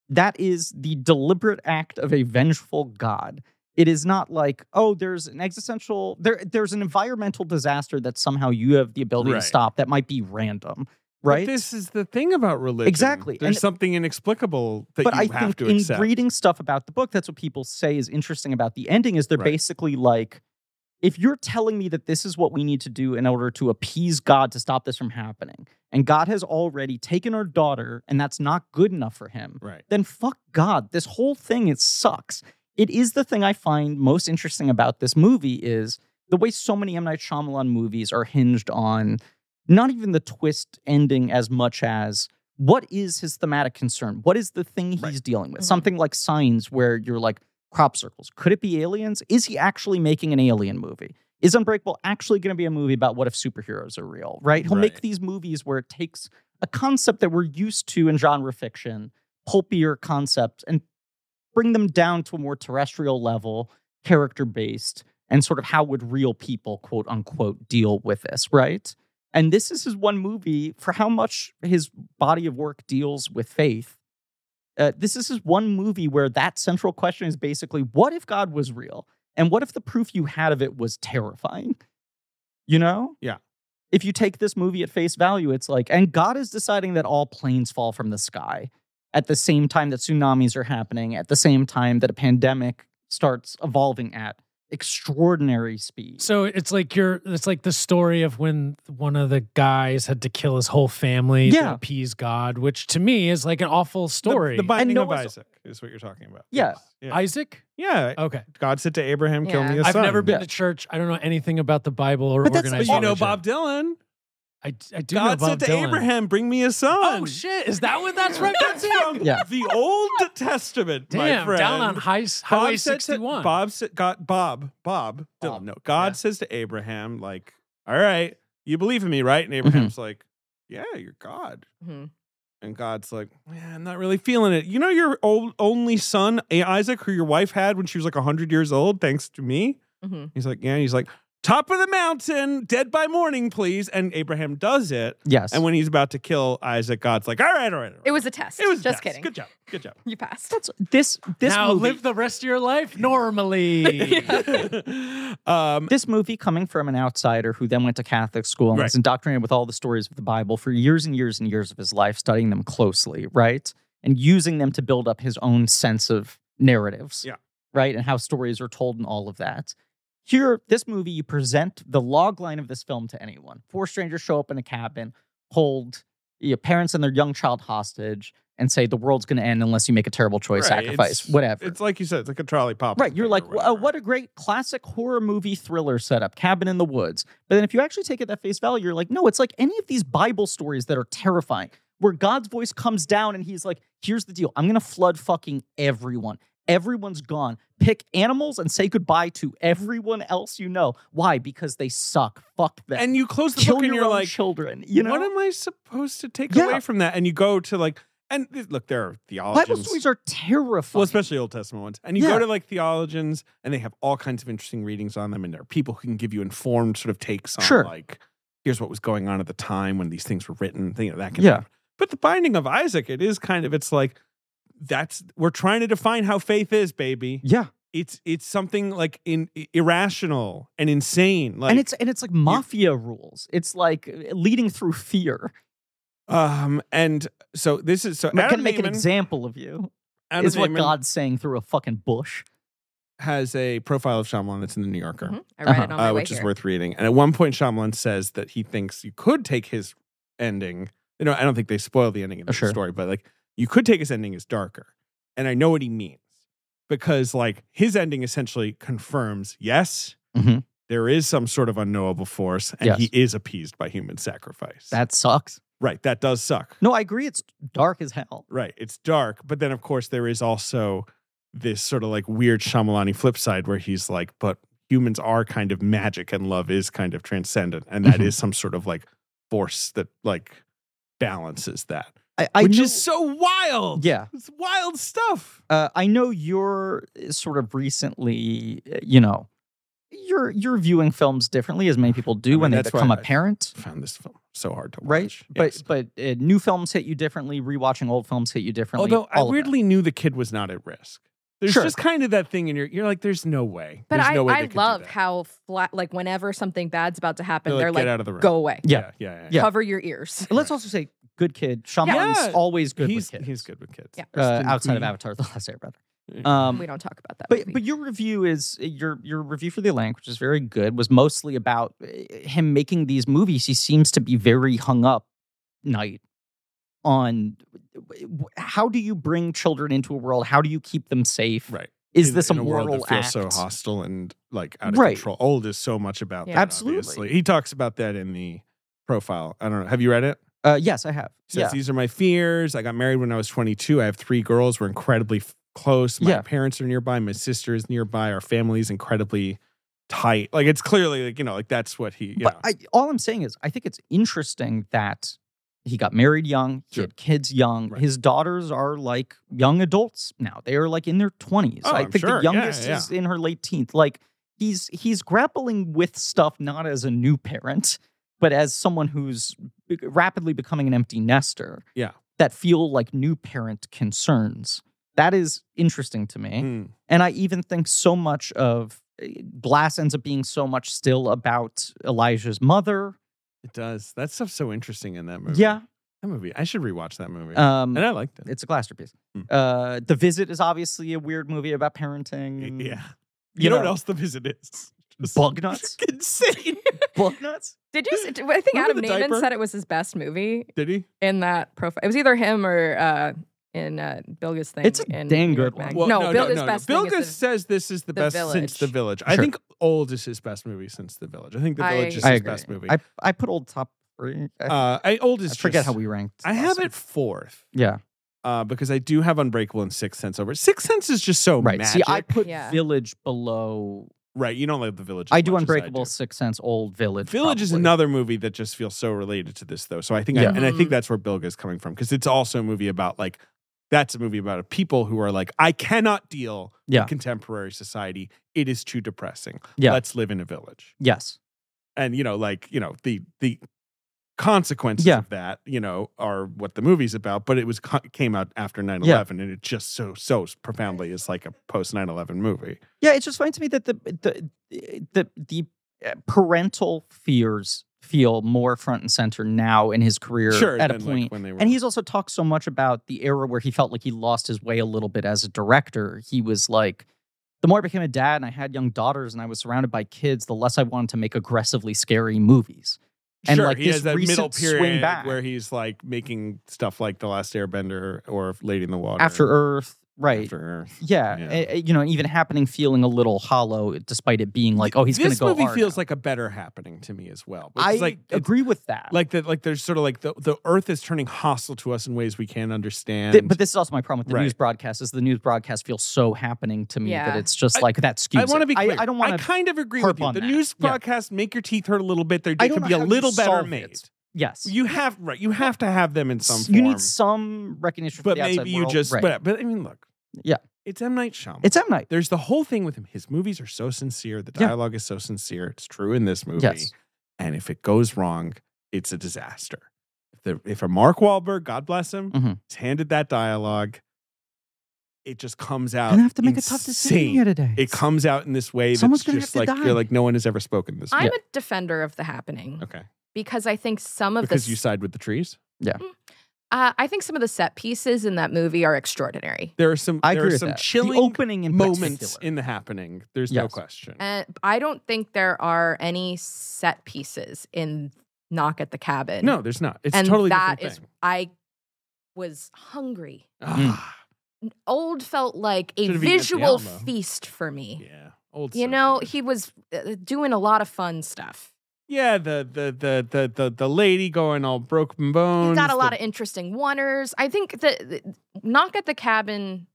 Speaker 3: that is the deliberate act of a vengeful god. It is not like, oh, there's an existential, there, there's an environmental disaster that somehow you have the ability
Speaker 4: Right.
Speaker 3: to stop that might be random,
Speaker 4: But
Speaker 3: right?
Speaker 4: this is the thing about religion.
Speaker 3: Exactly.
Speaker 4: There's
Speaker 3: And-
Speaker 4: something inexplicable that
Speaker 3: but
Speaker 4: you
Speaker 3: I think
Speaker 4: have to
Speaker 3: in
Speaker 4: accept.
Speaker 3: reading stuff about the book, that's what people say is interesting about the ending. Is they're
Speaker 4: Right.
Speaker 3: basically like, if you're telling me that this is what we need to do in order to appease God to stop this from happening, and God has already taken our daughter, and that's not good enough for Him,
Speaker 4: right.
Speaker 3: then fuck God. This whole thing it sucks. It is the thing I find most interesting about this movie is the way so many M Night Shyamalan movies are hinged on not even the twist ending as much as what is his thematic concern? What is the thing he's
Speaker 4: Right.
Speaker 3: dealing with?
Speaker 1: Mhm.
Speaker 3: Something like signs where you're like crop circles. Could it be aliens? Is he actually making an alien movie? Is Unbreakable actually going to be a movie about what if superheroes are real, right? He'll
Speaker 4: Right.
Speaker 3: make these movies where it takes a concept that we're used to in genre fiction pulpier concepts and bring them down to a more terrestrial level, character based, and sort of how would real people, quote unquote, deal with this, right? And this is his one movie for how much his body of work deals with faith. Uh, this is his one movie where that central question is basically what if God was real? And what if the proof you had of it was terrifying? You know?
Speaker 4: Yeah.
Speaker 3: If you take this movie at face value, it's like, and God is deciding that all planes fall from the sky at the same time that tsunamis are happening, at the same time that a pandemic starts evolving at extraordinary speed.
Speaker 5: So it's like your it's like the story of when one of the guys had to kill his whole family
Speaker 3: Yeah.
Speaker 5: to appease God, which to me is like an awful story.
Speaker 4: The, the Binding
Speaker 3: no
Speaker 4: of
Speaker 3: one's-
Speaker 4: Isaac is what you're talking about.
Speaker 3: Yeah.
Speaker 4: Yes. Yeah.
Speaker 5: Isaac?
Speaker 4: yeah.
Speaker 5: Okay.
Speaker 4: God said to Abraham, "Kill
Speaker 1: Yeah.
Speaker 4: me a
Speaker 5: I've
Speaker 4: son."
Speaker 5: never been
Speaker 3: Yeah.
Speaker 5: to church. I don't know anything about the Bible or
Speaker 3: But that's-
Speaker 5: organized
Speaker 4: But you know
Speaker 5: religion.
Speaker 4: Bob Dylan.
Speaker 5: I, I do
Speaker 4: God
Speaker 5: know
Speaker 4: said
Speaker 5: Bob
Speaker 4: to
Speaker 5: Dylan.
Speaker 4: Abraham, "Bring me a son."
Speaker 5: Oh shit! Is that what
Speaker 4: <laughs>
Speaker 5: that's referencing?
Speaker 4: That's
Speaker 3: <laughs>
Speaker 4: from
Speaker 3: Yeah.
Speaker 4: the Old Testament, my
Speaker 5: Damn,
Speaker 4: friend.
Speaker 5: down on high,
Speaker 4: Bob
Speaker 5: Highway
Speaker 4: said to-
Speaker 5: 61.
Speaker 4: Bob said, "God, Bob, Bob,
Speaker 3: Bob.
Speaker 4: Dylan, no, God
Speaker 5: Yeah.
Speaker 4: says to Abraham, like, all right, you believe in me, right?"
Speaker 1: Mm-hmm.
Speaker 4: And Abraham's like, "Yeah, you're God."
Speaker 1: Mhm.
Speaker 4: And God's like, "Yeah, I'm not really feeling it. You know, your old, only son A- Isaac, who your wife had when she was like hundred years old, thanks to me."
Speaker 1: Mhm.
Speaker 4: He's like, "Yeah." And he's like, "Top of the mountain, dead by morning, please." And Abraham does it.
Speaker 3: Yes.
Speaker 4: And when he's about to kill Isaac, God's like, "All right, all right, all right."
Speaker 1: It was a test.
Speaker 4: It was
Speaker 1: just
Speaker 4: yes.
Speaker 1: kidding.
Speaker 4: Good job.
Speaker 1: <laughs>
Speaker 4: Good job. <laughs>
Speaker 1: You passed.
Speaker 3: that's this this
Speaker 5: now
Speaker 3: movie,
Speaker 5: live the rest of your life
Speaker 4: <laughs>
Speaker 5: normally.
Speaker 4: um,
Speaker 3: this movie coming from an outsider who then went to Catholic school and was
Speaker 4: Right.
Speaker 3: indoctrinated with all the stories of the Bible for years and years and years of his life, studying them closely, right? And using them to build up his own sense of narratives.
Speaker 4: Yeah.
Speaker 3: Right? And how stories are told and all of that. Here, this movie, you present the log line of this film to anyone. Four strangers show up in a cabin, hold your parents and their young child hostage, and say the world's gonna end unless you make a terrible choice,
Speaker 4: Right,
Speaker 3: sacrifice,
Speaker 4: it's-
Speaker 3: whatever.
Speaker 4: It's like you said, it's like a trolley pop.
Speaker 3: Right. You're like, "Wow, what a great classic horror movie thriller setup, Cabin in the Woods. But then if you actually take it at face value, you're like, no, it's like any of these Bible stories that are terrifying, where God's voice comes down and he's like, here's the deal. I'm going to flood fucking everyone. Everyone's gone. Pick animals and say goodbye to everyone else you know. Why? Because they suck. Fuck them.
Speaker 4: and you close the
Speaker 3: Kill
Speaker 4: book
Speaker 3: your
Speaker 4: and you're
Speaker 3: own
Speaker 4: like,
Speaker 3: children. You know?
Speaker 4: what am I supposed to take
Speaker 3: Yeah.
Speaker 4: away from that? And you go to like, and th- look, there are
Speaker 3: Bible
Speaker 4: theologians.
Speaker 3: stories are terrifying.
Speaker 4: well, especially Old Testament ones. And you
Speaker 3: Yeah.
Speaker 4: go to like theologians, and they have all kinds of interesting readings on them. And there are people who can give you informed sort of takes on
Speaker 3: Sure.
Speaker 4: like, here's what was going on at the time when these things were written. Thing that can
Speaker 3: Yeah.
Speaker 4: happen. But the binding of Isaac, it is kind of it's like that's we're trying to define how faith is, baby.
Speaker 3: yeah.
Speaker 4: It's it's something like in irrational and insane. Like
Speaker 3: and it's and it's like mafia rules. It's like uh, leading through fear.
Speaker 4: Um, and so this is so
Speaker 3: I'm gonna
Speaker 4: Adam
Speaker 3: make an
Speaker 4: Neiman-
Speaker 3: example of you.
Speaker 4: Adam
Speaker 3: is what
Speaker 4: Neiman
Speaker 3: God's saying through a fucking bush.
Speaker 4: has a profile of Shyamalan that's in the New Yorker,
Speaker 1: Mhm. I read
Speaker 3: Uh-huh.
Speaker 1: it on my
Speaker 4: uh,
Speaker 1: way
Speaker 4: which is
Speaker 1: here.
Speaker 4: worth reading. And at one point, Shyamalan says that he thinks you could take his ending. You know, I don't think they spoil the ending of
Speaker 3: Oh,
Speaker 4: the
Speaker 3: sure.
Speaker 4: story, but like you could take his ending as darker. And I know what he means because like his ending essentially confirms yes.
Speaker 3: Mhm.
Speaker 4: There is some sort of unknowable force, and
Speaker 3: Yes.
Speaker 4: he is appeased by human sacrifice.
Speaker 3: That sucks.
Speaker 4: right, that does suck.
Speaker 3: No, I agree. It's dark as hell.
Speaker 4: Right. It's dark. But then, of course, there is also this sort of like weird Shyamalani flip side where he's like, but humans are kind of magic and love is kind of transcendent. And that is
Speaker 3: Mhm.
Speaker 4: some sort of like force that like balances that,
Speaker 3: I, I
Speaker 4: which
Speaker 3: know,
Speaker 4: is so wild.
Speaker 3: yeah.
Speaker 4: It's wild stuff.
Speaker 3: Uh, I know you're sort of recently, uh, you know, you're you're viewing films differently, as many people do
Speaker 4: I mean,
Speaker 3: when they
Speaker 4: that's why
Speaker 3: become a
Speaker 4: I-
Speaker 3: parent,
Speaker 4: Found this film so hard to watch.
Speaker 3: right?
Speaker 4: Yes.
Speaker 3: But but uh, new films hit you differently. Rewatching old films hit you differently.
Speaker 4: although I
Speaker 3: all of that.
Speaker 4: weirdly knew the kid was not at risk. There's
Speaker 3: Sure.
Speaker 4: just kind of that thing in your you're like, there's no way.
Speaker 1: But
Speaker 4: There's
Speaker 1: I,
Speaker 4: no way they
Speaker 1: I
Speaker 4: could do
Speaker 1: love
Speaker 4: that.
Speaker 1: how flat, like whenever something bad's about to happen,
Speaker 4: They're
Speaker 1: they're
Speaker 4: get
Speaker 1: like,
Speaker 4: out of the room.
Speaker 1: go away,
Speaker 4: Yeah, yeah, yeah.
Speaker 1: cover your ears.
Speaker 3: And let's also say good kid. Shyamalan's
Speaker 4: Yeah.
Speaker 3: always good
Speaker 4: he's
Speaker 3: with kids.
Speaker 4: he's good with kids.
Speaker 1: Yeah.
Speaker 3: uh,
Speaker 4: Kristen
Speaker 3: outside of
Speaker 4: Wiig.
Speaker 3: Avatar: <laughs> The Last Airbender.
Speaker 4: Mm.
Speaker 3: Um,
Speaker 1: we don't talk about that.
Speaker 3: but
Speaker 1: movie.
Speaker 3: but your review is eh, your your review for the Atlantic, which is very good, was mostly about uh, him making these movies. He seems to be very hung up night on eh, w- how do you bring children into a world? How do you keep them safe?
Speaker 4: Right.
Speaker 3: Is
Speaker 4: in-
Speaker 3: this a
Speaker 4: in
Speaker 3: moral
Speaker 4: world that feels
Speaker 3: act?
Speaker 4: so hostile and like out of
Speaker 3: Right.
Speaker 4: control? Old is so much about
Speaker 1: Yeah.
Speaker 4: that.
Speaker 3: Absolutely.
Speaker 4: obviously. he talks about that in the profile. I don't know. Have you read it?
Speaker 3: Uh, yes, I have.
Speaker 4: He says
Speaker 3: yeah.
Speaker 4: these are my fears. I got married when I was 22. I have three girls. We're incredibly f- close. My
Speaker 3: Yeah.
Speaker 4: parents are nearby. My sister is nearby. Our family's incredibly tight. Like it's clearly like you know like that's what he. Yeah.
Speaker 3: But I, all I'm saying is, I think it's interesting that he got married young, he
Speaker 4: Sure.
Speaker 3: had kids young.
Speaker 4: Right.
Speaker 3: His daughters are like young adults now; they are like in their twenties.
Speaker 4: Oh,
Speaker 3: I
Speaker 4: I'm
Speaker 3: think
Speaker 4: sure.
Speaker 3: the
Speaker 4: Yeah,
Speaker 3: youngest
Speaker 4: yeah.
Speaker 3: is in her late teens. Like he's he's grappling with stuff not as a new parent, but as someone who's be- rapidly becoming an empty nester.
Speaker 4: Yeah.
Speaker 3: that feel like new parent concerns. That is interesting to me.
Speaker 4: Hmm.
Speaker 3: And I even think so much of eh, Blast ends up being so much still about Elijah's mother.
Speaker 4: It does. That stuff's so interesting in that movie.
Speaker 3: Yeah.
Speaker 4: that movie. I should rewatch that movie.
Speaker 3: Um,
Speaker 4: and I liked it.
Speaker 3: it's a Glaster piece.
Speaker 4: Hmm.
Speaker 3: Uh, the Visit is obviously a weird movie about parenting. and,
Speaker 4: yeah. <laughs>
Speaker 3: You,
Speaker 4: Mm. You, know,
Speaker 3: know,
Speaker 4: what else the visit is? Just
Speaker 3: Bug nuts.
Speaker 4: Insane.
Speaker 3: Bug nuts?
Speaker 1: <laughs> did you? s- I think Adam
Speaker 4: Remember the
Speaker 1: Neiman
Speaker 4: diaper?
Speaker 1: said it was his best movie
Speaker 4: Did he?
Speaker 1: in that profile. It was either him or uh, in uh, Bilga's thing.
Speaker 3: It's a
Speaker 1: in
Speaker 3: dang
Speaker 1: New York
Speaker 3: good
Speaker 1: Mag-
Speaker 3: one.
Speaker 1: no, Bilga's best. thing
Speaker 4: Bilga
Speaker 1: is the-
Speaker 4: says this is the,
Speaker 1: The
Speaker 4: best since
Speaker 1: Village.
Speaker 4: The Village. I
Speaker 3: Sure.
Speaker 4: think Old is his best movie since The Village. I think The
Speaker 1: I-
Speaker 4: Village is
Speaker 3: I
Speaker 4: his
Speaker 3: agree.
Speaker 4: best movie.
Speaker 3: I, I put old top three. I,
Speaker 4: uh, I, Old
Speaker 3: I
Speaker 4: is
Speaker 3: forget
Speaker 4: just-
Speaker 3: how we ranked.
Speaker 4: I
Speaker 3: last
Speaker 4: have
Speaker 3: week.
Speaker 4: it fourth
Speaker 3: Yeah.
Speaker 4: uh, because I do have Unbreakable and Sixth Sense over. it. Sixth Sense is just so
Speaker 3: Right.
Speaker 4: Oh, magic.
Speaker 3: See, I put
Speaker 1: Yeah.
Speaker 3: Village below.
Speaker 4: right, you don't like The Village. as
Speaker 3: I do
Speaker 4: much as
Speaker 3: Unbreakable,
Speaker 4: do.
Speaker 3: Six Sense, Old Village.
Speaker 4: Village is
Speaker 3: probably.
Speaker 4: another movie that just feels so related to this, though. So I think, I,
Speaker 3: Yeah.
Speaker 4: and I
Speaker 1: Mhm.
Speaker 4: think that's where Bilga is coming from because it's also a movie about like that's a movie about people who are like, I cannot deal
Speaker 3: Yeah.
Speaker 4: with contemporary society. It is too depressing.
Speaker 3: Yeah.
Speaker 4: let's live in a village,
Speaker 3: Yes.
Speaker 4: and you know, like you know, the the consequences
Speaker 3: Yeah.
Speaker 4: of that, you know, are what the movie's about. But it was co- came out after 9-11 and it just so so profoundly is like a post 9-11 movie.
Speaker 3: Yeah, it's just funny to me that the the the the uh, parental fears feel more front and center now in his career at a
Speaker 4: than, like,
Speaker 3: point.
Speaker 4: when they were,
Speaker 3: and he's also talked so much about the era where he felt like he lost his way a little bit as a director. He was like, the more I became a dad and I had young daughters and I was surrounded by kids, the less I wanted to make aggressively scary movies. and,
Speaker 4: sure,
Speaker 3: like,
Speaker 4: he
Speaker 3: this
Speaker 4: has that middle
Speaker 3: recent swing
Speaker 4: period
Speaker 3: back.
Speaker 4: where he's like making stuff like The Last Airbender or Lady in the Water,
Speaker 3: After Earth, right?
Speaker 4: After Earth.
Speaker 3: yeah,
Speaker 4: Yeah.
Speaker 3: eh, eh, you know, even happening feeling a little hollow, despite it being like, oh, he's going to
Speaker 4: this
Speaker 3: go.
Speaker 4: movie
Speaker 3: hard
Speaker 4: feels
Speaker 3: now.
Speaker 4: like a better happening to me as well.
Speaker 3: I
Speaker 4: It's like it's
Speaker 3: agree with that.
Speaker 4: Like that, like there's sort of like the, the Earth is turning hostile to us in ways we can't understand.
Speaker 3: Th- but this is also my problem with the
Speaker 4: Right.
Speaker 3: news broadcast is the news broadcast feels so happening to me that
Speaker 1: Yeah.
Speaker 3: it's just
Speaker 4: I-
Speaker 3: like that skews.
Speaker 4: I want to
Speaker 3: it.
Speaker 4: be clear.
Speaker 3: I, don't want to.
Speaker 4: kind of agree
Speaker 3: harp
Speaker 4: with you.
Speaker 3: on
Speaker 4: The
Speaker 3: that.
Speaker 4: news
Speaker 3: Yeah.
Speaker 4: broadcasts make your teeth hurt a little bit. They're,
Speaker 3: I
Speaker 4: they
Speaker 3: don't
Speaker 4: can
Speaker 3: know
Speaker 4: be a
Speaker 3: how you
Speaker 4: little better
Speaker 3: solve it.
Speaker 4: made.
Speaker 3: yes,
Speaker 4: You have right. You have to have them in some
Speaker 3: S-
Speaker 4: form.
Speaker 3: you need some recognition.
Speaker 4: but
Speaker 3: from the outside
Speaker 4: maybe you
Speaker 3: world.
Speaker 4: just.
Speaker 3: Right.
Speaker 4: But, but I mean, look.
Speaker 3: Yeah.
Speaker 4: It's M Night Shyamalan.
Speaker 3: it's M Night.
Speaker 4: There's the whole thing with him. His movies are so sincere. The
Speaker 3: Yeah.
Speaker 4: dialogue is so sincere. It's true in this movie.
Speaker 3: Yes,
Speaker 4: And if it goes wrong, it's a disaster. If, the, if a Mark Wahlberg, God bless him,
Speaker 3: Mhm.
Speaker 4: is handed that dialogue, it just comes
Speaker 3: i
Speaker 4: out.
Speaker 3: gonna have to make a tough decision
Speaker 4: insane.
Speaker 3: here today.
Speaker 4: It comes out in this way
Speaker 3: Someone's
Speaker 4: that's
Speaker 3: gonna
Speaker 4: just
Speaker 3: have
Speaker 4: like
Speaker 3: to die.
Speaker 4: you're like no one has ever spoken this.
Speaker 1: I'm
Speaker 4: way.
Speaker 1: a defender of the happening
Speaker 4: Okay,
Speaker 1: because I think some of
Speaker 4: because
Speaker 1: the
Speaker 4: you side with the trees.
Speaker 1: uh, I think some of the set pieces in that movie are extraordinary.
Speaker 4: There are some.
Speaker 3: I
Speaker 4: there
Speaker 3: agree
Speaker 4: are
Speaker 3: with
Speaker 4: some
Speaker 3: that.
Speaker 4: chilling
Speaker 3: the opening in
Speaker 4: moments
Speaker 3: particular.
Speaker 4: in the happening. There's no
Speaker 3: Yes.
Speaker 4: question.
Speaker 1: And I don't think there are any set pieces in Knock at the Cabin.
Speaker 4: no, there's not. It's
Speaker 1: and
Speaker 4: totally
Speaker 1: that
Speaker 4: different
Speaker 1: is-
Speaker 4: thing.
Speaker 1: I was hungry.
Speaker 3: Mm.
Speaker 4: Ah,
Speaker 1: Old felt like a
Speaker 4: Should've eaten at the
Speaker 1: visual
Speaker 4: Alamo.
Speaker 1: feast for me.
Speaker 4: yeah, old.
Speaker 1: You
Speaker 4: so
Speaker 1: know,
Speaker 4: good.
Speaker 1: he was uh, doing a lot of fun stuff.
Speaker 4: Yeah, the the the the the, the lady going all broken bones.
Speaker 1: He got a
Speaker 4: the-
Speaker 1: lot of interesting oneers. I think the, the knock at the cabin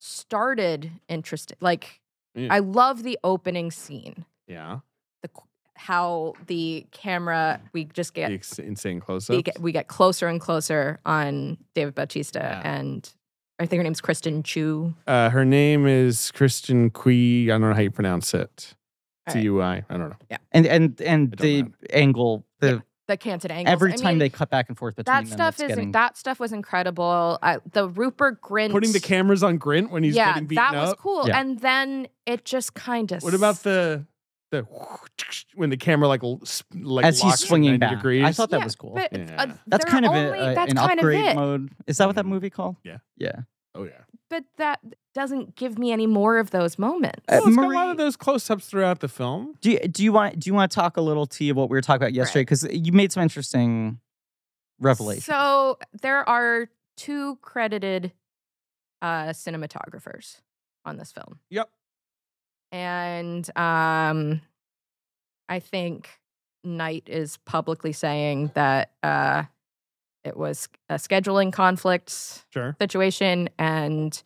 Speaker 1: started interesting. Like,
Speaker 4: Yeah.
Speaker 1: I love the opening scene.
Speaker 4: yeah,
Speaker 1: The qu- how the camera we just
Speaker 4: the
Speaker 1: get
Speaker 4: ex- insane close
Speaker 1: we get, we get closer and closer on David Bautista
Speaker 4: Yeah.
Speaker 1: and I think her name's Kristen Chu.
Speaker 4: Uh, her name is Kristen Kui. I don't know how you pronounce it.
Speaker 1: All right.
Speaker 4: DUI. I don't know.
Speaker 3: and and and
Speaker 4: I don't
Speaker 3: the
Speaker 4: know.
Speaker 3: angle, the
Speaker 1: The canted angles.
Speaker 3: every
Speaker 1: I
Speaker 3: time
Speaker 1: mean,
Speaker 3: they cut back and forth between
Speaker 1: that
Speaker 3: them,
Speaker 1: stuff
Speaker 3: it's
Speaker 1: is
Speaker 3: getting,
Speaker 1: that stuff was incredible. I, the Rupert Grint
Speaker 4: Putting the cameras on Grint when he's
Speaker 1: yeah,
Speaker 4: getting beaten
Speaker 1: that was
Speaker 4: up.
Speaker 1: cool.
Speaker 3: Yeah.
Speaker 1: And then it just kind of.
Speaker 4: What about the the when the camera like l- s- like
Speaker 3: as he's
Speaker 4: locks at
Speaker 3: swinging
Speaker 4: 90
Speaker 3: back.
Speaker 4: degrees?
Speaker 3: I thought that
Speaker 1: Yeah,
Speaker 3: was cool.
Speaker 1: But
Speaker 4: Yeah.
Speaker 1: uh,
Speaker 3: That's
Speaker 1: there
Speaker 3: kind of
Speaker 1: are
Speaker 3: a-
Speaker 1: only,
Speaker 3: a-
Speaker 1: that's
Speaker 3: an
Speaker 1: kind
Speaker 3: upgrade
Speaker 1: of it.
Speaker 3: mode. Is that what that
Speaker 4: Mhm.
Speaker 3: movie called?
Speaker 4: Yeah.
Speaker 3: Yeah.
Speaker 4: oh yeah.
Speaker 1: But that doesn't give me any more of those moments.
Speaker 3: Uh,
Speaker 4: Well, it's got a lot
Speaker 3: Marie-
Speaker 4: of those close-ups throughout the film.
Speaker 3: Do you, do you want do you want to talk a little tea of what we were talking about yesterday? Because you made some interesting revelations.
Speaker 1: So there are two credited uh, cinematographers on this film.
Speaker 4: Yep.
Speaker 1: And um, I think Knight is publicly saying that uh, it was a scheduling conflict
Speaker 4: Sure.
Speaker 1: situation. And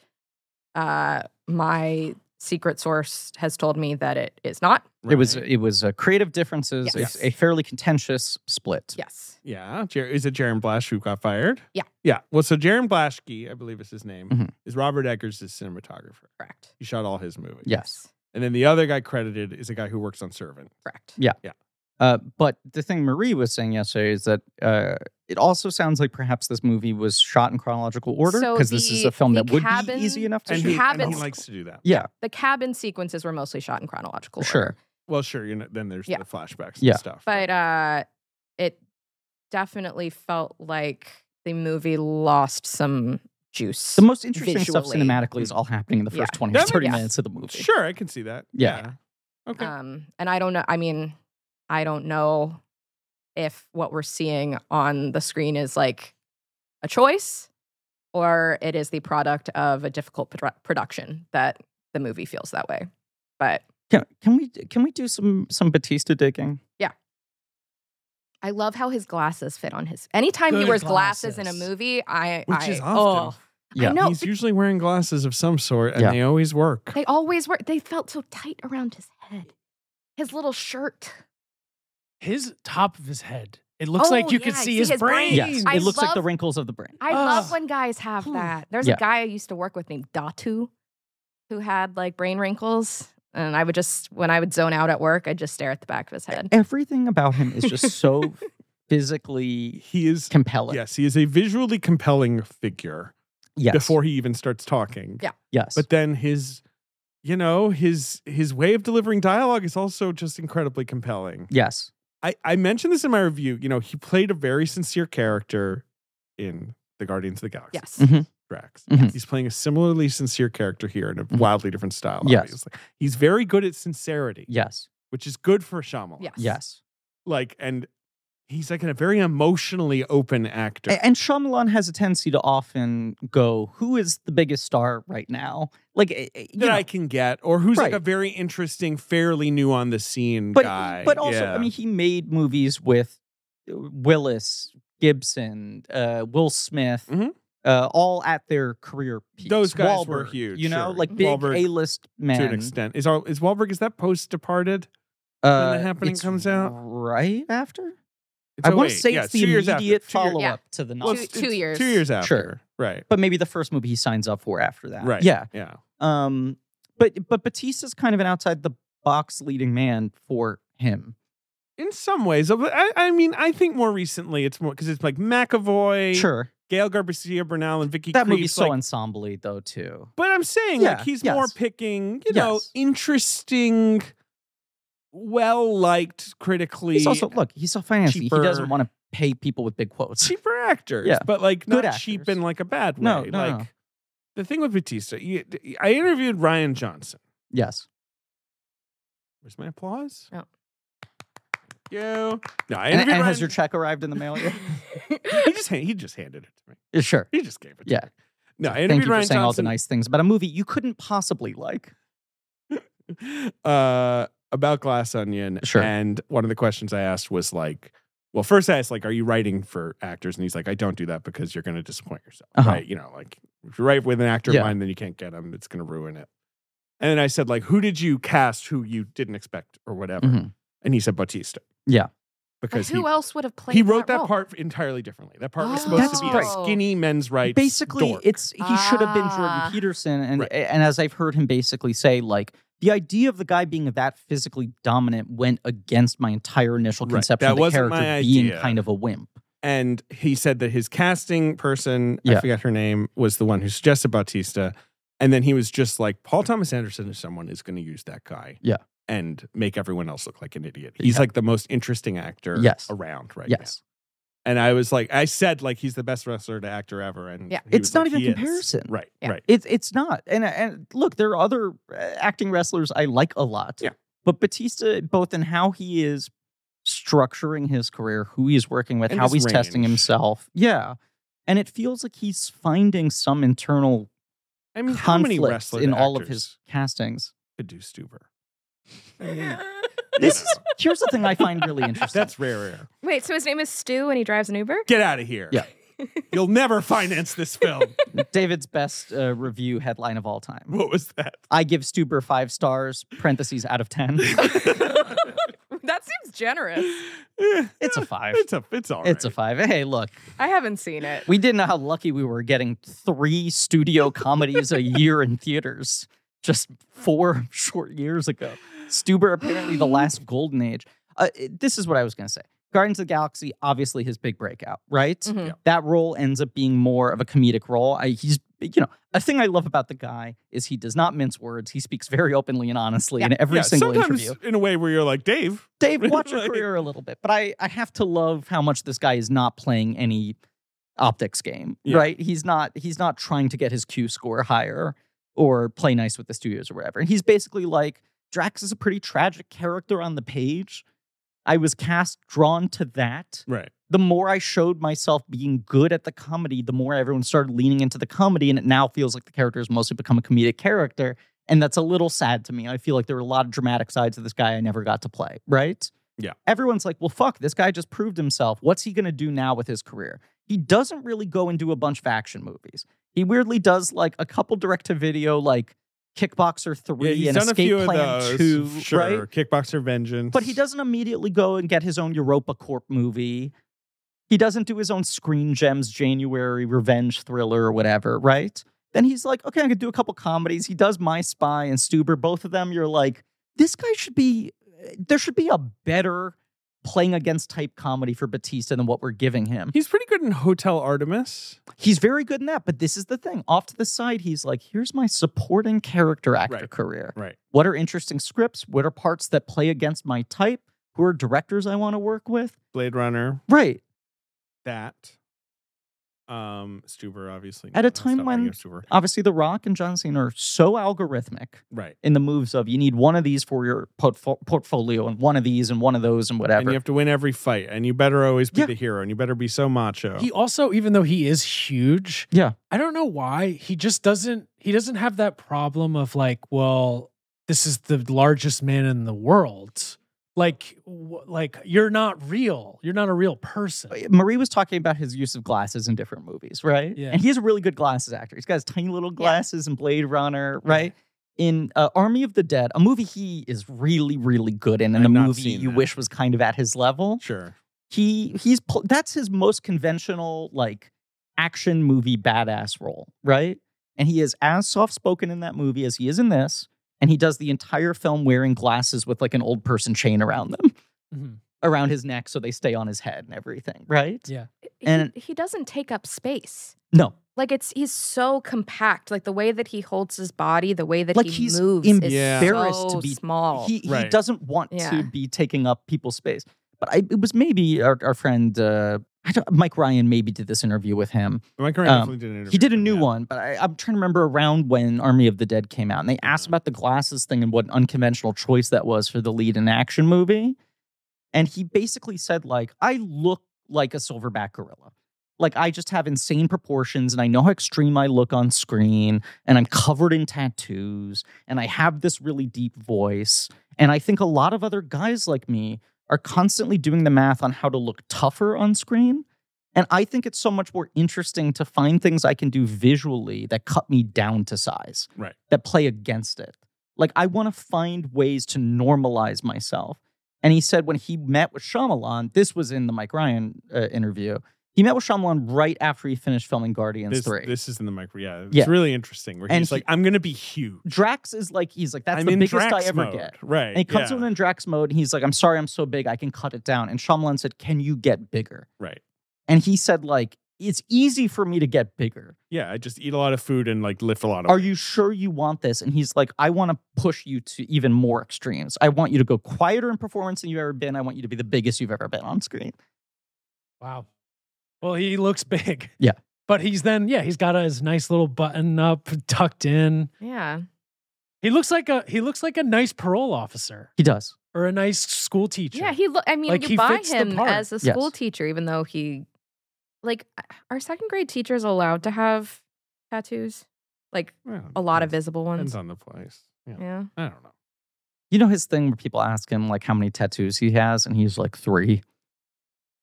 Speaker 1: uh, my secret source has told me that it is not.
Speaker 3: it was
Speaker 4: Right.
Speaker 3: it was uh, creative differences.
Speaker 1: Yes.
Speaker 3: It's a fairly contentious split.
Speaker 1: Yes.
Speaker 4: Yeah, Jer- is it Jaron Blash who got fired?
Speaker 1: Yeah. Mm-hmm.
Speaker 4: yeah. Well, so Jaron Blashke, I believe is his name,
Speaker 3: Mhm.
Speaker 4: is Robert Eggers' cinematographer.
Speaker 1: Correct.
Speaker 4: He shot all his movies.
Speaker 3: Yes.
Speaker 4: and then the other guy credited is a guy who works on Servant.
Speaker 1: Correct.
Speaker 3: Uh, but the thing Marie was saying yesterday is that uh, it also sounds like perhaps this movie was shot in chronological order
Speaker 1: So
Speaker 3: because this is
Speaker 1: the-
Speaker 3: a film
Speaker 1: the
Speaker 3: that would
Speaker 1: cabin-
Speaker 3: be easy enough to
Speaker 4: And
Speaker 3: shoot.
Speaker 4: he, and he
Speaker 1: Habits-
Speaker 4: likes to do that.
Speaker 3: yeah,
Speaker 1: The cabin sequences were mostly shot in chronological order.
Speaker 3: sure.
Speaker 4: Well, sure. You know, then there's
Speaker 1: Yeah.
Speaker 4: the flashbacks
Speaker 3: Yeah.
Speaker 4: and stuff.
Speaker 1: but uh it definitely felt like the movie lost some juice
Speaker 3: The most interesting stuff
Speaker 1: Visually.
Speaker 3: cinematically is all happening in the
Speaker 1: Yeah.
Speaker 3: first twenty
Speaker 4: That
Speaker 3: to
Speaker 4: makes-
Speaker 3: thirty
Speaker 1: Yeah.
Speaker 3: minutes of the movie.
Speaker 4: sure, I can see that.
Speaker 3: Yeah.
Speaker 4: Yeah. Okay.
Speaker 1: um and i don't know i mean i don't know if what we're seeing on the screen is like a choice or it is the product of a difficult produ- production that the movie feels that way but
Speaker 3: Can, can we can we do some some Batista digging?
Speaker 1: i love how his glasses fit on his anytime he
Speaker 5: Good
Speaker 1: wears glasses. in a
Speaker 5: glasses.
Speaker 1: movie i
Speaker 4: Which
Speaker 1: I,
Speaker 4: is
Speaker 1: oh,
Speaker 4: often.
Speaker 3: Yeah.
Speaker 1: i know
Speaker 4: He's usually wearing glasses of some sort, and
Speaker 3: Yeah.
Speaker 4: they always work.
Speaker 1: They always were. They felt so tight around his head. His little shirt.
Speaker 5: His top of his head. It looks
Speaker 1: Oh,
Speaker 5: like you
Speaker 1: yeah,
Speaker 5: could
Speaker 1: I
Speaker 5: see,
Speaker 1: see
Speaker 5: his,
Speaker 1: his brain.
Speaker 5: brain.
Speaker 3: Yes,
Speaker 1: I
Speaker 3: it looks like the
Speaker 1: love-
Speaker 3: rove of the brain.
Speaker 1: I
Speaker 5: Ugh.
Speaker 1: love when guys have
Speaker 5: Hmm.
Speaker 1: that. There's
Speaker 3: Yeah.
Speaker 1: a guy I used to work with named Datu who had like brain wrinkles. And I would just, when I would zone out at work, I'd just stare at the back of his head.
Speaker 3: Everything about him is just so physically
Speaker 4: He is.
Speaker 3: compelling.
Speaker 4: Yes, he is a visually compelling figure
Speaker 3: Yes.
Speaker 4: before he even starts talking.
Speaker 1: Yeah.
Speaker 3: yes.
Speaker 4: But then his, you know, his his way of delivering dialogue is also just incredibly compelling.
Speaker 3: yes.
Speaker 4: I, I mentioned this in my review. You know, he played a very sincere character in the Guardians of the Galaxy.
Speaker 1: Yes.
Speaker 3: Mhm.
Speaker 4: Drax.
Speaker 3: Mhm.
Speaker 4: He's playing a similarly sincere character here in a
Speaker 3: Mhm.
Speaker 4: wildly different style.
Speaker 3: Yes.
Speaker 4: Obviously, he's very good at sincerity,
Speaker 3: Yes.
Speaker 4: which is good for Shyamalan.
Speaker 1: Yes.
Speaker 3: Yes.
Speaker 4: Like, and he's like a very emotionally open actor.
Speaker 3: A- And Shyamalan has a tendency to often go, "Who is the biggest star right now?" Like, eh, eh, you
Speaker 4: that
Speaker 3: know,
Speaker 4: I can get, or who's like
Speaker 3: Right.
Speaker 4: a very interesting, fairly new on the scene
Speaker 3: but
Speaker 4: guy.
Speaker 3: but also,
Speaker 4: Yeah.
Speaker 3: I mean, he made movies with Willis, Gibson, uh, Will Smith,
Speaker 4: Mhm.
Speaker 3: uh, all at their career peaks.
Speaker 4: Those guys were
Speaker 3: Wahlberg,
Speaker 4: huge,
Speaker 3: you know,
Speaker 4: sure.
Speaker 3: like big
Speaker 4: Wahlberg,
Speaker 3: A-list men.
Speaker 4: to an extent, is our, is Wahlberg is that post Departed?
Speaker 3: Uh,
Speaker 4: The Happening
Speaker 3: it's
Speaker 4: comes out?
Speaker 3: right after.
Speaker 4: It's
Speaker 3: I want
Speaker 4: 08.
Speaker 3: to say
Speaker 4: Yeah,
Speaker 3: it's the
Speaker 4: two years after.
Speaker 3: immediate
Speaker 4: Two year-
Speaker 3: follow up to the
Speaker 4: Well,
Speaker 3: novel,
Speaker 1: Two-
Speaker 4: it's-
Speaker 1: two
Speaker 4: it's
Speaker 1: years.
Speaker 4: Two years after.
Speaker 3: Sure.
Speaker 4: Right.
Speaker 3: but maybe the first movie he signs up for after that.
Speaker 4: Right.
Speaker 3: Yeah.
Speaker 4: Yeah.
Speaker 3: Um, but but Batista's kind of an outside the box leading man for him.
Speaker 4: In some ways, I, I mean, I think more recently it's more because it's like McAvoy,
Speaker 3: Sure,
Speaker 4: Gail Garcia Bernal, and Vicky.
Speaker 3: that
Speaker 4: Creeps,
Speaker 3: movie's so
Speaker 4: like-
Speaker 3: ensemble though too.
Speaker 4: But I'm saying, like,
Speaker 3: Yeah,
Speaker 4: he's
Speaker 3: yes.
Speaker 4: more picking, you know,
Speaker 3: Yes.
Speaker 4: interesting, well liked critically.
Speaker 3: He's also <laughs> look, he's so fancy.
Speaker 4: cheaper-
Speaker 3: He doesn't want to pay people with big quotes.
Speaker 4: cheaper actors,
Speaker 3: Yeah.
Speaker 4: but like
Speaker 3: Good
Speaker 4: not cheap
Speaker 3: actors.
Speaker 4: in like a bad way.
Speaker 3: No, no,
Speaker 4: like
Speaker 3: no.
Speaker 4: the thing with Batista, you, I interviewed Ryan Johnson.
Speaker 3: <laughs> Yes.
Speaker 4: Where's my applause?
Speaker 1: Oh.
Speaker 4: Thank you. No, I
Speaker 3: And,
Speaker 4: interviewed
Speaker 3: and
Speaker 4: Ryan.
Speaker 3: has your check arrived in the
Speaker 4: Oh,
Speaker 3: mail <laughs> yet?
Speaker 4: he just hand, he just handed it to me.
Speaker 3: Yeah, sure.
Speaker 4: He just gave it. to
Speaker 3: Yeah.
Speaker 4: me. <laughs> No, I
Speaker 3: Thank
Speaker 4: interviewed
Speaker 3: you for
Speaker 4: Ryan
Speaker 3: saying all the
Speaker 4: Johnson.
Speaker 3: nice things about a movie you couldn't possibly like.
Speaker 4: uh, about Glass Onion.
Speaker 3: Sure.
Speaker 4: And one of the questions I asked was like, well, first I asked like, are you writing for actors? And he's like, I don't do that because you're going to disappoint yourself,
Speaker 3: Uh-huh.
Speaker 4: right? You know, like if you write with an actor in
Speaker 3: Yeah.
Speaker 4: mind, then you can't get him. It's going to ruin it. And then I said like, who did you cast who you didn't expect or whatever?
Speaker 3: Mhm.
Speaker 4: And he said Bautista.
Speaker 3: Yeah.
Speaker 1: But
Speaker 4: Because
Speaker 1: who
Speaker 4: he,
Speaker 1: else would have played?
Speaker 4: he wrote that,
Speaker 1: that, role?
Speaker 4: part entirely differently. That part
Speaker 3: <gasps>
Speaker 4: was
Speaker 1: Oh.
Speaker 4: supposed
Speaker 3: That's
Speaker 4: to be
Speaker 3: right.
Speaker 4: a skinny men's rights.
Speaker 3: Basically,
Speaker 4: dork.
Speaker 3: it's he should have been Jordan
Speaker 1: Ah.
Speaker 3: Peterson, and
Speaker 4: Right.
Speaker 3: and as I've heard him basically say, like the idea of the guy being that physically dominant went against my entire initial
Speaker 4: Right.
Speaker 3: conception
Speaker 4: That
Speaker 3: of the
Speaker 4: wasn't
Speaker 3: character
Speaker 4: my
Speaker 3: being
Speaker 4: idea.
Speaker 3: kind of a wimp.
Speaker 4: and he said that his casting person, I
Speaker 3: Yeah.
Speaker 4: forgot her name, was the one who suggested Bautista. And then he was just like, Paul Thomas Anderson is someone who's going to use that guy.
Speaker 2: Yeah.
Speaker 4: And make everyone else look like an idiot. He's
Speaker 3: Yeah.
Speaker 4: like the most interesting actor
Speaker 3: Yes.
Speaker 4: around right
Speaker 3: yes.
Speaker 4: now. And I was like, I said, like, he's the best wrestler to actor ever. And
Speaker 1: Yeah.
Speaker 4: he
Speaker 3: It's
Speaker 4: was
Speaker 3: not
Speaker 4: like,
Speaker 3: even
Speaker 4: "He is."
Speaker 3: comparison.
Speaker 4: Right,
Speaker 1: Yeah.
Speaker 4: right.
Speaker 3: It's it's not. And and look, there are other uh, acting wrestlers I like a lot.
Speaker 4: Yeah.
Speaker 3: But Batista, both in how he is structuring his career, who he's working with,
Speaker 4: And
Speaker 3: how
Speaker 4: his
Speaker 3: he's testing
Speaker 4: range.
Speaker 3: himself. Yeah. And it feels like he's finding some internal
Speaker 4: I mean, how many
Speaker 3: conflict
Speaker 4: wrestlers
Speaker 3: in all of
Speaker 4: actors
Speaker 3: his castings.
Speaker 4: could do Stuber?
Speaker 3: <laughs> This
Speaker 4: know.
Speaker 3: is here's the thing I find really interesting.
Speaker 4: That's rare, rare.
Speaker 1: Wait, so his name is Stu and he drives an Uber?
Speaker 4: Get out of here.
Speaker 3: Yeah.
Speaker 4: <laughs> You'll never finance this
Speaker 3: <laughs>
Speaker 4: film.
Speaker 3: David's best uh, review headline of all time.
Speaker 4: what was that?
Speaker 3: I give Stuber five stars, parentheses out of
Speaker 1: <laughs>
Speaker 3: 10.
Speaker 1: that seems generous.
Speaker 3: It's a five.
Speaker 4: Eh, It's a it's all
Speaker 3: It's a
Speaker 4: right.
Speaker 3: five. Hey, look,
Speaker 1: I haven't seen it.
Speaker 3: we didn't know how lucky we were getting three studio comedies a year in theaters just four <laughs> short years ago. Stuber, apparently the last golden age. Uh, it- this is what I was going to say. Guardians of the Galaxy, obviously his big breakout, right?
Speaker 1: Mhm.
Speaker 3: That role ends up being more of a comedic role. I, he's, you know, a thing I love about the guy is he does not mince words. He speaks very openly and honestly in every
Speaker 4: Yeah,
Speaker 3: single
Speaker 4: sometimes
Speaker 3: interview.
Speaker 4: in a way where you're like, Dave,
Speaker 3: Dave, watch your
Speaker 4: Like-
Speaker 3: career a little bit, but I, I have to love how much this guy is not playing any optics game,
Speaker 4: Yeah.
Speaker 3: right? He's not he's not trying to get his Q score higher or play nice with the studios or whatever. And he's basically like Drax is a pretty tragic character on the page. I was cast drawn to that.
Speaker 4: right?
Speaker 3: The more I showed myself being good at the comedy, the more everyone started leaning into the comedy, and it now feels like the character has mostly become a comedic character and that's a little sad to me. I feel like there were a lot of dramatic sides of this guy I never got to play, right?
Speaker 4: Yeah.
Speaker 3: Everyone's like, well, fuck, this guy just proved himself. What's he going to do now with his career? He doesn't really go and do a bunch of action movies. He weirdly does like a couple direct to video, like Kickboxer 3 and Escape Plan 2,
Speaker 4: Sure,
Speaker 3: right?
Speaker 4: Kickboxer Vengeance.
Speaker 3: But he doesn't immediately go and get his own Europa Corp movie. He doesn't do his own Screen Gems January revenge thriller or whatever, right? Then he's like, okay, I could do a couple comedies. He does My Spy and Stuber. Both of them, you're like, this guy should be, eh, there should be a better playing against type comedy for Batista than what we're giving him.
Speaker 4: He's pretty good in Hotel Artemis.
Speaker 3: He's very good in that, but this is the thing. Off to the side, he's like, here's my supporting character actor
Speaker 4: Right.
Speaker 3: career.
Speaker 4: Right.
Speaker 3: What are interesting scripts? What are parts that play against my type? Who are directors I want to work with?
Speaker 4: Blade Runner.
Speaker 3: Right.
Speaker 4: That. Um, Stuber obviously.
Speaker 3: At a
Speaker 4: No, that's
Speaker 3: time
Speaker 4: not
Speaker 3: when-
Speaker 4: thinking of Stuber.
Speaker 3: Obviously, The Rock and John Cena are so algorithmic
Speaker 4: right,
Speaker 3: in the moves of you need one of these for your portfo- portfolio and one of these and one of those and
Speaker 4: and
Speaker 3: whatever.
Speaker 4: you have to win every fight, and you better always be
Speaker 3: Yeah.
Speaker 4: the hero, and you better be so macho.
Speaker 5: He also, even though he is huge,
Speaker 3: Yeah.
Speaker 5: I don't know why he just doesn't. He doesn't have that problem of like, well, this is the largest man in the world. Like, w- like you're not real. You're not a real person.
Speaker 3: Marie was talking about his use of glasses in different movies, right?
Speaker 5: Yeah.
Speaker 3: And he's a really good glasses actor. He's got his tiny little glasses in Blade Runner, right? In uh, Army of the Dead, a movie he is really, really good in, and
Speaker 4: I've
Speaker 3: a
Speaker 4: not
Speaker 3: movie
Speaker 4: seen
Speaker 3: you
Speaker 4: that.
Speaker 3: wish was kind of at his level.
Speaker 4: sure.
Speaker 3: He he's pl- that's his most conventional like action movie badass role, right? And he is as soft spoken in that movie as he is in this, and he does the entire film wearing glasses with like an old person chain around them,
Speaker 4: Mm-hmm.
Speaker 5: Mhm.
Speaker 3: around his neck, so they stay on his head and everything, right?
Speaker 5: Yeah.
Speaker 1: He-
Speaker 3: And-
Speaker 1: he doesn't take up space.
Speaker 3: No,
Speaker 1: Like it's he's so compact. Like the way that he holds his body, the way that
Speaker 3: Like,
Speaker 1: he
Speaker 3: he's
Speaker 1: moves
Speaker 3: embarrassed
Speaker 1: is
Speaker 3: to
Speaker 1: so
Speaker 3: be-
Speaker 1: small.
Speaker 3: he, he
Speaker 4: Right.
Speaker 3: doesn't want
Speaker 1: Oh, Yeah.
Speaker 3: to be taking up people's space. But I, it was maybe our, our friend uh, I don't, Mike Ryan maybe did this interview with him.
Speaker 4: Am I correct?
Speaker 3: Um,
Speaker 4: Definitely did an interview
Speaker 3: He did a
Speaker 4: with him,
Speaker 3: new
Speaker 4: yeah.
Speaker 3: one, but I, I'm trying to remember around when Army of the Dead came out, and they
Speaker 4: Mm-hmm.
Speaker 3: asked about the glasses thing and what an unconventional choice that was for the lead in an action movie. And he basically said, like, I look like a silverback gorilla. Like I just have insane proportions and I know how extreme I look on screen and I'm covered in tattoos and I have this really deep voice. And I think a lot of other guys like me are constantly doing the math on how to look tougher on screen. And I think it's so much more interesting to find things I can do visually that cut me down to size,
Speaker 4: Right.
Speaker 3: that play against it. Like, I want to find ways to normalize myself. And he said when he met with Shyamalan, this was in the Mike Ryan uh, interview, He met with Shyamalan right after he finished filming Guardians
Speaker 4: This,
Speaker 3: 3.
Speaker 4: this is in the micro. Yeah, it's
Speaker 3: Yeah.
Speaker 4: really interesting. Where he's
Speaker 3: And
Speaker 4: like,
Speaker 3: he-
Speaker 4: "I'm going to be huge."
Speaker 3: Drax is like, he's like, that's
Speaker 4: I'm
Speaker 3: the
Speaker 4: in
Speaker 3: biggest I
Speaker 4: Drax
Speaker 3: ever
Speaker 4: mode.
Speaker 3: get.
Speaker 4: Right.
Speaker 3: And he comes to
Speaker 4: yeah,
Speaker 3: him in Drax mode and he's like, I'm sorry, I'm so big, I can cut it down. And Shyamalan said, Can you get bigger?
Speaker 4: Right.
Speaker 3: And he said, like, it's easy for me to get bigger.
Speaker 4: Yeah, I just eat a lot of food and like lift a lot of.
Speaker 3: Are you sure you want this? And he's like, I want to push you to even more extremes. I want you to go quieter in performance than you've ever been. I want you to be the biggest you've ever been on screen.
Speaker 5: Wow. Well, he looks big.
Speaker 3: <laughs> Yeah.
Speaker 5: But he's then, yeah, he's got his nice little button up, tucked in.
Speaker 1: Yeah.
Speaker 5: He looks like a he looks like a nice parole officer
Speaker 3: He does.
Speaker 5: or a nice school teacher.
Speaker 1: Yeah, he look I mean,
Speaker 5: Like, he
Speaker 1: you buy
Speaker 5: fits the
Speaker 1: him
Speaker 5: part.
Speaker 1: as a
Speaker 3: Yes.
Speaker 1: school teacher even though he like are second grade teachers allowed to have tattoos? Like
Speaker 4: Well,
Speaker 1: a lot of
Speaker 4: depends-
Speaker 1: visible
Speaker 4: Depends
Speaker 1: ones.
Speaker 4: on the place. Yeah.
Speaker 1: Yeah.
Speaker 4: I don't know.
Speaker 3: You know his thing where people ask him like how many tattoos he has, and he's like three.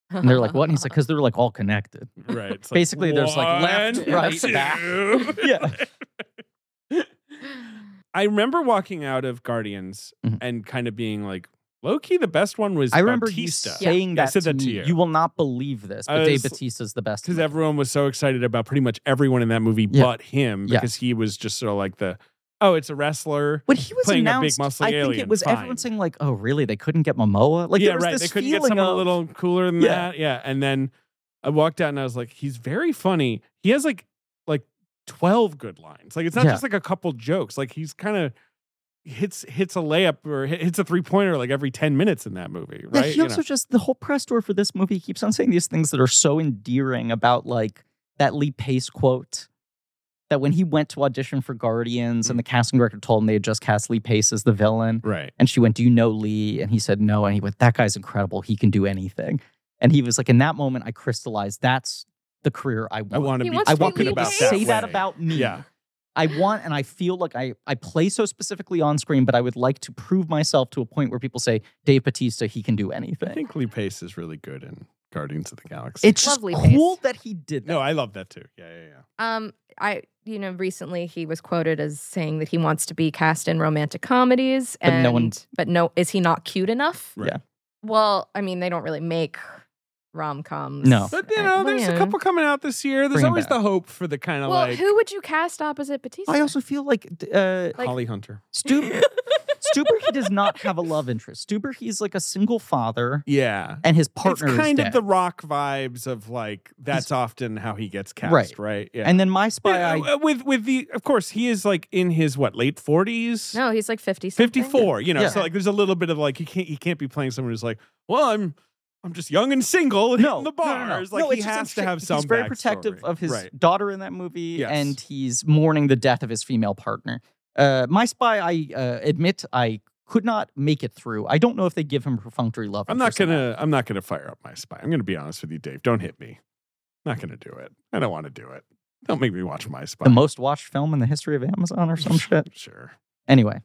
Speaker 3: And they're like, what? And he's like,
Speaker 4: <laughs>
Speaker 3: because they're like all connected.
Speaker 4: Right. It's like,
Speaker 3: Basically, there's, like, left,
Speaker 4: one,
Speaker 3: right, back.
Speaker 4: two.
Speaker 3: <laughs> Yeah.
Speaker 4: <laughs>
Speaker 1: <laughs>
Speaker 4: I remember walking out of Guardians
Speaker 3: Mhm.
Speaker 4: and kind of being like, low key, the best one was
Speaker 3: I remember
Speaker 4: Bautista.
Speaker 3: you saying
Speaker 4: Yeah, I
Speaker 3: that,
Speaker 4: said
Speaker 3: to
Speaker 4: that to
Speaker 3: me.
Speaker 4: you. Uh,
Speaker 3: You will not believe this,
Speaker 4: I
Speaker 3: but Dave
Speaker 4: was-
Speaker 3: Batista's the best.
Speaker 4: because
Speaker 3: in it.
Speaker 4: everyone was so excited about pretty much everyone in that movie
Speaker 3: Yeah.
Speaker 4: but him
Speaker 3: Yeah.
Speaker 4: because he was just sort of like the oh it's a wrestler
Speaker 3: when he was
Speaker 4: playing a big
Speaker 3: announced,
Speaker 4: muscly
Speaker 3: I think
Speaker 4: alien,
Speaker 3: it was
Speaker 4: fine.
Speaker 3: everyone saying like, "Oh, really? They couldn't get Momoa." Like,
Speaker 4: yeah
Speaker 3: there was
Speaker 4: right
Speaker 3: this
Speaker 4: they couldn't
Speaker 3: feeling
Speaker 4: get someone
Speaker 3: of,
Speaker 4: a little cooler than
Speaker 3: Yeah.
Speaker 4: that yeah and then I walked out and I was like he's very funny he has like like twelve good lines like it's not
Speaker 3: Yeah.
Speaker 4: just like a couple jokes like he's kind of hits hits a layup or hi- hits a three pointer like every ten minutes in that movie
Speaker 3: Yeah,
Speaker 4: right
Speaker 3: he
Speaker 4: You
Speaker 3: also
Speaker 4: know?
Speaker 3: just the whole press tour for this movie keeps on saying these things that are so endearing about like that Lee Pace quote that when he went to audition for Guardians
Speaker 4: Mm.
Speaker 3: and the casting director told him they had just cast Lee Pace as the villain,
Speaker 4: right
Speaker 3: And she went, Do you know Lee? And he said, No. And he went, That guy's incredible. He can do anything. And he was like, In that moment, I crystallized that's the career I want.
Speaker 4: I want to
Speaker 1: He
Speaker 4: be
Speaker 1: wants
Speaker 3: I
Speaker 1: to
Speaker 3: want
Speaker 1: be
Speaker 4: spoken
Speaker 1: Lee
Speaker 3: people to
Speaker 4: about
Speaker 1: Pace.
Speaker 4: that
Speaker 3: say that
Speaker 4: way.
Speaker 3: about me.
Speaker 4: yeah
Speaker 3: I want, and I feel like I, I play so specifically on screen, but I would like to prove myself to a point where people say, Dave Batista, he can do
Speaker 4: I
Speaker 3: anything.
Speaker 4: think Lee Pace is really good in Guardians of the Galaxy
Speaker 3: It's just
Speaker 1: Lovely
Speaker 3: cool
Speaker 1: face.
Speaker 3: that he did that.
Speaker 4: no I love that too yeah yeah yeah
Speaker 1: Um, I you know recently he was quoted as saying that he wants to be cast in romantic comedies,
Speaker 3: But
Speaker 1: and
Speaker 3: no one-
Speaker 1: but no, is he not cute enough?
Speaker 4: Right.
Speaker 3: Yeah.
Speaker 1: Well, I mean, they don't really make rom coms.
Speaker 3: No.
Speaker 4: But you know, there's a couple coming out this year. There's
Speaker 3: Oh, Bring 'em
Speaker 4: always the
Speaker 3: back.
Speaker 4: hope for the kind of
Speaker 1: Well,
Speaker 4: like
Speaker 1: who would you cast opposite Batista?
Speaker 3: I also feel like uh,
Speaker 1: like-
Speaker 4: Holly Hunter.
Speaker 3: Stuber, Stuber, he does not have a love interest. Stuber, he's like a single father,
Speaker 4: Yeah.
Speaker 3: and his partner
Speaker 4: it's
Speaker 3: is
Speaker 4: kind
Speaker 3: dead.
Speaker 4: of the rock vibes of like that's often how he gets cast, right?
Speaker 3: Right.
Speaker 4: Yeah.
Speaker 3: And then my spy,
Speaker 4: Yeah,
Speaker 3: I
Speaker 4: uh, with with the of course he is like in his what late
Speaker 1: <laughs>
Speaker 4: forties,
Speaker 1: no, he's like fifty.
Speaker 4: fifty
Speaker 1: something.
Speaker 4: four. You know,
Speaker 3: Yeah.
Speaker 4: so like there's a little bit of like he can't he can't be playing someone who's like, well, I'm I'm just young and single and hitting the bars. Like he
Speaker 3: it's just
Speaker 4: has to
Speaker 3: interesting.
Speaker 4: have some.
Speaker 3: He's very protective
Speaker 4: backstory.
Speaker 3: of his
Speaker 4: Right.
Speaker 3: daughter in that movie,
Speaker 4: Yes.
Speaker 3: and he's mourning the death of his female partner. Uh, my spy, I uh, admit, I could not make it through. I don't know if they give him perfunctory love.
Speaker 4: I'm not
Speaker 3: interest or
Speaker 4: gonna I'm not gonna fire up my spy. I'm gonna be honest with you, Dave. Don't hit me. Not gonna do it. I don't want to do it. Don't make me watch my spy.
Speaker 3: The most watched film in the history of Amazon or
Speaker 4: <laughs>
Speaker 3: some shit.
Speaker 4: Sure.
Speaker 3: Anyway,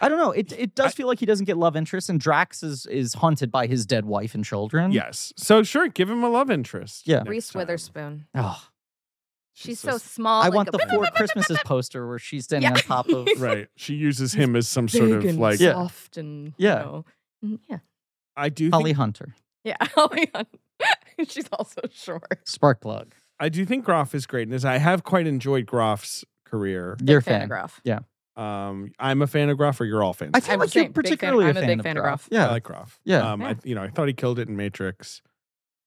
Speaker 3: I don't know. It it does feel like he doesn't get love interest, and Drax is is haunted by his dead wife and children.
Speaker 4: Yes. So sure, give him a love interest.
Speaker 3: Yeah.
Speaker 4: next
Speaker 1: Reese
Speaker 4: time.
Speaker 1: Witherspoon.
Speaker 3: Ugh.
Speaker 1: She's
Speaker 4: so
Speaker 1: so
Speaker 4: s-
Speaker 1: small.
Speaker 3: I
Speaker 1: like
Speaker 3: want <laughs>
Speaker 1: a-
Speaker 3: the Four
Speaker 1: <laughs>
Speaker 3: Christmases poster where she's standing
Speaker 1: Yeah.
Speaker 3: on top <laughs> of.
Speaker 4: <laughs> Right. She uses him as some
Speaker 1: big
Speaker 4: sort of
Speaker 1: and
Speaker 4: like
Speaker 3: Yeah.
Speaker 1: soft and
Speaker 3: Yeah.
Speaker 1: you know. Mm, yeah,
Speaker 4: I do
Speaker 3: Holly
Speaker 4: think
Speaker 3: Hunter,
Speaker 1: yeah. <laughs> Holly Hunter. She's also short.
Speaker 3: spark plug.
Speaker 4: I do think Groff is great in this. I have quite enjoyed Groff's career.
Speaker 3: Your
Speaker 1: Fan
Speaker 3: fan.
Speaker 1: of <laughs> Groff.
Speaker 4: Um, I'm a fan of Groff, or you're all fans.
Speaker 3: I feel
Speaker 1: I'm
Speaker 3: like
Speaker 1: the
Speaker 3: you're
Speaker 1: same- big fan-
Speaker 3: particularly
Speaker 1: I'm a
Speaker 3: a
Speaker 1: big fan of Ralph.
Speaker 4: I
Speaker 3: Yeah,
Speaker 4: like Groff.
Speaker 3: Yeah.
Speaker 4: Um, I, you know, I thought he killed it in Matrix.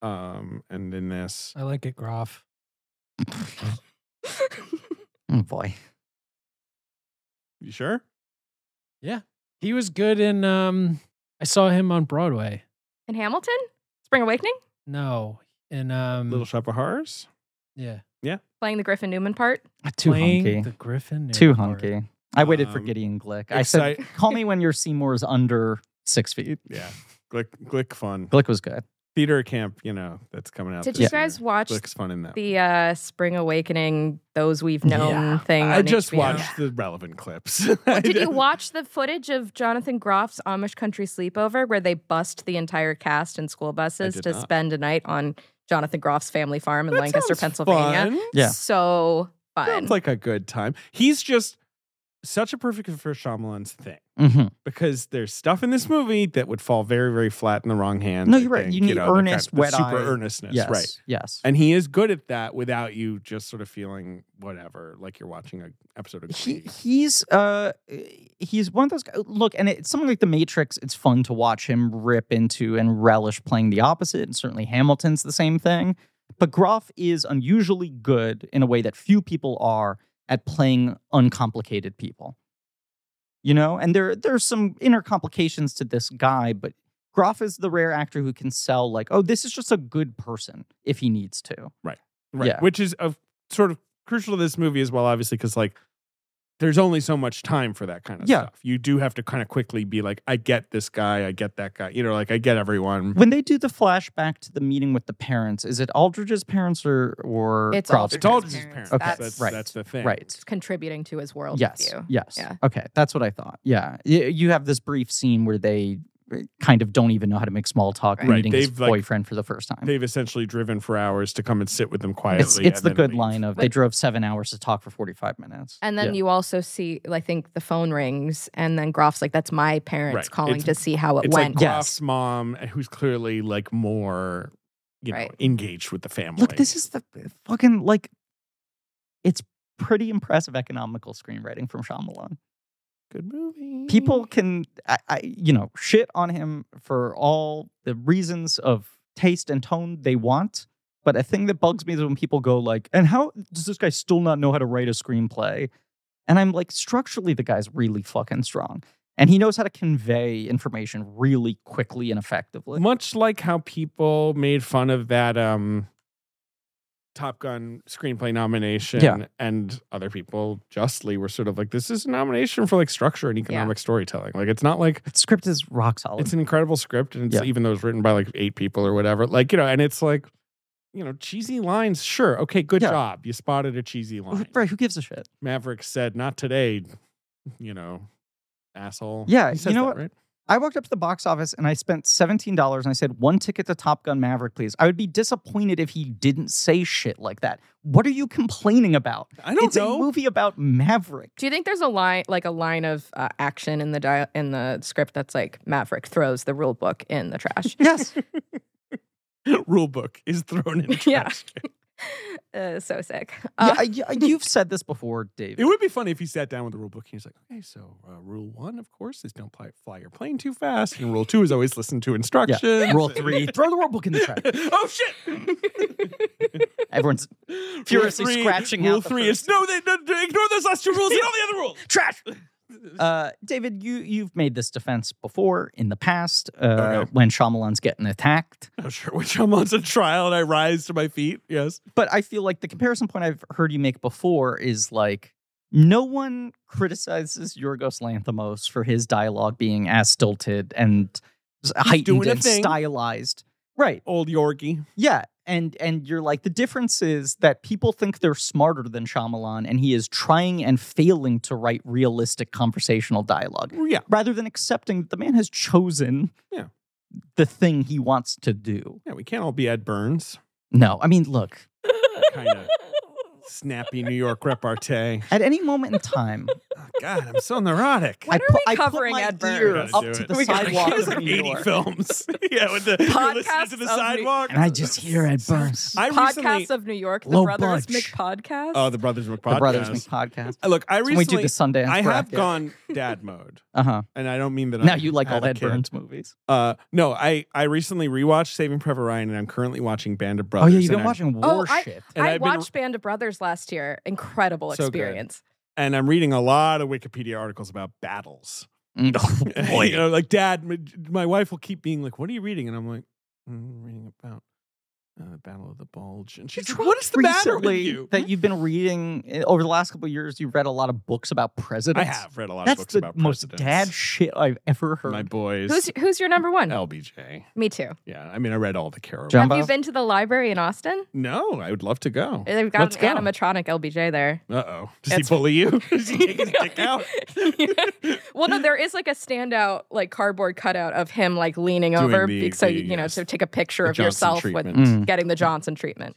Speaker 4: Um, and in this,
Speaker 5: I like it, Groff.
Speaker 3: <laughs> Oh, boy.
Speaker 4: you sure?
Speaker 5: He was good in um I saw him on Broadway.
Speaker 1: In Hamilton? Spring Awakening?
Speaker 5: No. In um
Speaker 3: Mm.
Speaker 4: Little Shop of Horrors.
Speaker 5: yeah.
Speaker 1: Playing the Griffin Newman part?
Speaker 3: Too
Speaker 5: playing
Speaker 3: hunky.
Speaker 5: the Griffin.
Speaker 3: Too
Speaker 5: Newman part.
Speaker 3: hunky. I waited for
Speaker 4: Um,
Speaker 3: Gideon Glick. I said, <laughs>
Speaker 4: excite-
Speaker 3: "Call me when your Seymour is under six feet."
Speaker 4: Yeah. Glick, Glick fun.
Speaker 3: Glick was good.
Speaker 4: Theater camp. You know, that's coming out.
Speaker 1: Did
Speaker 4: this
Speaker 1: you
Speaker 4: year.
Speaker 1: guys watch
Speaker 4: Glick's fun in that.
Speaker 1: the uh, Spring Awakening, those we've known
Speaker 5: Yeah.
Speaker 1: thing?
Speaker 4: I
Speaker 1: on
Speaker 4: just
Speaker 1: HBO?
Speaker 4: watched <laughs> the relevant clips. I <laughs>
Speaker 1: Did you
Speaker 4: didn't-
Speaker 1: watch the footage of Jonathan Groff's Amish Country Sleepover where they bust the entire cast in school buses
Speaker 4: did
Speaker 1: to
Speaker 4: not.
Speaker 1: spend a night on Jonathan Groff's family farm in
Speaker 4: That
Speaker 1: Lancaster,
Speaker 4: sounds
Speaker 1: Pennsylvania?
Speaker 4: fun.
Speaker 3: Yeah.
Speaker 1: So fun.
Speaker 4: Sounds like a good time. He's just such a perfect for Shyamalan's thing
Speaker 3: Mhm.
Speaker 4: because there's stuff in this movie that would fall very, very flat in the wrong hands.
Speaker 3: No,
Speaker 4: I
Speaker 3: you're right.
Speaker 4: think,
Speaker 3: You need
Speaker 4: the kind
Speaker 3: earnest,
Speaker 4: of- the
Speaker 3: wet-eyed-
Speaker 4: super earnestness,
Speaker 3: Yes.
Speaker 4: right?
Speaker 3: Yes.
Speaker 4: And he is good at that without you just sort of feeling whatever, like you're watching an episode of
Speaker 3: he
Speaker 4: Glee.
Speaker 3: he's uh he's one of those guys. Look, and it's something like The Matrix. It's fun to watch him rip into and relish playing the opposite, and certainly Hamilton's the same thing. But Groff is unusually good in a way that few people are at playing uncomplicated people. You know, and there there's some inner complications to this guy, but Groff is the rare actor who can sell like, oh, this is just a good person if he needs to.
Speaker 4: right?
Speaker 3: Yeah.
Speaker 4: Which is of sort of crucial to this movie as well, obviously, because like there's only so much time for that kind of
Speaker 3: Yeah.
Speaker 4: stuff. You do have to kind of quickly be like, I get this guy, I get that guy, you know, like I get everyone.
Speaker 1: Mm-hmm.
Speaker 3: When they do the flashback to the meeting with the parents, is it Aldridge's parents or or
Speaker 1: It's
Speaker 3: Groff's
Speaker 4: It's all just his
Speaker 1: Parents.
Speaker 4: parents.
Speaker 1: Okay.
Speaker 4: That's,
Speaker 3: Right.
Speaker 4: that's the thing.
Speaker 3: Right.
Speaker 1: contributing to his world
Speaker 3: Yes.
Speaker 1: view.
Speaker 3: Yes.
Speaker 1: Yeah.
Speaker 3: Okay, that's what I thought. Yeah, Y- you have this brief scene where they uh, kind of don't even know how to make small talk,
Speaker 1: Right.
Speaker 4: Right,
Speaker 3: meeting his
Speaker 4: they've, like-
Speaker 3: boyfriend for the first time.
Speaker 4: They've essentially driven for hours to come and sit with them quietly.
Speaker 3: it's it's
Speaker 4: and
Speaker 3: the
Speaker 4: then
Speaker 3: good
Speaker 4: leave.
Speaker 3: line of they drove seven hours to talk for forty five minutes,
Speaker 1: And then
Speaker 3: Yeah.
Speaker 1: you also see, I think, the phone rings, and then Groff's like, "That's my parents
Speaker 4: Right.
Speaker 1: calling
Speaker 4: It's-
Speaker 1: to see how it
Speaker 4: It's
Speaker 1: went."
Speaker 4: like
Speaker 3: Yeah.
Speaker 4: Groff's mom, eh, who's clearly like more, you know,
Speaker 1: Right.
Speaker 4: engaged with the family.
Speaker 3: look, this is the eh, fucking like, it's pretty impressive economical screenwriting from Shyamalan.
Speaker 4: good movie.
Speaker 3: people can I, I you know shit on him for all the reasons of taste and tone they want but a thing that bugs me is when people go like and how does this guy still not know how to write a screenplay and i'm like structurally the guy's really fucking strong and he knows how to convey information really quickly and effectively
Speaker 4: much like how people made fun of that um Top Gun screenplay nomination
Speaker 3: Yeah.
Speaker 4: and other people justly were sort of like this is a nomination for like structure and economic storytelling. Like it's not like
Speaker 3: the script is rock solid
Speaker 4: it's an incredible script and it's
Speaker 3: Yeah.
Speaker 4: even though it's written by like eight people or whatever. Like, you know, and it's like you know, cheesy lines, sure. Okay, good
Speaker 3: Yeah.
Speaker 4: job. You spotted a cheesy line.
Speaker 3: right who gives a shit
Speaker 4: Maverick said, not today, you know, asshole.
Speaker 3: Yeah,
Speaker 4: He
Speaker 3: you
Speaker 4: says
Speaker 3: know
Speaker 4: that,
Speaker 3: what?
Speaker 4: right?
Speaker 3: I walked up to the box office and I spent $17 and I said, one ticket to Top Gun Maverick, please. I would be disappointed if he didn't say shit like that. What are you complaining about?
Speaker 4: I don't
Speaker 3: it's
Speaker 4: know.
Speaker 3: a movie about Maverick.
Speaker 1: Do you think there's a line, like a line of uh, action in the dia- in the script that's like Maverick throws the rule book in the trash?
Speaker 3: <laughs> Yes.
Speaker 4: <laughs> Rule book is thrown
Speaker 3: <laughs>
Speaker 4: in
Speaker 1: Yeah.
Speaker 4: trash.
Speaker 1: uh, so sick.
Speaker 3: yeah,
Speaker 1: Uh,
Speaker 3: I- yeah, you've said this before, Dave.
Speaker 4: It would be funny if he sat down with the rule book and he's like, okay, so uh, rule one, of course, is don't fly, fly your plane too fast. And rule two is always listen to instructions.
Speaker 3: Rule three, throw the rule book in the trash.
Speaker 4: <laughs> oh, shit.
Speaker 3: <laughs> Everyone's
Speaker 4: Rule
Speaker 3: Furiously scratching
Speaker 4: rule
Speaker 3: out the
Speaker 4: three
Speaker 3: first-
Speaker 4: is no, they, no, they- ignore those last two rules and all the other rules.
Speaker 3: trash. Uh, David, you, you've made this defense before in the past uh,
Speaker 4: Okay.
Speaker 3: when Shyamalan's getting attacked.
Speaker 4: I'm sure which I'm on trial and I rise to my feet. Yes.
Speaker 3: but I feel like the comparison point I've heard you make before is like no one criticizes Yorgos Lanthimos for his dialogue being as stilted and s- heightened
Speaker 4: doing a
Speaker 3: and
Speaker 4: thing.
Speaker 3: stylized. Right.
Speaker 4: Old Yorkie.
Speaker 3: Yeah. And and you're like the difference is that people think they're smarter than Shyamalan and he is trying and failing to write realistic conversational dialogue
Speaker 4: Yeah.
Speaker 3: rather than accepting that the man has chosen
Speaker 4: Yeah.
Speaker 3: the thing he wants to do.
Speaker 4: Yeah, we can't all be Ed Burns.
Speaker 3: No, I mean look,
Speaker 1: <laughs>
Speaker 4: Kind of snappy New York repartee.
Speaker 3: at any moment in
Speaker 4: <laughs>
Speaker 3: time
Speaker 4: Oh, God, I'm so neurotic.
Speaker 1: What
Speaker 3: I
Speaker 1: are
Speaker 3: put,
Speaker 1: we
Speaker 3: I put
Speaker 1: covering,
Speaker 3: my
Speaker 1: Ed Burns?
Speaker 3: ear
Speaker 4: We gotta
Speaker 3: up
Speaker 4: do
Speaker 3: to
Speaker 4: it.
Speaker 3: the
Speaker 1: We gotta-
Speaker 3: sidewalk
Speaker 1: here's
Speaker 3: of
Speaker 1: like
Speaker 3: New
Speaker 4: 80
Speaker 3: York.
Speaker 4: films. <laughs> yeah, with the you're listening to
Speaker 1: Podcasts
Speaker 4: the
Speaker 1: of New-
Speaker 4: sidewalk.
Speaker 3: And I just hear Ed Burns.
Speaker 4: <laughs> I
Speaker 1: Podcasts
Speaker 4: recently,
Speaker 1: of New York, the
Speaker 3: Low
Speaker 1: Brothers
Speaker 3: Budge.
Speaker 1: McPodcast.
Speaker 4: oh, the Brothers McPodcast.
Speaker 3: The Brothers Make Podcast.
Speaker 4: Uh, Look, I
Speaker 3: When we do
Speaker 4: recently,
Speaker 3: the Sundance
Speaker 4: I have gone dad mode,
Speaker 3: Uh huh.
Speaker 4: and I don't mean that.
Speaker 3: Now
Speaker 4: I
Speaker 3: you like
Speaker 4: had
Speaker 3: all
Speaker 4: a
Speaker 3: Ed
Speaker 4: kid.
Speaker 3: Burns movies.
Speaker 4: Uh, no, I I recently rewatched Saving Private Ryan, and I'm currently watching Band of
Speaker 3: Oh
Speaker 4: Brothers.
Speaker 3: yeah, you've been
Speaker 4: and I'm-
Speaker 3: watching
Speaker 1: Oh, I-
Speaker 3: <laughs> Warship.
Speaker 4: and
Speaker 1: I
Speaker 4: I've been-
Speaker 1: watched Band of Brothers last year. Incredible
Speaker 4: So good.
Speaker 1: experience.
Speaker 4: and I'm reading a lot of Wikipedia articles about battles. <laughs>
Speaker 3: Mm, oh, boy.
Speaker 4: you know, like dad, my, my wife will keep being like, "What are you reading?" And I'm like, "Mm, "I'm reading about." Uh, the Battle of the Bulge, and she's like, "What is the matter with
Speaker 3: Recently,
Speaker 4: you?"
Speaker 3: That you've been reading eh, over the last couple of years. You've read a lot of books about
Speaker 4: I
Speaker 3: presidents.
Speaker 4: have read a lot
Speaker 3: That's
Speaker 4: of books
Speaker 3: the
Speaker 4: about
Speaker 3: most
Speaker 4: presidents.
Speaker 3: dad shit I've ever heard.
Speaker 4: My boys,
Speaker 1: Who's who's your number one?
Speaker 4: LBJ.
Speaker 1: Me too.
Speaker 4: Yeah, I mean, I read all the Carol.
Speaker 3: John-
Speaker 1: Have
Speaker 3: Dumbo?
Speaker 1: you been to the library in Austin?
Speaker 4: No, I would love to go.
Speaker 1: They've got
Speaker 4: Let's
Speaker 1: an
Speaker 4: go.
Speaker 1: animatronic LBJ there.
Speaker 4: Uh oh, does
Speaker 1: It's-
Speaker 4: he bully you? <laughs>
Speaker 3: <laughs>
Speaker 4: does he take his dick out?
Speaker 1: Yeah. Well,
Speaker 4: <laughs>
Speaker 1: no, there is like a standout, like cardboard cutout of him, like leaning
Speaker 4: Doing
Speaker 1: over,
Speaker 4: the-
Speaker 1: be- so
Speaker 4: the,
Speaker 1: you know,
Speaker 4: yes,
Speaker 1: to take a p
Speaker 4: The
Speaker 1: picture of
Speaker 4: Johnson
Speaker 1: yourself
Speaker 4: treatment. Mm-hmm.
Speaker 1: with
Speaker 3: Mm.
Speaker 1: getting the Johnson treatment.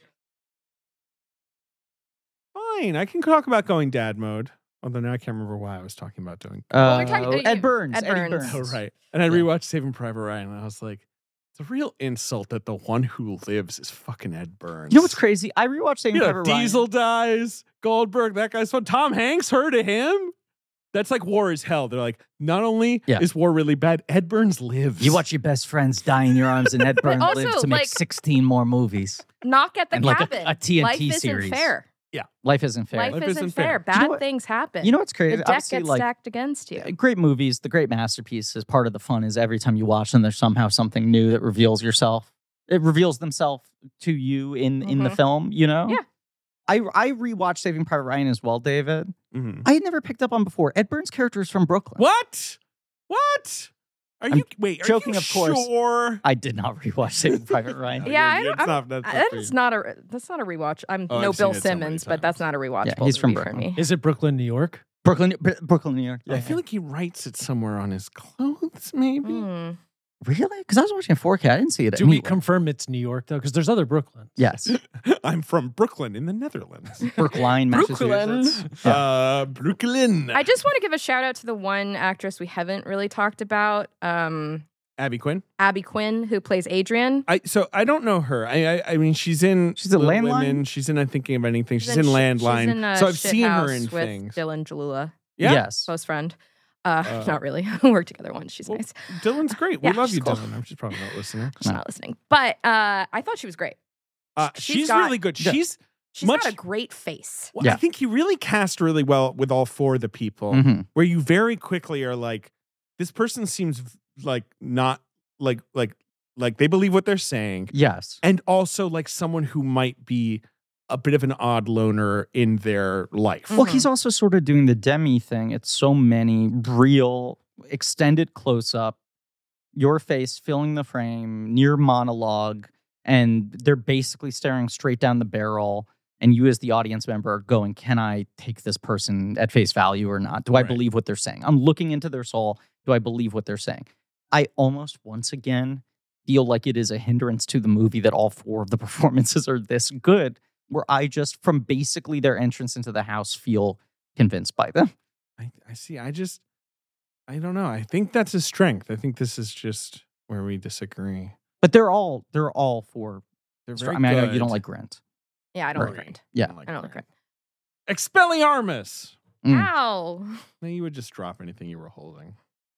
Speaker 4: Fine, I can talk about going dad mode. Although now I can't remember why I was talking about doing.
Speaker 1: Well, we're talking-
Speaker 3: Uh, Ed Burns.
Speaker 1: Ed
Speaker 3: Eddie
Speaker 1: Burns.
Speaker 3: <laughs>
Speaker 4: Oh,
Speaker 1: Yes.
Speaker 4: right. And I
Speaker 3: Yeah.
Speaker 4: rewatched Saving Private Ryan and I was like, it's a real insult that the one who lives is fucking Ed Burns.
Speaker 3: You know what's crazy? I rewatched Saving
Speaker 4: You know,
Speaker 3: Private Ryan.
Speaker 4: Diesel dies, Goldberg, that guy's fun. Tom Hanks heard of him. That's like war is hell. They're like, not only
Speaker 2: Yeah.
Speaker 4: is war really bad, Ed Burns lives.
Speaker 3: You watch your best friends die in your arms, and
Speaker 1: <laughs>
Speaker 3: Ed Burns
Speaker 1: also,
Speaker 3: lives to make
Speaker 1: like-
Speaker 3: 16 more movies.
Speaker 1: Knock at the
Speaker 3: And like a-
Speaker 1: cabin.
Speaker 3: a TNT
Speaker 1: Life
Speaker 3: series.
Speaker 1: isn't fair.
Speaker 3: Life isn't fair.
Speaker 1: Life,
Speaker 4: Life
Speaker 1: isn't,
Speaker 4: isn't
Speaker 1: fair.
Speaker 4: fair.
Speaker 3: You
Speaker 1: Bad
Speaker 3: know what-
Speaker 1: things happen.
Speaker 3: you know what's
Speaker 1: the
Speaker 3: crazy?
Speaker 1: deck
Speaker 3: Obviously,
Speaker 1: gets
Speaker 3: like uh,
Speaker 1: stacked against you.
Speaker 3: great movies, the great masterpiece is part of the fun is every time you watch them, there's somehow something new that reveals yourself. It reveals themselves to you in in the
Speaker 1: Mhm.
Speaker 3: film, you know?
Speaker 1: Yeah.
Speaker 3: I I rewatched Saving Private Ryan as well, David. <laughs>
Speaker 4: Mhm.
Speaker 3: I had never picked up on before. Ed Burns' character is from Brooklyn.
Speaker 4: What? What? Are
Speaker 3: I'm
Speaker 4: you wait? Are
Speaker 3: joking,
Speaker 4: you
Speaker 3: of course.
Speaker 4: Sure?
Speaker 3: I did not <laughs> rewatch Saving
Speaker 1: <laughs>
Speaker 3: Private
Speaker 4: <laughs>
Speaker 3: Ryan.
Speaker 1: Yeah, I don't-
Speaker 4: it's not, that's
Speaker 1: Uh,
Speaker 4: not for
Speaker 1: That's
Speaker 4: you.
Speaker 1: not a that's not a rewatch. I'm
Speaker 4: Oh,
Speaker 1: no
Speaker 4: I've seen
Speaker 1: Bill
Speaker 4: it so many
Speaker 1: Simmons, but that's
Speaker 4: times.
Speaker 1: not a rewatch.
Speaker 3: Yeah, he's from Brooklyn.
Speaker 1: me.
Speaker 5: Is it Brooklyn, New York?
Speaker 3: Brooklyn, Br- Brooklyn, New York.
Speaker 4: I feel like he writes it somewhere on his clothes, maybe.
Speaker 1: Mm.
Speaker 3: really because I was watching it 4K. I didn't see it.
Speaker 5: Do we
Speaker 3: anywhere.
Speaker 5: confirm it's New York though? Because there's other Brooklyn.
Speaker 3: Yes,
Speaker 4: <laughs> I'm from Brooklyn in
Speaker 1: <laughs>
Speaker 4: the Netherlands.
Speaker 3: Brookline, Massachusetts.
Speaker 4: Uh, Brooklyn.
Speaker 1: I just want to give a shout out to the one actress we haven't really talked about, um,
Speaker 4: Abby Quinn.
Speaker 1: Abby Quinn, who plays Adrian.
Speaker 4: I so I don't know her. I I, I mean she's in
Speaker 3: She's a
Speaker 4: Little
Speaker 3: landline?
Speaker 4: Women. She's in I'm thinking of anything. She's,
Speaker 1: Then
Speaker 4: in
Speaker 1: she-
Speaker 4: Landline.
Speaker 1: She's in, uh,
Speaker 4: so I've
Speaker 1: Shit
Speaker 4: seen her
Speaker 1: House
Speaker 4: in
Speaker 1: with
Speaker 4: things.
Speaker 1: Dylan Jalula,
Speaker 4: Yeah.
Speaker 3: Yes.
Speaker 1: close friend. Uh,
Speaker 4: Uh,
Speaker 1: not really. <laughs> we work together once. She's
Speaker 4: Well,
Speaker 1: nice.
Speaker 4: Dylan's great.
Speaker 1: Yeah,
Speaker 4: we love
Speaker 1: she's
Speaker 4: you,
Speaker 1: cool.
Speaker 4: Dylan. I'm just probably not listening.
Speaker 1: She's not listening. But uh, I thought she was great.
Speaker 4: Uh,
Speaker 1: She's
Speaker 4: she's
Speaker 1: got-
Speaker 4: really good.
Speaker 3: Yeah.
Speaker 4: She's
Speaker 1: She's
Speaker 4: Much-
Speaker 1: got a great face.
Speaker 4: well, I
Speaker 3: Yeah.
Speaker 4: think he really cast really well with all four of the people.
Speaker 3: Mhm.
Speaker 4: where you very quickly are like, this person seems v- like not like like like they believe what they're saying,
Speaker 3: Yes.
Speaker 4: and also like someone who might be a bit of an odd loner in their life.
Speaker 1: Mm.
Speaker 3: Well, he's also sort of doing the demi thing. It's so many real extended close up, your face filling the frame, near monologue, and they're basically staring straight down the barrel. And you, as the audience member, are going, Can I take this person at face value or not? Do I
Speaker 4: Right.
Speaker 3: believe what they're saying? I'm looking into their soul. Do I believe what they're saying? I almost once again feel like it is a hindrance to the movie that all four of the <laughs> performances are this good where I just from basically their entrance into the house feel convinced by them.
Speaker 4: I, I see. I just I don't know. I think that's his strength. I think this is just where we disagree.
Speaker 3: But they're all they're all for.
Speaker 4: They're
Speaker 3: I mean, I know you don't like Grant.
Speaker 1: Yeah, I don't
Speaker 3: Right.
Speaker 1: like Grant.
Speaker 3: Yeah.
Speaker 1: I don't like Grant.
Speaker 4: Expelliarmus.
Speaker 3: Mm.
Speaker 1: Ow.
Speaker 4: No, you would just drop anything you were holding.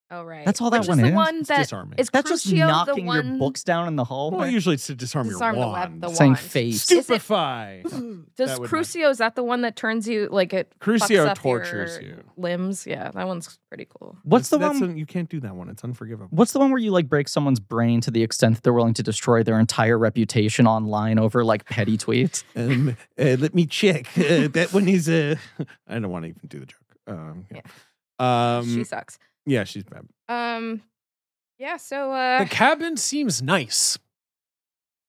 Speaker 1: Oh right.
Speaker 3: That's all that
Speaker 1: Which
Speaker 3: one
Speaker 1: is the
Speaker 3: is?
Speaker 1: one
Speaker 4: It's
Speaker 1: that
Speaker 4: disarming.
Speaker 1: is
Speaker 3: That's just
Speaker 1: Crucio, the
Speaker 3: knocking
Speaker 1: one-
Speaker 3: your books down in the hall.
Speaker 4: well, usually it's to disarm,
Speaker 1: Disarm the
Speaker 4: your
Speaker 1: web-
Speaker 4: wand.
Speaker 1: the
Speaker 3: saying
Speaker 1: wand.
Speaker 3: face.
Speaker 1: <laughs> Is it-
Speaker 4: Stupefy.
Speaker 1: Does
Speaker 4: That would not-
Speaker 1: Crucio is that the one that turns you like it fucks
Speaker 4: Crucio
Speaker 1: up
Speaker 4: tortures
Speaker 1: your
Speaker 4: you.
Speaker 1: limbs? Yeah, that one's pretty cool.
Speaker 3: What's the
Speaker 4: That's-
Speaker 3: one?
Speaker 4: that's an- you can't do that one. It's unforgivable.
Speaker 3: what's the one where you like break someone's brain to the extent that they're willing to destroy their entire reputation online over like
Speaker 5: <laughs>
Speaker 3: petty tweets?
Speaker 4: Um,
Speaker 3: <laughs>
Speaker 4: uh, let me check. Uh, that one is. Uh, <laughs> I don't want to even do the joke. Um, yeah. Um,
Speaker 1: she sucks.
Speaker 4: yeah, she's bad.
Speaker 1: Um, yeah. So uh,
Speaker 5: The cabin seems nice.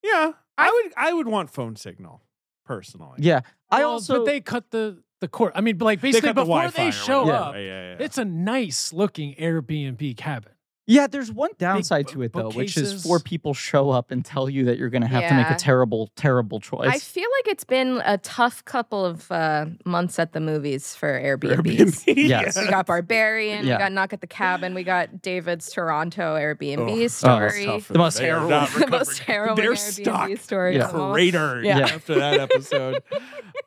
Speaker 4: Yeah, I,
Speaker 1: I-
Speaker 4: would. I would want phone signal personally.
Speaker 3: Yeah, I
Speaker 5: Well,
Speaker 3: also
Speaker 5: but they cut the the cord. I mean, but, like basically
Speaker 4: cut the
Speaker 5: before
Speaker 4: Wi-Fi
Speaker 5: they
Speaker 4: or
Speaker 5: show
Speaker 4: whatever.
Speaker 5: up,
Speaker 4: Yeah, yeah, yeah.
Speaker 5: it's a nice looking Airbnb cabin.
Speaker 3: yeah. There's one downside
Speaker 5: bo-
Speaker 3: to it though, which is
Speaker 5: bookcases.
Speaker 3: four people show up and tell you that you're going to have to make a
Speaker 1: Yeah.
Speaker 3: terrible, terrible choice.
Speaker 1: I feel like it's been a tough couple of uh, months at the movies for Airbnbs.
Speaker 4: <laughs>
Speaker 5: <laughs>
Speaker 3: Yes.
Speaker 1: We got Barbarian.
Speaker 3: Yeah.
Speaker 1: We got Knock at the Cabin. We got David's Toronto Airbnb
Speaker 4: Oh,
Speaker 1: story.
Speaker 3: <laughs> The most
Speaker 4: They are
Speaker 3: harrowing-
Speaker 4: not
Speaker 1: the most
Speaker 4: recovering.
Speaker 1: harrowing
Speaker 4: They're
Speaker 1: Airbnb
Speaker 4: stuck.
Speaker 1: story.
Speaker 3: Yeah.
Speaker 1: of all.
Speaker 4: cratered
Speaker 1: Yeah.
Speaker 4: after
Speaker 3: <laughs>
Speaker 4: that episode.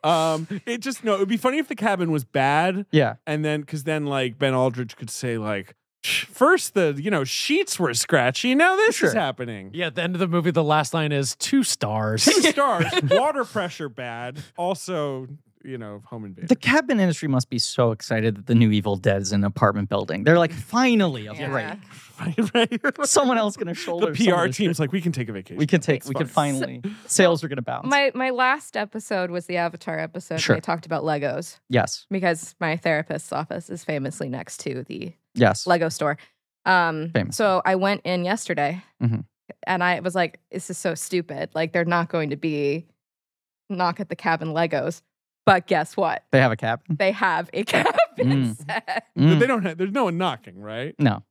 Speaker 4: um, it just no. It would be funny if the cabin was bad,
Speaker 3: yeah,
Speaker 4: and then because then like Ben Aldridge could say like, first the you know sheets were scratchy, now this
Speaker 3: Sure.
Speaker 4: is happening.
Speaker 5: Yeah, at the end of the movie, the last line is two stars.
Speaker 4: Two <laughs> stars.
Speaker 3: <laughs>
Speaker 4: Water pressure bad. Also, you know, home invasion.
Speaker 3: The cabin industry must be so excited that the new Evil Dead is in an apartment building. They're like, finally, a
Speaker 1: Yeah.
Speaker 3: break.
Speaker 4: <laughs> right, right.
Speaker 3: Someone else gonna shoulder
Speaker 4: The
Speaker 3: some of
Speaker 4: PR
Speaker 3: this
Speaker 4: team's like, we can take a vacation.
Speaker 3: We can take.
Speaker 4: It's
Speaker 3: We can
Speaker 4: fine."
Speaker 3: finally. Sales are gonna bounce.
Speaker 1: My my last episode was the Avatar episode.
Speaker 3: Sure.
Speaker 1: And I talked about Legos
Speaker 3: yes.
Speaker 1: because my therapist's office is famously next to the
Speaker 3: Yes.
Speaker 1: Lego store. Um,
Speaker 3: Famous.
Speaker 1: So I went in yesterday,
Speaker 4: Mm-hmm.
Speaker 3: Mhm.
Speaker 1: and I was like, "This is so stupid! Like they're not going to be knock at the cabin Legos." But guess what?
Speaker 3: they have a
Speaker 4: Hmm.
Speaker 3: cabin.
Speaker 1: They have a <laughs> cabin
Speaker 3: Mm.
Speaker 1: set.
Speaker 4: But
Speaker 3: Mm.
Speaker 4: they don't have. There's no one knocking, right?
Speaker 3: no.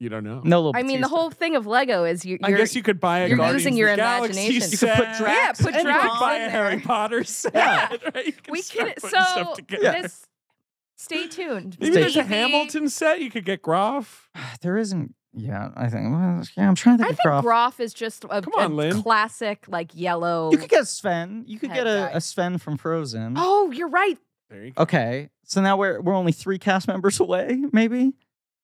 Speaker 4: You don't know.
Speaker 3: Mm. No. Little
Speaker 1: I mean, the
Speaker 3: Batista.
Speaker 1: whole thing of Lego is you.
Speaker 4: I
Speaker 1: you're-
Speaker 4: guess you could buy a
Speaker 1: you're
Speaker 4: Guardians
Speaker 1: using
Speaker 4: of
Speaker 1: your
Speaker 4: the Galaxy
Speaker 1: imagination. You
Speaker 3: could put
Speaker 4: set.
Speaker 3: Drax
Speaker 1: Yeah, put
Speaker 4: and You
Speaker 1: Drax
Speaker 4: could buy
Speaker 1: in
Speaker 4: a
Speaker 1: there.
Speaker 4: Harry Potter set.
Speaker 1: Yeah.
Speaker 4: <laughs> right? You can
Speaker 1: we
Speaker 4: start
Speaker 1: can.
Speaker 4: putting stuff
Speaker 1: So
Speaker 4: together.
Speaker 1: this Stay tuned.
Speaker 4: Maybe
Speaker 3: Stay-
Speaker 4: there's a
Speaker 1: Maybe-
Speaker 4: Hamilton set you could get Groff.
Speaker 3: There isn't. Yeah, I think. Well, yeah, I'm trying to
Speaker 1: I
Speaker 3: think
Speaker 1: think
Speaker 3: of Groff.
Speaker 1: Groff, is just a,
Speaker 4: Come on,
Speaker 1: a
Speaker 4: Lynn.
Speaker 1: classic, like yellow.
Speaker 3: You could get Sven. You could
Speaker 1: Head
Speaker 3: get
Speaker 1: guy.
Speaker 3: a, a Sven from Frozen.
Speaker 1: oh, you're right.
Speaker 4: There you go.
Speaker 3: Okay, so now we're we're only three cast members away, maybe.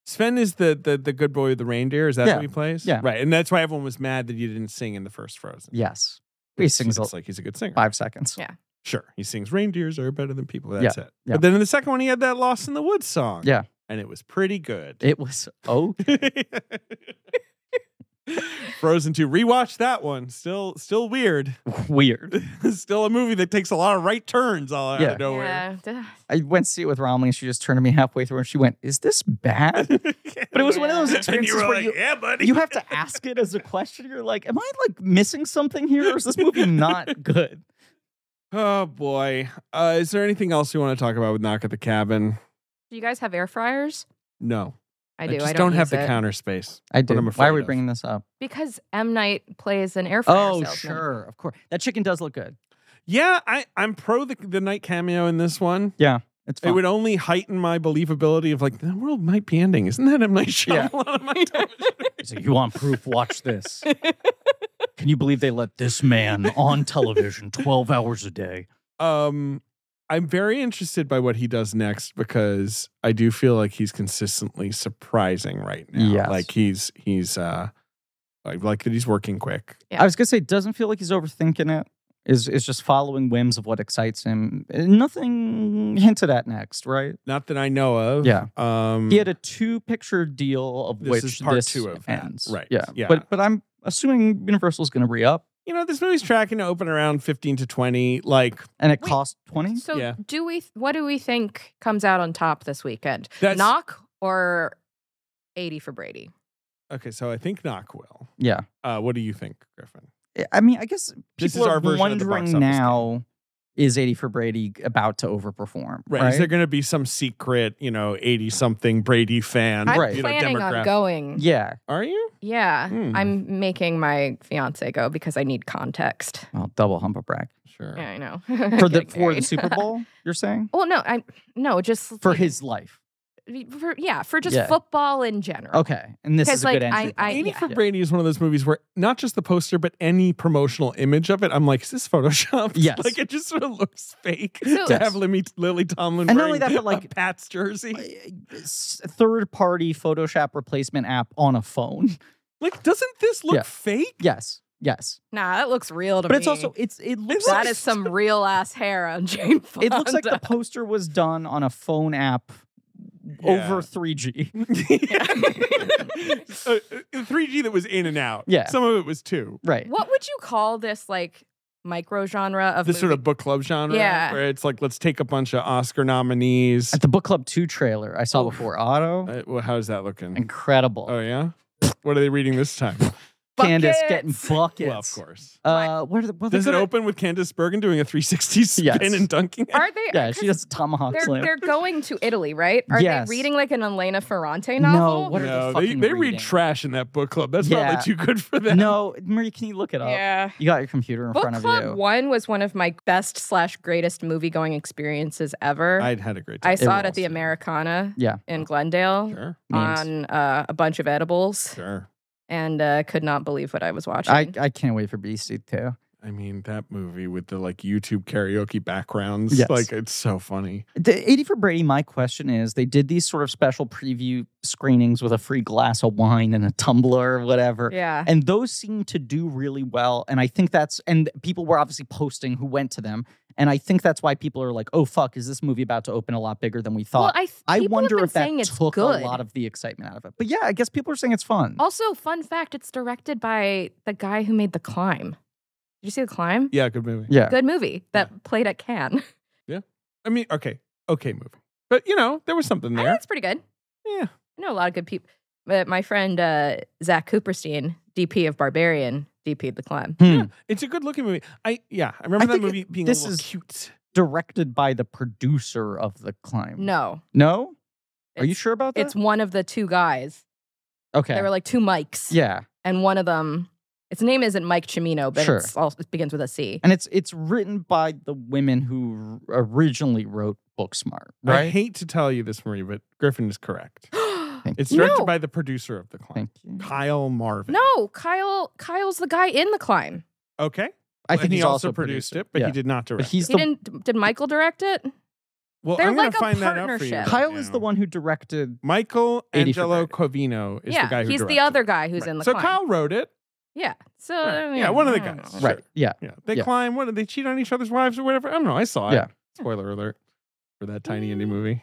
Speaker 4: Sven is the, the the good boy with the reindeer. Is that
Speaker 3: Yeah.
Speaker 4: who he plays?
Speaker 3: Yeah.
Speaker 4: Right. And that's why everyone was mad that you didn't sing in the first Frozen.
Speaker 3: Yes, he
Speaker 4: It's-
Speaker 3: sings a-
Speaker 4: it's like he's a good singer.
Speaker 3: five seconds.
Speaker 1: Yeah.
Speaker 4: Sure. He sings reindeers are better than people. That's it.
Speaker 3: yeah.
Speaker 4: But then in the second one, he had that Lost in the Woods song.
Speaker 3: Yeah.
Speaker 4: And it was pretty good.
Speaker 3: It was oh <laughs>
Speaker 4: <laughs> Frozen 2. Rewatch that one. Still still weird. <laughs>
Speaker 3: weird.
Speaker 4: still a movie that takes a lot of right turns all out
Speaker 3: Yeah.
Speaker 4: of nowhere.
Speaker 1: Yeah. duh.
Speaker 3: I went to see it with Romley, and she just turned to me halfway through, and she went, "Is this bad?"
Speaker 4: <laughs>
Speaker 3: But it was one of those
Speaker 1: Yeah.
Speaker 4: And
Speaker 3: experiences
Speaker 4: you were
Speaker 3: where
Speaker 4: like,
Speaker 3: you
Speaker 4: yeah, buddy.
Speaker 3: you have to ask it as a question. You're like, "Am I like missing something here, or is this movie <laughs> not good?"
Speaker 4: Oh boy. Uh, is there anything else you want to talk about with Knock at the Cabin?
Speaker 1: Do you guys have air fryers?
Speaker 4: No.
Speaker 1: I do. I,
Speaker 4: just
Speaker 1: don't,
Speaker 4: have
Speaker 1: use
Speaker 4: the
Speaker 1: it.
Speaker 4: counter space.
Speaker 3: I
Speaker 4: I'm
Speaker 3: did. Why
Speaker 4: afraid
Speaker 3: are we
Speaker 4: of.
Speaker 3: bringing this up?
Speaker 1: because M Night plays an air fryer.
Speaker 3: Oh,
Speaker 1: salesman.
Speaker 3: sure, of course. That chicken does look good.
Speaker 4: Yeah, I, I'm pro the, the night cameo in this one.
Speaker 3: It's
Speaker 4: It
Speaker 3: fun.
Speaker 4: would only heighten my believability of like the world might be ending. Isn't that M Night Shyamalan? My
Speaker 2: So you want proof? Watch this.
Speaker 3: Can you believe they let
Speaker 2: This man on television 12 hours a day.
Speaker 4: um, I'm very interested by what he does next because I do feel like he's consistently surprising right now.
Speaker 3: Yes.
Speaker 4: like he's he's uh, I like that he's working quick.
Speaker 1: Yeah.
Speaker 3: I was gonna say, doesn't feel like he's overthinking it. Is is just following whims of what excites him. Uh, Nothing hinted at next, right?
Speaker 4: Not that I know of.
Speaker 3: Yeah.
Speaker 4: Um,
Speaker 3: He had a two picture deal of
Speaker 4: This
Speaker 3: which
Speaker 4: is part
Speaker 3: this
Speaker 4: two of that,
Speaker 3: ends.
Speaker 4: right,
Speaker 3: Yeah.
Speaker 4: yeah.
Speaker 3: But but I'm assuming Universal's gonna re up,
Speaker 4: you know, this movie's tracking to open around 15 to 20. Like
Speaker 3: and it
Speaker 1: Wait.
Speaker 3: costs twenty.
Speaker 1: So,
Speaker 4: Yeah.
Speaker 1: do we? What do we think comes out on top this weekend?
Speaker 4: that's
Speaker 1: Knock or eighty for Brady?
Speaker 4: okay. So I think Knock will.
Speaker 3: Yeah.
Speaker 4: Uh, what do you think, Griffin?
Speaker 3: I- I mean, I guess people
Speaker 4: This is
Speaker 3: are
Speaker 4: our version of the box
Speaker 3: wondering
Speaker 4: office
Speaker 3: now: is eighty for Brady about to overperform?
Speaker 4: Right. Is there going to be some secret, you know, 80 something Brady fan?
Speaker 1: I'm
Speaker 3: Right.
Speaker 4: You know,
Speaker 1: planning on
Speaker 4: demographic?
Speaker 1: going.
Speaker 3: yeah.
Speaker 4: Are you?
Speaker 1: Yeah,
Speaker 4: Hmm.
Speaker 1: I'm making my fiance go because I need context.
Speaker 3: Well, double hump a brag
Speaker 4: Sure.
Speaker 1: Yeah, I know. <laughs>
Speaker 3: <laughs> for the
Speaker 1: Getting
Speaker 3: for the
Speaker 1: married. <laughs>
Speaker 3: Super Bowl. You're saying
Speaker 1: well, no, I no, just
Speaker 3: for his life?
Speaker 1: for, yeah, for just
Speaker 3: Yeah.
Speaker 1: football in general.
Speaker 3: Okay, and this
Speaker 1: 'Cause,
Speaker 3: is a
Speaker 1: like,
Speaker 3: good entry.
Speaker 1: I-
Speaker 3: point.
Speaker 4: 80
Speaker 1: yeah.
Speaker 4: for Brady is one of those movies where not just the poster, but any promotional image of it, I'm like, is this <laughs> Photoshop?
Speaker 3: Yes.
Speaker 4: like it just sort of looks fake
Speaker 1: So-
Speaker 4: to
Speaker 3: Yes.
Speaker 4: have Lily, Lily Tomlin
Speaker 3: And not
Speaker 4: wearing
Speaker 3: only that, but,
Speaker 4: <laughs> a
Speaker 3: like-
Speaker 4: Pat's jersey.
Speaker 3: third party Uh, Photoshop replacement app on a phone. <laughs>
Speaker 4: Like, doesn't this look
Speaker 3: Yeah. <laughs>
Speaker 4: fake? <laughs>
Speaker 3: Yes. Yes.
Speaker 1: Nah, that looks real to
Speaker 3: But
Speaker 1: me.
Speaker 3: it's also it's it looks
Speaker 1: that
Speaker 3: like,
Speaker 1: is some real ass hair on <laughs> Jane Fonda.
Speaker 3: <laughs> it looks
Speaker 1: <laughs>
Speaker 3: like the poster was done on a phone app over 3G.
Speaker 4: Uh, uh, 3G that was in and out.
Speaker 3: Yeah.
Speaker 4: Some of it was two.
Speaker 3: <laughs> Right.
Speaker 1: <laughs> What would you call this like micro genre of
Speaker 4: This sort
Speaker 1: movie-
Speaker 4: of book club genre
Speaker 1: Yeah.
Speaker 4: where it's like, let's take a bunch of Oscar nominees.
Speaker 3: At the book club 2 trailer I saw before Auto.
Speaker 4: Uh, well, how's that looking?
Speaker 3: Incredible.
Speaker 4: Oh yeah. What are they reading
Speaker 3: <laughs>
Speaker 4: this time?
Speaker 3: Candace
Speaker 1: Buckets!
Speaker 3: getting buckets.
Speaker 4: Well, of course.
Speaker 3: Uh, what are the, what are
Speaker 4: Does
Speaker 3: they
Speaker 4: it
Speaker 3: gonna-
Speaker 4: open with Candace Bergen doing a 360 spin
Speaker 3: Yes.
Speaker 4: and dunking? it?
Speaker 1: Are they? uh,
Speaker 3: Yeah,
Speaker 1: 'cause
Speaker 3: she does a tomahawk
Speaker 1: They're,
Speaker 3: slam.
Speaker 1: they're going to Italy, right? Are
Speaker 3: Yes.
Speaker 1: they reading like an Elena Ferrante
Speaker 3: No,
Speaker 1: novel?
Speaker 3: what are they
Speaker 4: no, they,
Speaker 3: fucking
Speaker 4: they read
Speaker 3: reading?
Speaker 4: trash in that book club. That's
Speaker 3: Yeah.
Speaker 4: probably too good for them.
Speaker 3: no, Marie, can you look it up?
Speaker 1: yeah.
Speaker 3: You got your computer in
Speaker 1: Book
Speaker 3: front of
Speaker 1: Club
Speaker 3: you.
Speaker 1: One was one of my best slash greatest movie going experiences ever. I,
Speaker 4: I'd had a great time.
Speaker 1: saw it at the Americana
Speaker 3: Yeah.
Speaker 1: in Glendale
Speaker 4: Sure,
Speaker 3: Memes.
Speaker 1: on uh, a bunch of edibles
Speaker 4: sure.
Speaker 1: and uh, could not believe what I was watching.
Speaker 3: I, I can't wait for BC too.
Speaker 4: I mean, that movie with the like YouTube karaoke backgrounds,
Speaker 3: Yes.
Speaker 4: like it's so funny.
Speaker 3: The 80 for Brady, my question is they did these sort of special preview screenings with a free glass of wine and a tumbler or whatever.
Speaker 1: yeah.
Speaker 3: And those seem to do really well. And I think that's, and people were obviously posting who went to them. And I think that's why people are like, oh, fuck, is this movie about to open a lot bigger than we
Speaker 1: Well,
Speaker 3: thought?
Speaker 1: I, th-
Speaker 3: I,
Speaker 1: people have
Speaker 3: wonder
Speaker 1: been
Speaker 3: if that
Speaker 1: saying it's
Speaker 3: took
Speaker 1: good. Oh,
Speaker 3: a lot of the excitement out of it. But yeah, I guess people are saying it's fun.
Speaker 1: Also, fun fact: it's directed by the guy who made The Climb. Did you see The Climb?
Speaker 4: Yeah, good movie.
Speaker 3: yeah.
Speaker 1: Good movie that played at <laughs> Cannes.
Speaker 4: I mean, okay, okay movie, but you know, there was something
Speaker 1: I think
Speaker 4: there.
Speaker 1: it's pretty good.
Speaker 4: Yeah,
Speaker 1: I know a lot of good people. But my friend uh, Zach Cooperstein, DP of Barbarian, DP The Climb.
Speaker 3: Hmm.
Speaker 4: Yeah. it's a good looking movie. I yeah, I remember
Speaker 3: I
Speaker 4: that
Speaker 3: think
Speaker 4: movie being
Speaker 3: this
Speaker 4: a little
Speaker 3: is-
Speaker 4: cute.
Speaker 3: Directed by the producer of The Climb.
Speaker 1: No,
Speaker 3: No? Are you
Speaker 1: It's-
Speaker 3: sure about Mm. that?
Speaker 1: it's one of the two guys.
Speaker 3: okay.
Speaker 1: There were like two mics,
Speaker 3: yeah.
Speaker 1: and one of them Its name isn't Mike Cimino, but
Speaker 3: Sure.
Speaker 1: it's all, it begins with a C.
Speaker 3: and it's it's written by the women who r- originally wrote Booksmart,
Speaker 4: I
Speaker 3: right?
Speaker 4: hate to tell you this, Marie, but Griffin is correct. It's directed
Speaker 1: no,
Speaker 4: by the producer of the climb,
Speaker 3: Thank you.
Speaker 4: Kyle
Speaker 1: <gasps>
Speaker 4: Marvin.
Speaker 1: no, Kyle. Kyle's the guy in the climb.
Speaker 4: Okay.
Speaker 3: I
Speaker 4: and
Speaker 3: think
Speaker 4: he
Speaker 3: he's
Speaker 4: also
Speaker 3: also
Speaker 4: produced
Speaker 3: producer.
Speaker 4: it, but
Speaker 3: Yeah.
Speaker 4: he did not direct.
Speaker 3: But he's
Speaker 1: He
Speaker 3: the
Speaker 1: didn't. Did Michael direct it?
Speaker 4: well,
Speaker 1: they're
Speaker 4: I'm gonna
Speaker 1: like a
Speaker 4: find that out for you.
Speaker 1: partnership.
Speaker 4: right
Speaker 3: Kyle is
Speaker 4: now.
Speaker 3: the one who directed.
Speaker 4: Michael
Speaker 3: 80 for
Speaker 4: Angelo
Speaker 3: Friday.
Speaker 4: Covino is
Speaker 1: yeah,
Speaker 4: the guy who
Speaker 1: he's
Speaker 4: directed
Speaker 1: the other
Speaker 4: it.
Speaker 1: guy who's
Speaker 4: Right.
Speaker 1: in the
Speaker 4: So
Speaker 1: climb.
Speaker 4: Kyle wrote it.
Speaker 1: yeah. So
Speaker 4: Right.
Speaker 1: I
Speaker 4: Yeah, one of the
Speaker 1: mean, I don't
Speaker 4: guys.
Speaker 1: know.
Speaker 4: Sure.
Speaker 3: Right. Yeah.
Speaker 4: Yeah, they
Speaker 3: Yeah.
Speaker 4: climb. What did they cheat on each other's wives or whatever? I don't know. I saw it.
Speaker 3: Yeah.
Speaker 4: Spoiler alert for that tiny indie movie.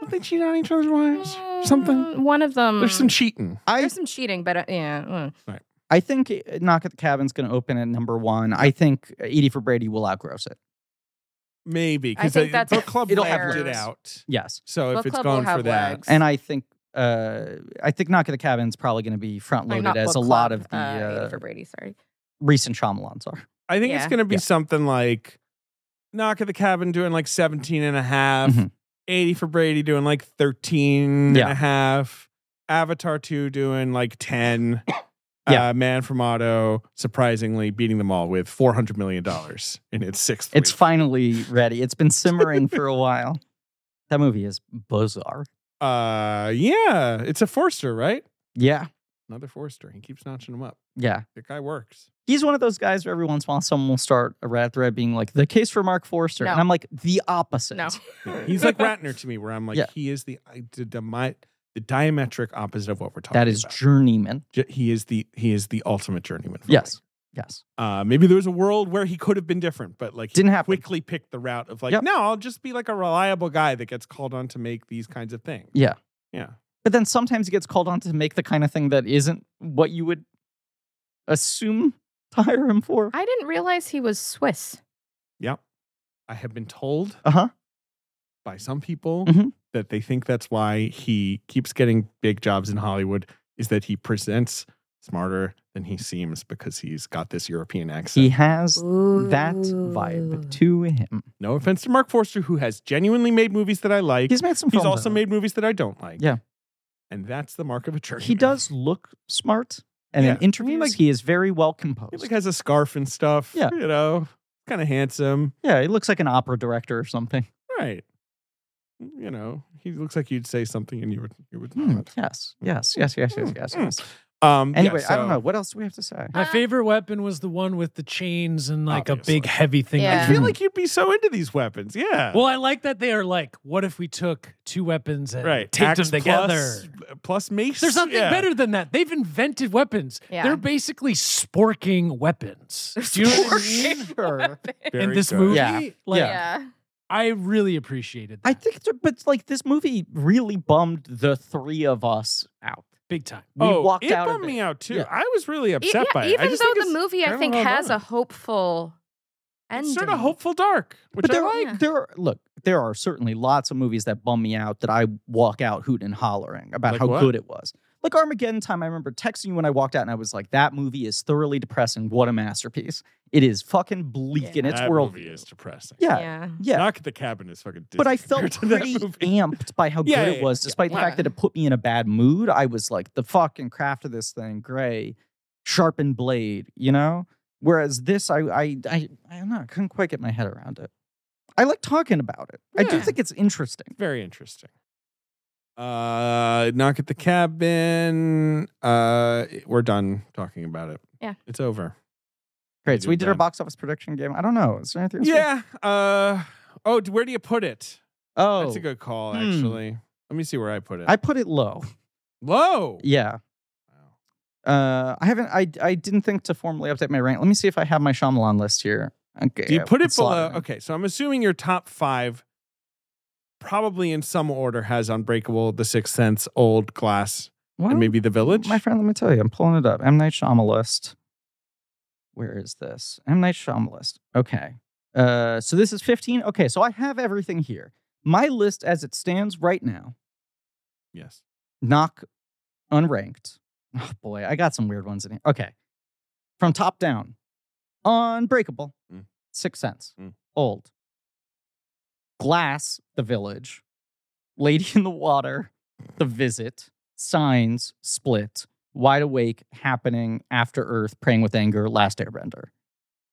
Speaker 4: Did they cheat on each other's wives?
Speaker 1: Mm,
Speaker 4: Something.
Speaker 1: One of them.
Speaker 4: There's some cheating.
Speaker 3: I
Speaker 1: There's some cheating, but uh, yeah. mm.
Speaker 3: I think uh, Knock at the Cabin's going to open at number one. I think uh, Edie for Brady will outgross it.
Speaker 4: Maybe
Speaker 1: I
Speaker 4: because
Speaker 1: think that's
Speaker 4: book club
Speaker 1: It'll have
Speaker 4: have it
Speaker 1: legs.
Speaker 4: out.
Speaker 3: Yes,
Speaker 4: So
Speaker 1: Book
Speaker 4: if it's
Speaker 1: club will
Speaker 4: going for
Speaker 1: have
Speaker 4: that,
Speaker 1: legs.
Speaker 3: and I think uh, I think Knock at the Cabin's probably going to be front
Speaker 1: Or
Speaker 3: loaded
Speaker 1: not
Speaker 3: as a
Speaker 1: book
Speaker 3: lot
Speaker 1: club,
Speaker 3: of the
Speaker 1: uh, Eight
Speaker 3: uh,
Speaker 1: for Brady.
Speaker 3: <laughs>
Speaker 1: Sorry.
Speaker 3: recent Shyamalans are.
Speaker 4: I think it's
Speaker 1: Yeah.
Speaker 4: going to be
Speaker 3: Yeah.
Speaker 4: something like Knock at the Cabin doing like 17 and a half,
Speaker 3: Mhm.
Speaker 4: 80 for Brady doing like 13 and
Speaker 3: Yeah.
Speaker 4: a half, Avatar 2 doing like 10.
Speaker 3: <coughs> Yeah.
Speaker 4: Uh, Man from Auto surprisingly beating them all with $400 million in its sixth
Speaker 3: It's
Speaker 4: week.
Speaker 3: finally ready. It's been
Speaker 1: <laughs>
Speaker 3: simmering for a while. That movie is bizarre.
Speaker 4: uh, yeah, it's a Forster, right?
Speaker 3: Yeah,
Speaker 4: Another Forster. He keeps notching them up.
Speaker 3: yeah.
Speaker 4: The guy works.
Speaker 3: He's one of those guys where every once in a while someone will start a rat thread being like, "The case for Mark Forster,"
Speaker 1: No.
Speaker 3: and I'm like, "The opposite."
Speaker 1: No.
Speaker 4: Yeah, He's
Speaker 3: <laughs>
Speaker 4: like Ratner to me, where I'm like,
Speaker 3: Yeah.
Speaker 4: he is the, the, the, the diametric opposite of what we're talking
Speaker 3: That is
Speaker 4: about.
Speaker 3: journeyman.
Speaker 4: J- he is the he is the ultimate journeyman. for
Speaker 3: Yes, yes.
Speaker 4: me. Uh, maybe there was a world where he could have been different, but like he
Speaker 3: Didn't happen.
Speaker 4: quickly picked the route of like,
Speaker 3: Yep.
Speaker 4: no, I'll just be like a reliable guy that gets called on to make these kinds of things.
Speaker 3: Yeah.
Speaker 4: Yeah.
Speaker 3: But then sometimes he gets called on to make the kind of thing that isn't what you would assume <laughs> to hire him for.
Speaker 1: <laughs> I didn't realize he was Swiss.
Speaker 4: Yep. I have been told
Speaker 3: Uh-huh.
Speaker 4: by some people
Speaker 3: Mhm.
Speaker 4: that they think that's why he keeps getting big jobs in Hollywood is that he presents smarter than he seems because he's got this European accent.
Speaker 3: He has that
Speaker 1: <laughs>
Speaker 3: vibe to him.
Speaker 4: no offense to Mark Forster, who has genuinely made movies that I like.
Speaker 3: He's made some
Speaker 4: He's
Speaker 3: films,
Speaker 4: also
Speaker 3: though.
Speaker 4: made movies that I don't like.
Speaker 3: Yeah.
Speaker 4: And that's the mark of a church.
Speaker 3: He does look smart. And
Speaker 4: Yeah. I
Speaker 3: in
Speaker 4: mean,
Speaker 3: interviews,
Speaker 4: like-
Speaker 3: he is very well
Speaker 4: He
Speaker 3: composed.
Speaker 4: like has a scarf and stuff.
Speaker 3: Yeah.
Speaker 4: You know, kind of handsome.
Speaker 3: yeah, he looks like an opera director or something.
Speaker 4: Right. You know, he looks like you'd say something and you would you would
Speaker 3: Hmm,
Speaker 4: not.
Speaker 3: Yes, yes, yes, yes, yes,
Speaker 4: Mm,
Speaker 3: yes,
Speaker 4: mm.
Speaker 3: yes.
Speaker 4: Um yeah,
Speaker 3: Anyway, I don't
Speaker 4: so-
Speaker 3: know. What else do we have to say?
Speaker 5: <laughs> My
Speaker 1: Uh,
Speaker 5: favorite weapon was the one with the chains and like
Speaker 4: Obviously.
Speaker 5: a big heavy thing.
Speaker 1: Yeah.
Speaker 4: I feel
Speaker 3: Mhm.
Speaker 4: like you'd be so into these weapons. Yeah.
Speaker 5: Well, I like that they are like, what if we took two weapons and
Speaker 4: right.
Speaker 5: taped
Speaker 4: Axe
Speaker 5: them together?
Speaker 4: Plus, plus mace.
Speaker 5: There's nothing
Speaker 4: Yeah.
Speaker 5: better than that. They've invented weapons.
Speaker 1: Yeah.
Speaker 5: They're basically sporking weapons. Do you know what I mean?
Speaker 3: Sure.
Speaker 5: In
Speaker 4: Very
Speaker 5: this
Speaker 4: good.
Speaker 5: movie,
Speaker 3: Yeah.
Speaker 5: like
Speaker 1: yeah.
Speaker 5: I really appreciated
Speaker 3: <laughs>
Speaker 5: that.
Speaker 3: I think, th- but like this movie really bummed the three of us out.
Speaker 5: big time.
Speaker 3: We
Speaker 4: oh,
Speaker 3: walked
Speaker 4: it
Speaker 3: out of
Speaker 4: bummed me
Speaker 3: it.
Speaker 4: out too.
Speaker 3: Yeah.
Speaker 4: I was really
Speaker 1: E-
Speaker 4: upset
Speaker 1: yeah,
Speaker 4: by it. I
Speaker 1: even
Speaker 4: just
Speaker 1: though
Speaker 4: think
Speaker 1: the
Speaker 4: it's
Speaker 1: movie, I
Speaker 4: kinda
Speaker 1: think,
Speaker 4: well
Speaker 1: has a
Speaker 4: done.
Speaker 1: hopeful ending.
Speaker 4: it's sort of hopeful dark, which
Speaker 3: but there,
Speaker 4: I like.
Speaker 1: like.
Speaker 3: there are look, there are certainly lots of movies that bum me out that I walk out hooting and hollering about
Speaker 4: Like
Speaker 3: how
Speaker 4: what?
Speaker 3: good it was. Like Armageddon time, I remember texting you when I walked out and I was like, that movie is thoroughly depressing. What a masterpiece. It is fucking bleak in
Speaker 1: Yeah.
Speaker 3: its
Speaker 4: that
Speaker 3: world.
Speaker 4: movie is depressing.
Speaker 3: Yeah. Yeah.
Speaker 1: Yeah.
Speaker 4: Knock at the Cabin is fucking.
Speaker 3: But I
Speaker 4: Disney
Speaker 3: felt
Speaker 4: compared to that
Speaker 3: pretty
Speaker 4: movie.
Speaker 3: amped by how
Speaker 4: Yeah,
Speaker 3: good
Speaker 4: yeah,
Speaker 3: it was,
Speaker 4: yeah.
Speaker 3: despite the
Speaker 1: Yeah.
Speaker 3: fact that it put me in a bad mood. I was like, the fucking craft of this thing, gray, sharpened blade, you know? Whereas this, I I I, I don't know, I couldn't quite get my head around it. I like talking about it. I do
Speaker 4: Yeah.
Speaker 3: think it's interesting.
Speaker 4: Very interesting. Uh, knock at the cabin. Uh, we're done talking about it.
Speaker 1: Yeah.
Speaker 4: it's over.
Speaker 3: Great. So we
Speaker 4: did
Speaker 3: did our
Speaker 4: that.
Speaker 3: box office prediction game. I don't know. Is there anything? else we-
Speaker 4: Yeah. Uh, oh, d- where do you put it?
Speaker 3: Oh,
Speaker 4: That's a good call,
Speaker 3: Hmm.
Speaker 4: actually. Let me see where I put it.
Speaker 3: I put it low.
Speaker 4: Low.
Speaker 3: Yeah.
Speaker 4: Wow.
Speaker 3: Uh, I haven't. I I didn't think to formally update my rank. Let me see if I have my Shyamalan list here. Okay.
Speaker 4: Do you put it
Speaker 3: it's slotted
Speaker 4: below?
Speaker 3: in.
Speaker 4: Okay, so I'm assuming your top five, probably in some order, has Unbreakable, The Sixth Sense, Old Glass,
Speaker 3: Well,
Speaker 4: and maybe The Village.
Speaker 3: My friend, let me tell you. I'm pulling it up. M Night Shyamalan list. Where is this? M Night Shyamalan list. Okay. Uh, so this is 15. Okay. So I have everything here. My list, as it stands right now,
Speaker 4: yes.
Speaker 3: knock unranked. Oh boy, I got some weird ones in here. Okay. From top down. Unbreakable.
Speaker 4: Mm.
Speaker 3: Six Sense.
Speaker 4: Mm.
Speaker 3: Old. Glass, The Village. Lady in the Water, The Visit. Signs, Split. wide awake, happening after Earth, praying with anger, last airbender.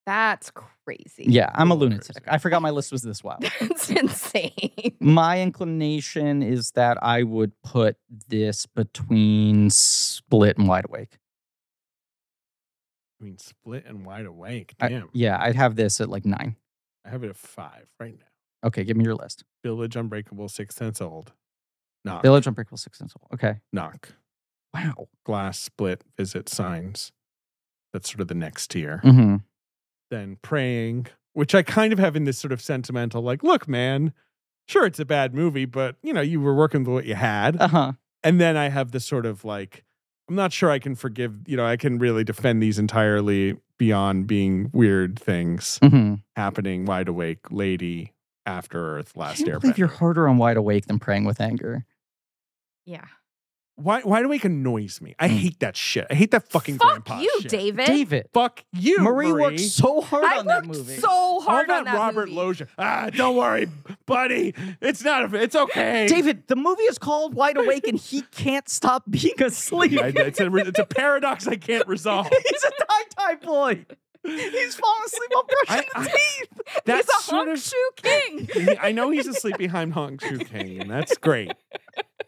Speaker 1: That's crazy.
Speaker 3: Yeah, I'm a
Speaker 2: Little
Speaker 3: lunatic.
Speaker 2: crazy.
Speaker 3: I forgot my list was this wild.
Speaker 1: <laughs> That's insane.
Speaker 3: my inclination is that I would put this between split and wide awake.
Speaker 4: I mean, split and wide awake.
Speaker 3: I-
Speaker 4: Damn.
Speaker 3: yeah, I'd have this at like nine.
Speaker 4: I have it at five right now.
Speaker 3: Okay, give me your list.
Speaker 4: Village Unbreakable, Six Sense Old. Knock.
Speaker 3: Village Unbreakable Six and Soul. Okay.
Speaker 4: Knock.
Speaker 3: Wow.
Speaker 4: Glass, Split, Visit, Signs. That's sort of the next tier.
Speaker 3: hmm
Speaker 4: Then Praying, which I kind of have in this sort of sentimental, like, look, man, sure, it's a bad movie, but, you know, you were working with what you had.
Speaker 3: Uh huh.
Speaker 4: and then I have this sort of like, I'm not sure I can forgive, you know, I can really defend these entirely beyond being weird things
Speaker 3: hmm
Speaker 4: happening. Wide awake, lady, after Earth,
Speaker 3: I
Speaker 4: last
Speaker 3: can't believe
Speaker 4: airbender.
Speaker 3: you're harder on wide awake than praying with anger.
Speaker 1: Yeah.
Speaker 4: Why, wide awake annoys me. I
Speaker 3: Mm.
Speaker 4: hate that shit. I hate that fucking
Speaker 1: Fuck
Speaker 4: grandpa
Speaker 1: you,
Speaker 4: shit.
Speaker 1: David.
Speaker 3: David.
Speaker 4: Fuck you,
Speaker 3: Marie,
Speaker 4: Marie,
Speaker 3: worked so hard
Speaker 1: I
Speaker 3: on that
Speaker 1: worked
Speaker 3: movie.
Speaker 1: so hard
Speaker 4: All
Speaker 1: on
Speaker 4: that,
Speaker 1: that
Speaker 4: Robert
Speaker 1: movie. <laughs>
Speaker 4: Loggia. Ah, don't worry, buddy. It's not. A, it's okay. <laughs>
Speaker 3: David, the movie is called Wide Awake, and he can't stop being asleep.
Speaker 4: I- it's, a, it's a paradox I
Speaker 1: <laughs>
Speaker 4: can't resolve.
Speaker 3: <laughs> He's a tie-tie boy. He's falling asleep while
Speaker 4: <laughs>
Speaker 3: brushing
Speaker 4: I-
Speaker 3: the
Speaker 4: I-
Speaker 3: teeth.
Speaker 4: That's
Speaker 1: He's a
Speaker 4: sort
Speaker 1: honk
Speaker 4: of
Speaker 1: shoe
Speaker 3: <laughs>
Speaker 1: king.
Speaker 4: He- I know he's asleep behind Hong Chu King, and that's great.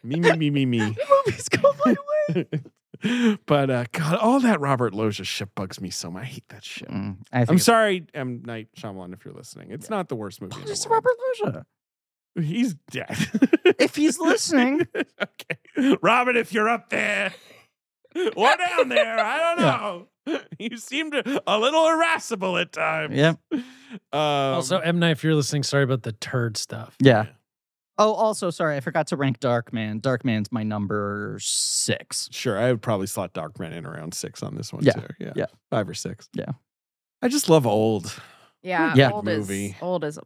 Speaker 4: Me, me, me, me, me.
Speaker 3: The movie's called Wide Awake.
Speaker 4: <laughs> but uh, God, all that Robert Loggia shit bugs me so much. I hate that shit.
Speaker 3: I
Speaker 4: I'm sorry, M. Night Shyamalan, if you're listening. It's not the worst
Speaker 3: Oh,
Speaker 4: movie. in the world.
Speaker 3: Loggia.
Speaker 4: He's dead.
Speaker 3: If he's listening.
Speaker 4: <laughs> okay. Robert, if you're up there or down there, I don't know. You seem to, a little irascible at times.
Speaker 3: Yeah.
Speaker 4: Um,
Speaker 5: also, M Night, if you're listening, sorry about the turd stuff.
Speaker 3: Yeah. Oh, also, sorry, I forgot to rank Dark Man. Dark Man's my number six.
Speaker 4: Sure, I would probably slot Darkman in around six on this one
Speaker 3: Yeah,
Speaker 4: too. Yeah,
Speaker 3: yeah.
Speaker 4: five or six.
Speaker 3: Yeah.
Speaker 4: I just love old.
Speaker 1: <laughs> Yeah,
Speaker 3: Yeah.
Speaker 1: old
Speaker 4: Movie.
Speaker 1: is old is a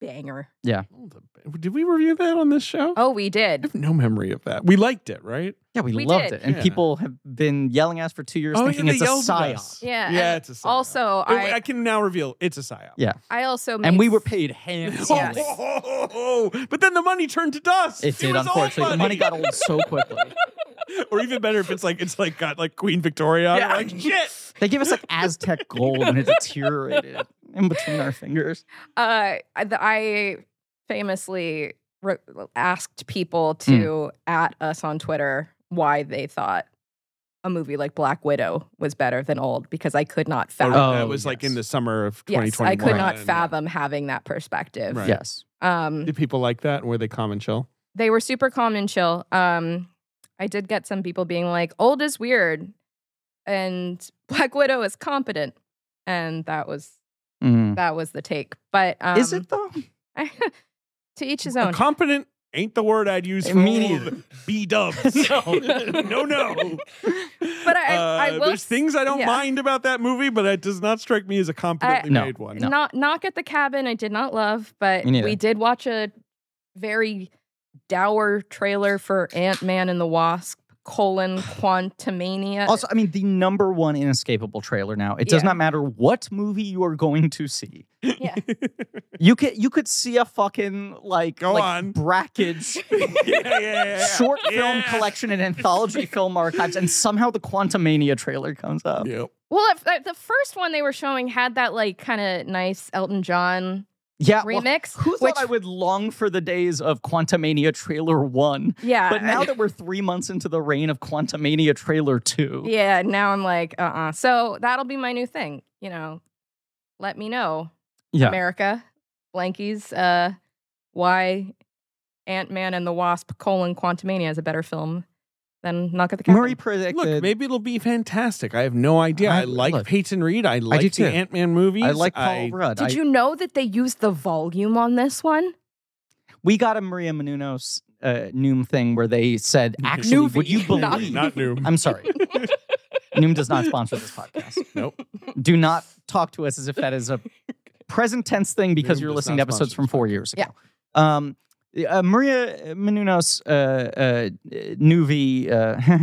Speaker 1: banger.
Speaker 4: Old a bit. Did we review that on this show?
Speaker 1: Oh, we <laughs>
Speaker 4: I
Speaker 1: did.
Speaker 4: have no memory of that. We liked it, right?
Speaker 3: Yeah, we,
Speaker 1: We
Speaker 3: loved
Speaker 1: did,
Speaker 3: it. And
Speaker 4: yeah.
Speaker 3: people have been yelling at us for two years
Speaker 4: Oh, yeah,
Speaker 3: thinking
Speaker 4: they
Speaker 3: it's a
Speaker 4: yelled at
Speaker 3: psyop.
Speaker 4: us.
Speaker 1: Yeah.
Speaker 4: yeah,
Speaker 1: and
Speaker 4: it's a psyop.
Speaker 1: Also,
Speaker 4: It-
Speaker 1: I,
Speaker 4: I can now reveal it's a psyop.
Speaker 3: Yeah.
Speaker 1: I also made
Speaker 3: And we were paid hands.
Speaker 1: <laughs>
Speaker 4: Oh,
Speaker 1: Yes.
Speaker 4: ho, ho, ho, ho, ho. But then the money turned to dust.
Speaker 3: It did,
Speaker 4: was old
Speaker 3: unfortunately. The money got old so
Speaker 4: <laughs>
Speaker 3: quickly.
Speaker 4: or even better if it's like it's like got like Queen Victoria. on it,
Speaker 1: Yeah.
Speaker 4: Like shit.
Speaker 3: They gave us like Aztec gold and it deteriorated in between our fingers.
Speaker 1: uh, I- the- I famously re- asked people
Speaker 3: Hmm.
Speaker 1: to at us on Twitter why they thought a movie like Black Widow was better than Old because I could not fathom.
Speaker 3: Oh,
Speaker 4: that was like in
Speaker 3: yes.
Speaker 4: the summer of
Speaker 1: yes,
Speaker 4: 2021.
Speaker 1: I could not
Speaker 4: And
Speaker 1: fathom having that perspective.
Speaker 4: Right.
Speaker 3: Yes.
Speaker 1: Um,
Speaker 4: Did people like that? Were they calm and chill?
Speaker 1: they were super calm and chill. Um, I did get some people being like, "Old is weird," and <laughs> Black Widow is competent, and that was
Speaker 3: Mm.
Speaker 1: that was the take. But um, <laughs>
Speaker 3: Is it though?
Speaker 1: to each his
Speaker 4: A
Speaker 1: own?
Speaker 4: competent ain't the word I'd use
Speaker 3: Hey,
Speaker 4: for
Speaker 3: me
Speaker 4: all
Speaker 3: neither.
Speaker 4: the B dubs.
Speaker 3: <laughs> No.
Speaker 4: <laughs> no, no. Uh,
Speaker 1: But I- I will
Speaker 4: there's
Speaker 1: s-
Speaker 4: things I don't
Speaker 1: yeah.
Speaker 4: mind about that movie, but it does not strike me as a competently
Speaker 3: No.
Speaker 4: made one.
Speaker 3: No.
Speaker 1: Knock, knock at the cabin. I did not love, but
Speaker 3: Me neither.
Speaker 1: we did watch a very dour trailer for Ant Man and the Wasp: colon Quantumania.
Speaker 3: Also, I mean, the number one inescapable trailer now. It
Speaker 1: uh,
Speaker 3: does
Speaker 1: Yeah.
Speaker 3: not matter what movie you are going to see.
Speaker 1: <laughs> Yeah.
Speaker 3: You could you could see a fucking like,
Speaker 4: Go
Speaker 3: like
Speaker 4: on.
Speaker 3: brackage
Speaker 4: <laughs> yeah, yeah, yeah, <laughs> yeah.
Speaker 3: short film
Speaker 4: Yeah.
Speaker 3: collection and anthology film archives, and somehow the Quantumania trailer comes up.
Speaker 4: Yep.
Speaker 1: well, if, if the first one they were showing had that like kind of nice Elton John
Speaker 3: Yeah, Uh, well,
Speaker 1: remix,
Speaker 3: who thought
Speaker 1: which
Speaker 3: I would long for the days of Quantumania Trailer One?
Speaker 1: yeah,
Speaker 3: But now that we're three months into the reign of Quantumania Trailer Two,
Speaker 1: yeah, now I'm like, uh, uh So that'll be my new thing. You know, let me know,
Speaker 3: Yeah.
Speaker 1: America, blankies, uh, why Ant Man and the Wasp: colon Quantumania is a better film than Knock at the Cabin.
Speaker 3: Murray predicted.
Speaker 4: Look, maybe it'll be fantastic. I have no idea.
Speaker 3: I-
Speaker 4: I, like
Speaker 3: look.
Speaker 4: Peyton Reed. I like
Speaker 3: do
Speaker 4: the
Speaker 3: too.
Speaker 4: Ant Man movies.
Speaker 3: I like Paul
Speaker 4: I-
Speaker 3: Rudd. I-
Speaker 1: Did you know that they used the volume on this one?
Speaker 3: we got a Maria Menounos uh, Noom thing where they said, actually, would you
Speaker 1: Noovie.
Speaker 3: believe?
Speaker 4: Not Noom.
Speaker 1: <laughs>
Speaker 3: I'm sorry. Noom does not sponsor this podcast.
Speaker 4: <laughs> Nope.
Speaker 3: Do not talk to us as if that is
Speaker 4: <laughs>
Speaker 3: a present tense thing because
Speaker 4: Noom
Speaker 3: you're
Speaker 4: does
Speaker 3: listening to
Speaker 4: not
Speaker 3: episodes
Speaker 4: sponsor
Speaker 3: from
Speaker 4: this
Speaker 3: four years ago. Um, uh, Maria Menounos uh, uh, Nuvi,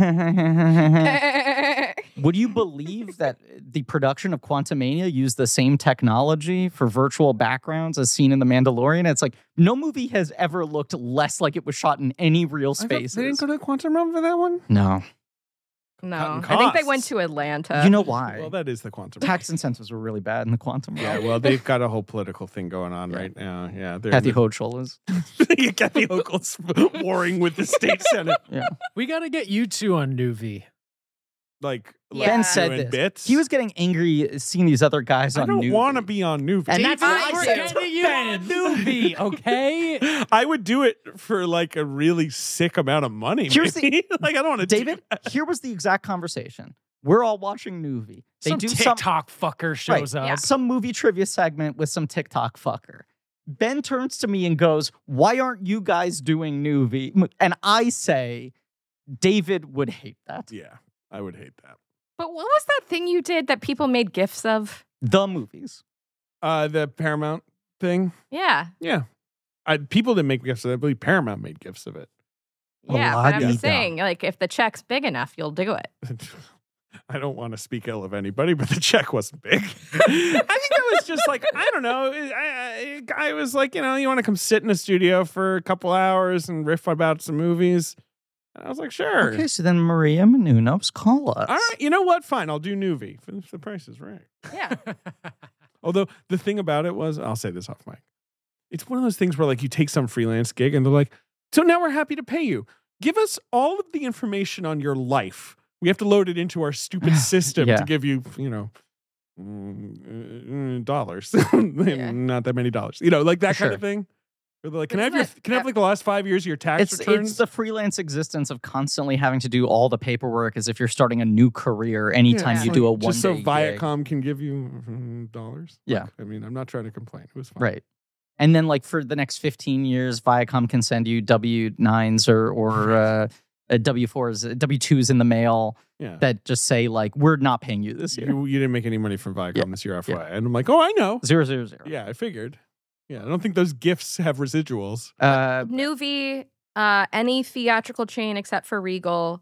Speaker 3: uh, <laughs> would you believe that the production of Quantumania used the same technology for virtual backgrounds as seen in The Mandalorian? It's like no movie has ever looked less like it was shot in any real
Speaker 4: I thought- They
Speaker 3: space.
Speaker 4: didn't go to the quantum realm for that one.
Speaker 3: No.
Speaker 1: <laughs> No,
Speaker 4: Cutting
Speaker 1: I think they
Speaker 4: costs.
Speaker 1: went to Atlanta.
Speaker 3: you know why?
Speaker 4: Uh, Well, that is the quantum.
Speaker 3: Tax incentives were really bad in the quantum
Speaker 4: <laughs> yeah,
Speaker 3: realm.
Speaker 4: well, they've got a whole political thing going on
Speaker 3: Yeah.
Speaker 4: right now. Yeah, they're
Speaker 3: Kathy
Speaker 4: in
Speaker 3: Hochul is.
Speaker 4: <laughs> the, Kathy Hochul's warring with
Speaker 3: <laughs>
Speaker 4: the state senate.
Speaker 5: We got to get you two on New V.
Speaker 4: Like
Speaker 1: Yeah.
Speaker 4: like
Speaker 3: Ben said
Speaker 4: doing
Speaker 3: this.
Speaker 4: bits.
Speaker 3: He was getting angry uh, seeing these other guys
Speaker 4: I
Speaker 3: on
Speaker 4: don't
Speaker 3: New
Speaker 4: want to
Speaker 3: Day.
Speaker 4: be on New.
Speaker 3: And that's
Speaker 1: I
Speaker 5: we're
Speaker 1: said.
Speaker 5: getting you <laughs> on New V, okay?
Speaker 4: I would do it for like a really sick amount of money.
Speaker 3: Here's the-
Speaker 4: maybe. <laughs> like I don't want to.
Speaker 3: David, here was the exact conversation. We're all watching Nuvi. They
Speaker 5: some
Speaker 3: do some
Speaker 5: TikTok fucker
Speaker 3: right,
Speaker 5: shows up.
Speaker 1: yeah.
Speaker 3: some movie trivia segment with some TikTok fucker. Ben turns to me and goes, "Why aren't you guys doing Nuvi?" And I say, "David would hate that."
Speaker 4: yeah, I would hate that.
Speaker 1: But what was that thing you did that people made gifs of?
Speaker 3: The movies.
Speaker 4: Uh, the Paramount thing.
Speaker 1: Yeah,
Speaker 4: Yeah, I, people didn't make gifts of it. I believe Paramount made gifts of it. <laughs>
Speaker 3: A
Speaker 1: yeah. But I'm
Speaker 3: la-di-da.
Speaker 1: just saying, like, if the check's big enough, you'll do it.
Speaker 4: I don't want to speak ill of anybody, but the check wasn't big. <laughs> I think I was just like, I don't know. I, I, I was like, you know, you want to come sit in the studio for a couple hours and riff about some movies? And I was like, sure.
Speaker 3: Okay, so then Maria Menounos, call us.
Speaker 4: All right, you know what? Fine, I'll do Nuvi. If the price is right.
Speaker 1: Yeah,
Speaker 4: Although the thing about it was, I'll say this off mic. It's one of those things where like you take some freelance gig and they're like, so now we're happy to pay you. Give us all of the information on your life. We have to load it into our
Speaker 3: <laughs>
Speaker 4: stupid system
Speaker 3: Yeah.
Speaker 4: to give you, you know, mm, uh, dollars. <laughs>
Speaker 1: Yeah.
Speaker 4: Not that many dollars. You know, like that
Speaker 3: For
Speaker 4: kind of thing. Where they're like, can I have
Speaker 1: It's
Speaker 4: your
Speaker 1: not-
Speaker 4: can I have like the last five years of your tax
Speaker 3: It's,
Speaker 4: returns?
Speaker 3: it's the freelance existence of constantly having to do all the paperwork as if you're starting a new career anytime
Speaker 1: Yeah.
Speaker 3: you do a one
Speaker 4: just so
Speaker 3: day gig.
Speaker 4: Viacom can give you mm, dollars.
Speaker 3: Yeah.
Speaker 4: Like, I mean, I'm not trying to complain. It was fine.
Speaker 3: Right. And then like for the next 15 years, Viacom can send you W9s or or uh, uh, W4s, W2s in the mail
Speaker 4: Yeah.
Speaker 3: that just say like, we're not paying you this year.
Speaker 4: You, you didn't make any money from Viacom
Speaker 3: Yeah.
Speaker 4: this year, FYI.
Speaker 3: Yeah.
Speaker 4: And I'm like, oh, I know.
Speaker 3: Zero, zero, zero.
Speaker 4: Yeah, I figured. Yeah, I don't think those gifts have residuals.
Speaker 3: Uh,
Speaker 1: Nuvi, uh, any theatrical chain except for Regal,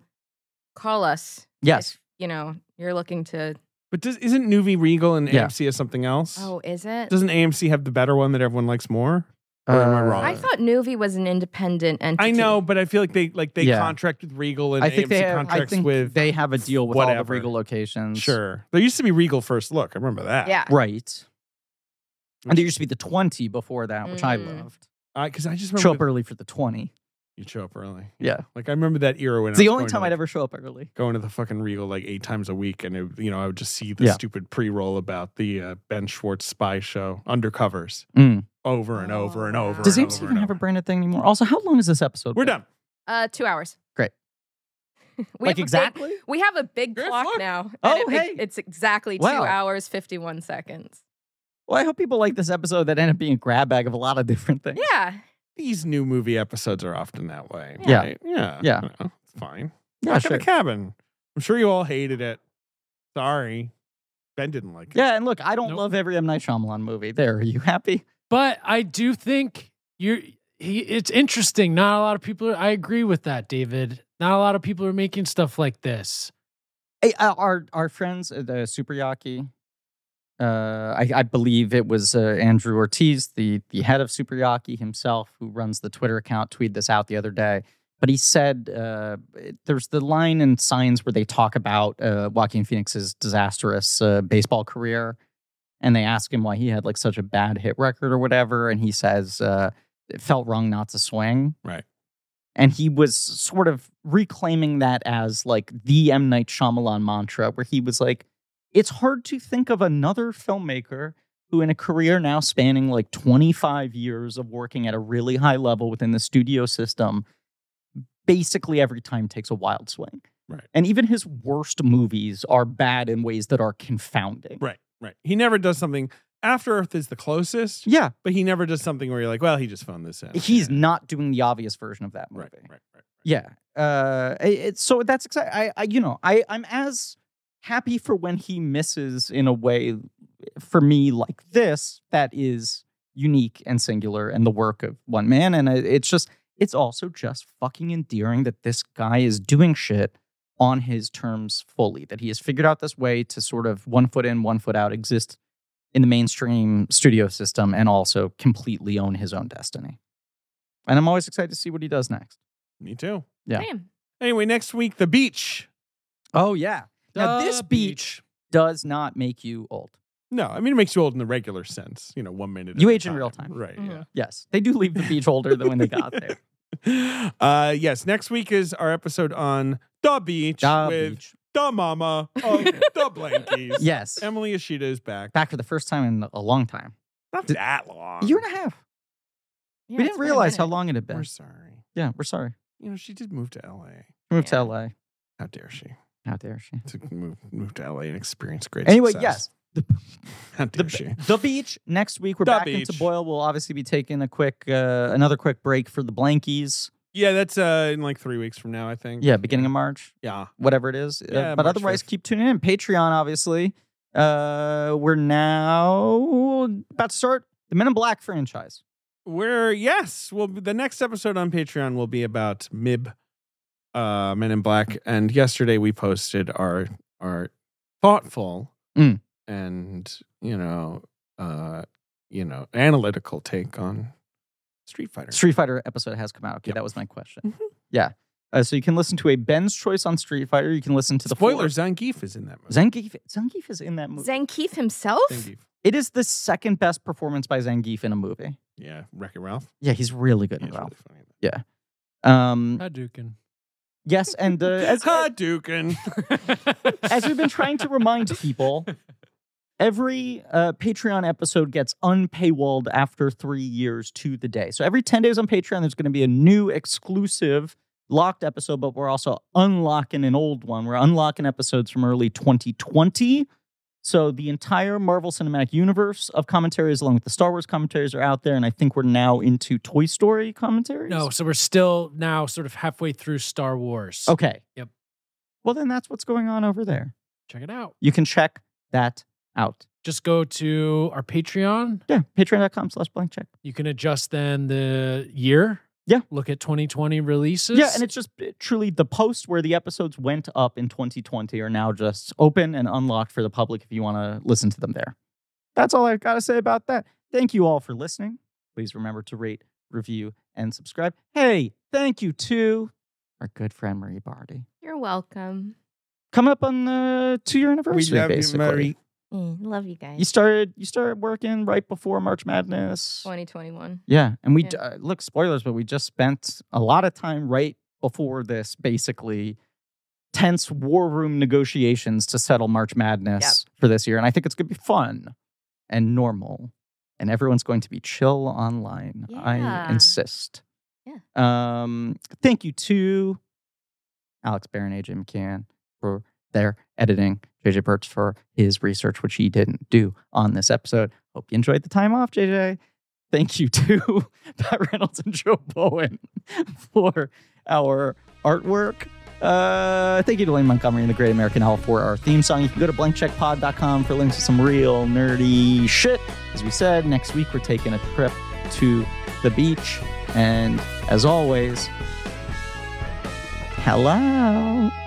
Speaker 1: call us.
Speaker 3: yes.
Speaker 1: if, you know you're looking to.
Speaker 4: But does, isn't Nuvi Regal and
Speaker 3: Yeah.
Speaker 4: AMC as something else?
Speaker 1: Oh, is it?
Speaker 4: Doesn't AMC have the better one that everyone likes more? Or am I
Speaker 3: Uh,
Speaker 4: wrong?
Speaker 1: I thought Nuvi was an independent entity.
Speaker 4: I know, but I feel like they like they
Speaker 3: Yeah.
Speaker 4: contract with Regal and
Speaker 3: I think,
Speaker 4: AMC
Speaker 3: they have, I
Speaker 4: contracts
Speaker 3: think
Speaker 4: with
Speaker 3: they have a deal with all the
Speaker 4: whatever.
Speaker 3: Regal locations.
Speaker 4: sure. There used to be Regal First Look. I remember that.
Speaker 1: Yeah.
Speaker 3: Right. And
Speaker 4: Mm-hmm.
Speaker 3: there used to be the 20 before that, which I
Speaker 1: Mm. <laughs>
Speaker 3: loved.
Speaker 4: because I just remember
Speaker 3: Show up early for the 20.
Speaker 4: you show up early.
Speaker 3: Yeah.
Speaker 4: Like I remember that era when
Speaker 3: It's
Speaker 4: I
Speaker 3: the
Speaker 4: was
Speaker 3: only
Speaker 4: going to,
Speaker 3: time
Speaker 4: like,
Speaker 3: I'd ever show up early.
Speaker 4: going to the fucking Regal like eight times a week, and it, you know I would just see the
Speaker 3: Yeah.
Speaker 4: stupid pre-roll about the uh, Ben Schwartz spy show undercovers
Speaker 3: Mm.
Speaker 4: over and over and
Speaker 1: Oh,
Speaker 4: over.
Speaker 1: wow.
Speaker 3: Does
Speaker 4: and
Speaker 3: AMC
Speaker 4: over
Speaker 3: even
Speaker 4: and
Speaker 3: have a
Speaker 4: over.
Speaker 3: branded thing anymore? Also, how long is this episode?
Speaker 4: We're
Speaker 3: been?
Speaker 4: done.
Speaker 1: Uh, two hours.
Speaker 3: Great.
Speaker 1: <laughs> we have
Speaker 3: Like
Speaker 1: a big-
Speaker 3: exactly?
Speaker 1: we have a big
Speaker 4: Good
Speaker 1: clock
Speaker 4: luck.
Speaker 1: now. and
Speaker 3: Oh,
Speaker 1: it-
Speaker 3: hey.
Speaker 1: it's exactly
Speaker 3: Wow.
Speaker 1: two hours fifty-one seconds.
Speaker 3: Well, I hope people like this episode that ended up being a grab bag of a lot of different things.
Speaker 1: Yeah.
Speaker 4: These new movie episodes are often that way.
Speaker 3: Yeah.
Speaker 4: right? yeah,
Speaker 3: Yeah.
Speaker 4: you know, it's fine.
Speaker 3: Yeah,
Speaker 4: Back in the cabin. I'm sure you all hated it. Sorry, Ben didn't like it.
Speaker 3: Yeah, and look, I don't
Speaker 5: Nope.
Speaker 3: love every M Night Shyamalan movie. There, are you happy?
Speaker 5: But I do think you're. He, it's interesting. Not a lot of people. Are, I agree with that, David. Not a lot of people are making stuff like this.
Speaker 3: Hey, uh, our our friends, uh, the Super Yaki, uh, I, I believe it was uh, Andrew Ortiz, the the head of Super Yaki himself, who runs the Twitter account, tweeted this out the other day. But he said uh, it- there's the line in Signs where they talk about uh, Joaquin Phoenix's disastrous uh, baseball career, and they ask him why he had like such a bad hit record or whatever, and he says uh, it felt wrong not to swing.
Speaker 4: Right.
Speaker 3: And he was sort of reclaiming that as like the M Night Shyamalan mantra, where he was like, it's hard to think of another filmmaker who, in a career now spanning like 25 years of working at a really high level within the studio system, basically every time takes a wild swing.
Speaker 4: Right.
Speaker 3: And even his worst movies are bad in ways that are confounding.
Speaker 4: Right, right. He never does something. After Earth is the closest,
Speaker 3: Yeah.
Speaker 4: but he never does something where you're like, well, he just phoned this in.
Speaker 3: He's
Speaker 4: Yeah.
Speaker 3: not doing the obvious version of that movie.
Speaker 4: right, right, right. right.
Speaker 3: Yeah. Uh, i- it's so that's exciting. I, I, you know, I, I'm as happy for when he misses in a way for me like this that is unique and singular and the work of one man. And I- it's just, it's also just fucking endearing that this guy is doing shit on his terms fully, that he has figured out this way to sort of one foot in, one foot out exist in the mainstream studio system and also completely own his own destiny. And I'm always excited to see what he does next.
Speaker 4: Me too.
Speaker 3: Yeah.
Speaker 1: Same.
Speaker 4: Anyway, next week, the beach.
Speaker 3: Oh yeah. Now
Speaker 5: The
Speaker 3: this beach does not make you old.
Speaker 4: No, I mean it makes you old in the regular sense. You know, one minute.
Speaker 3: You
Speaker 4: at a
Speaker 3: age in real time.
Speaker 4: Right.
Speaker 1: Mhm.
Speaker 4: Yeah.
Speaker 3: Yes, they do leave the beach older than when they got
Speaker 4: <laughs>
Speaker 3: there.
Speaker 4: Uh, yes. Next week is our episode on the beach
Speaker 3: Da
Speaker 4: with
Speaker 3: beach.
Speaker 4: the mama of the blankies.
Speaker 3: Yes.
Speaker 4: Emily Ishida is back.
Speaker 3: Back for the first time in a long time.
Speaker 4: Not that long.
Speaker 3: A year and a half.
Speaker 1: Yeah,
Speaker 3: we
Speaker 1: it's
Speaker 3: didn't
Speaker 1: been a
Speaker 3: realize how
Speaker 1: minute.
Speaker 3: long it had been.
Speaker 4: We're sorry.
Speaker 3: yeah, we're sorry.
Speaker 4: You know, she did move to LA.
Speaker 3: She moved
Speaker 1: Yeah.
Speaker 3: to LA.
Speaker 4: How dare she?
Speaker 3: How dare she?
Speaker 4: To move move to LA and experience great.
Speaker 3: Anyway, yes.
Speaker 4: success.
Speaker 3: The,
Speaker 4: <laughs> How
Speaker 3: the,
Speaker 4: dare she?
Speaker 3: the beach next week. We're
Speaker 4: The
Speaker 3: back into
Speaker 4: beach.
Speaker 3: Boyle. We'll obviously be taking a quick, uh, another quick break for the blankies.
Speaker 4: Yeah, that's uh in like three weeks from now, I think.
Speaker 3: Yeah, beginning of March,
Speaker 4: Yeah.
Speaker 3: whatever it is. Uh,
Speaker 4: Yeah,
Speaker 3: but
Speaker 4: March
Speaker 3: otherwise,
Speaker 4: 5th.
Speaker 3: keep tuning in. Patreon, obviously. Uh, we're now about to start the Men in Black franchise.
Speaker 4: We're yes. Well, the next episode on Patreon will be about Mib, uh, Men in
Speaker 3: Mm.
Speaker 4: Black, and yesterday we posted our our thoughtful
Speaker 3: Mm.
Speaker 4: and you know uh you know analytical take on Street Fighter.
Speaker 3: Street Fighter episode has come out. Okay,
Speaker 4: Yep.
Speaker 3: that was my question.
Speaker 4: Mhm.
Speaker 3: Yeah. Uh, so you can listen to a Ben's choice on Street Fighter. You can listen to the full-
Speaker 4: Spoiler: Zangief is in that movie.
Speaker 3: Zangief. Zangief is in that movie.
Speaker 1: Zangief himself?
Speaker 4: Zangief.
Speaker 3: it is the second best performance by Zangief in a movie.
Speaker 4: Yeah, Wreck It Ralph.
Speaker 3: Yeah, he's really good.
Speaker 4: He's
Speaker 3: in
Speaker 4: really
Speaker 3: Ralph.
Speaker 4: funny.
Speaker 3: Um,
Speaker 5: <laughs> Hadouken.
Speaker 3: yes, and uh, as,
Speaker 4: Hadouken.
Speaker 3: as we've been trying to
Speaker 5: <laughs>
Speaker 3: remind people, every uh, Patreon episode gets unpaywalled after three years to the day. So every 10 days on Patreon, there's going to be a new exclusive locked episode, but we're also unlocking an old one. We're unlocking episodes from early 2020. So the entire Marvel Cinematic Universe of commentaries, along with the Star Wars commentaries, are out there, and I think we're now into Toy Story commentaries.
Speaker 5: No, so we're still now sort of halfway through Star Wars.
Speaker 3: Okay.
Speaker 5: Yep.
Speaker 3: Well, then that's what's going on over there.
Speaker 5: Check it out.
Speaker 3: You can check that out.
Speaker 5: Just go to our Patreon.
Speaker 3: Yeah, patreon.com slash blank check.
Speaker 5: You can adjust then the year.
Speaker 3: Yeah.
Speaker 5: Look at 2020 releases.
Speaker 3: Yeah, and it's just uh, truly the posts where the episodes went up in 2020 are now just open and unlocked for the public if you want to listen to them there. That's all I've got to say about that. Thank you all for listening. Please remember to rate, review, and subscribe. Hey, thank you to our good friend Marie Bardi.
Speaker 1: You're welcome.
Speaker 3: Coming up on the two year anniversary, basically.
Speaker 1: Mm, love you
Speaker 3: You
Speaker 1: guys.
Speaker 3: started you started working right before March Madness.
Speaker 1: 2021.
Speaker 3: Yeah, and we
Speaker 1: Yeah.
Speaker 3: d uh, look spoilers, but we just spent a lot of time right before this, basically tense war room negotiations to settle March Madness for this year, and I think it's going to be fun and normal, and everyone's going to be chill online. I
Speaker 1: Yeah.
Speaker 3: insist.
Speaker 1: Yeah.
Speaker 3: Um. Thank you to Alex Barron, AJ McCann for their editing, JJ Burtz for his research, which he didn't do on this episode. Hope you enjoyed the time off, JJ. Thank you to <laughs> Pat Reynolds and Joe Bowen <laughs> for our artwork. Uh, thank you to Lane Montgomery and the Great American Owl for our theme song. You can go to blankcheckpod.com for links to some real nerdy shit. As we said, next week we're taking a trip to the beach. And as always, hello.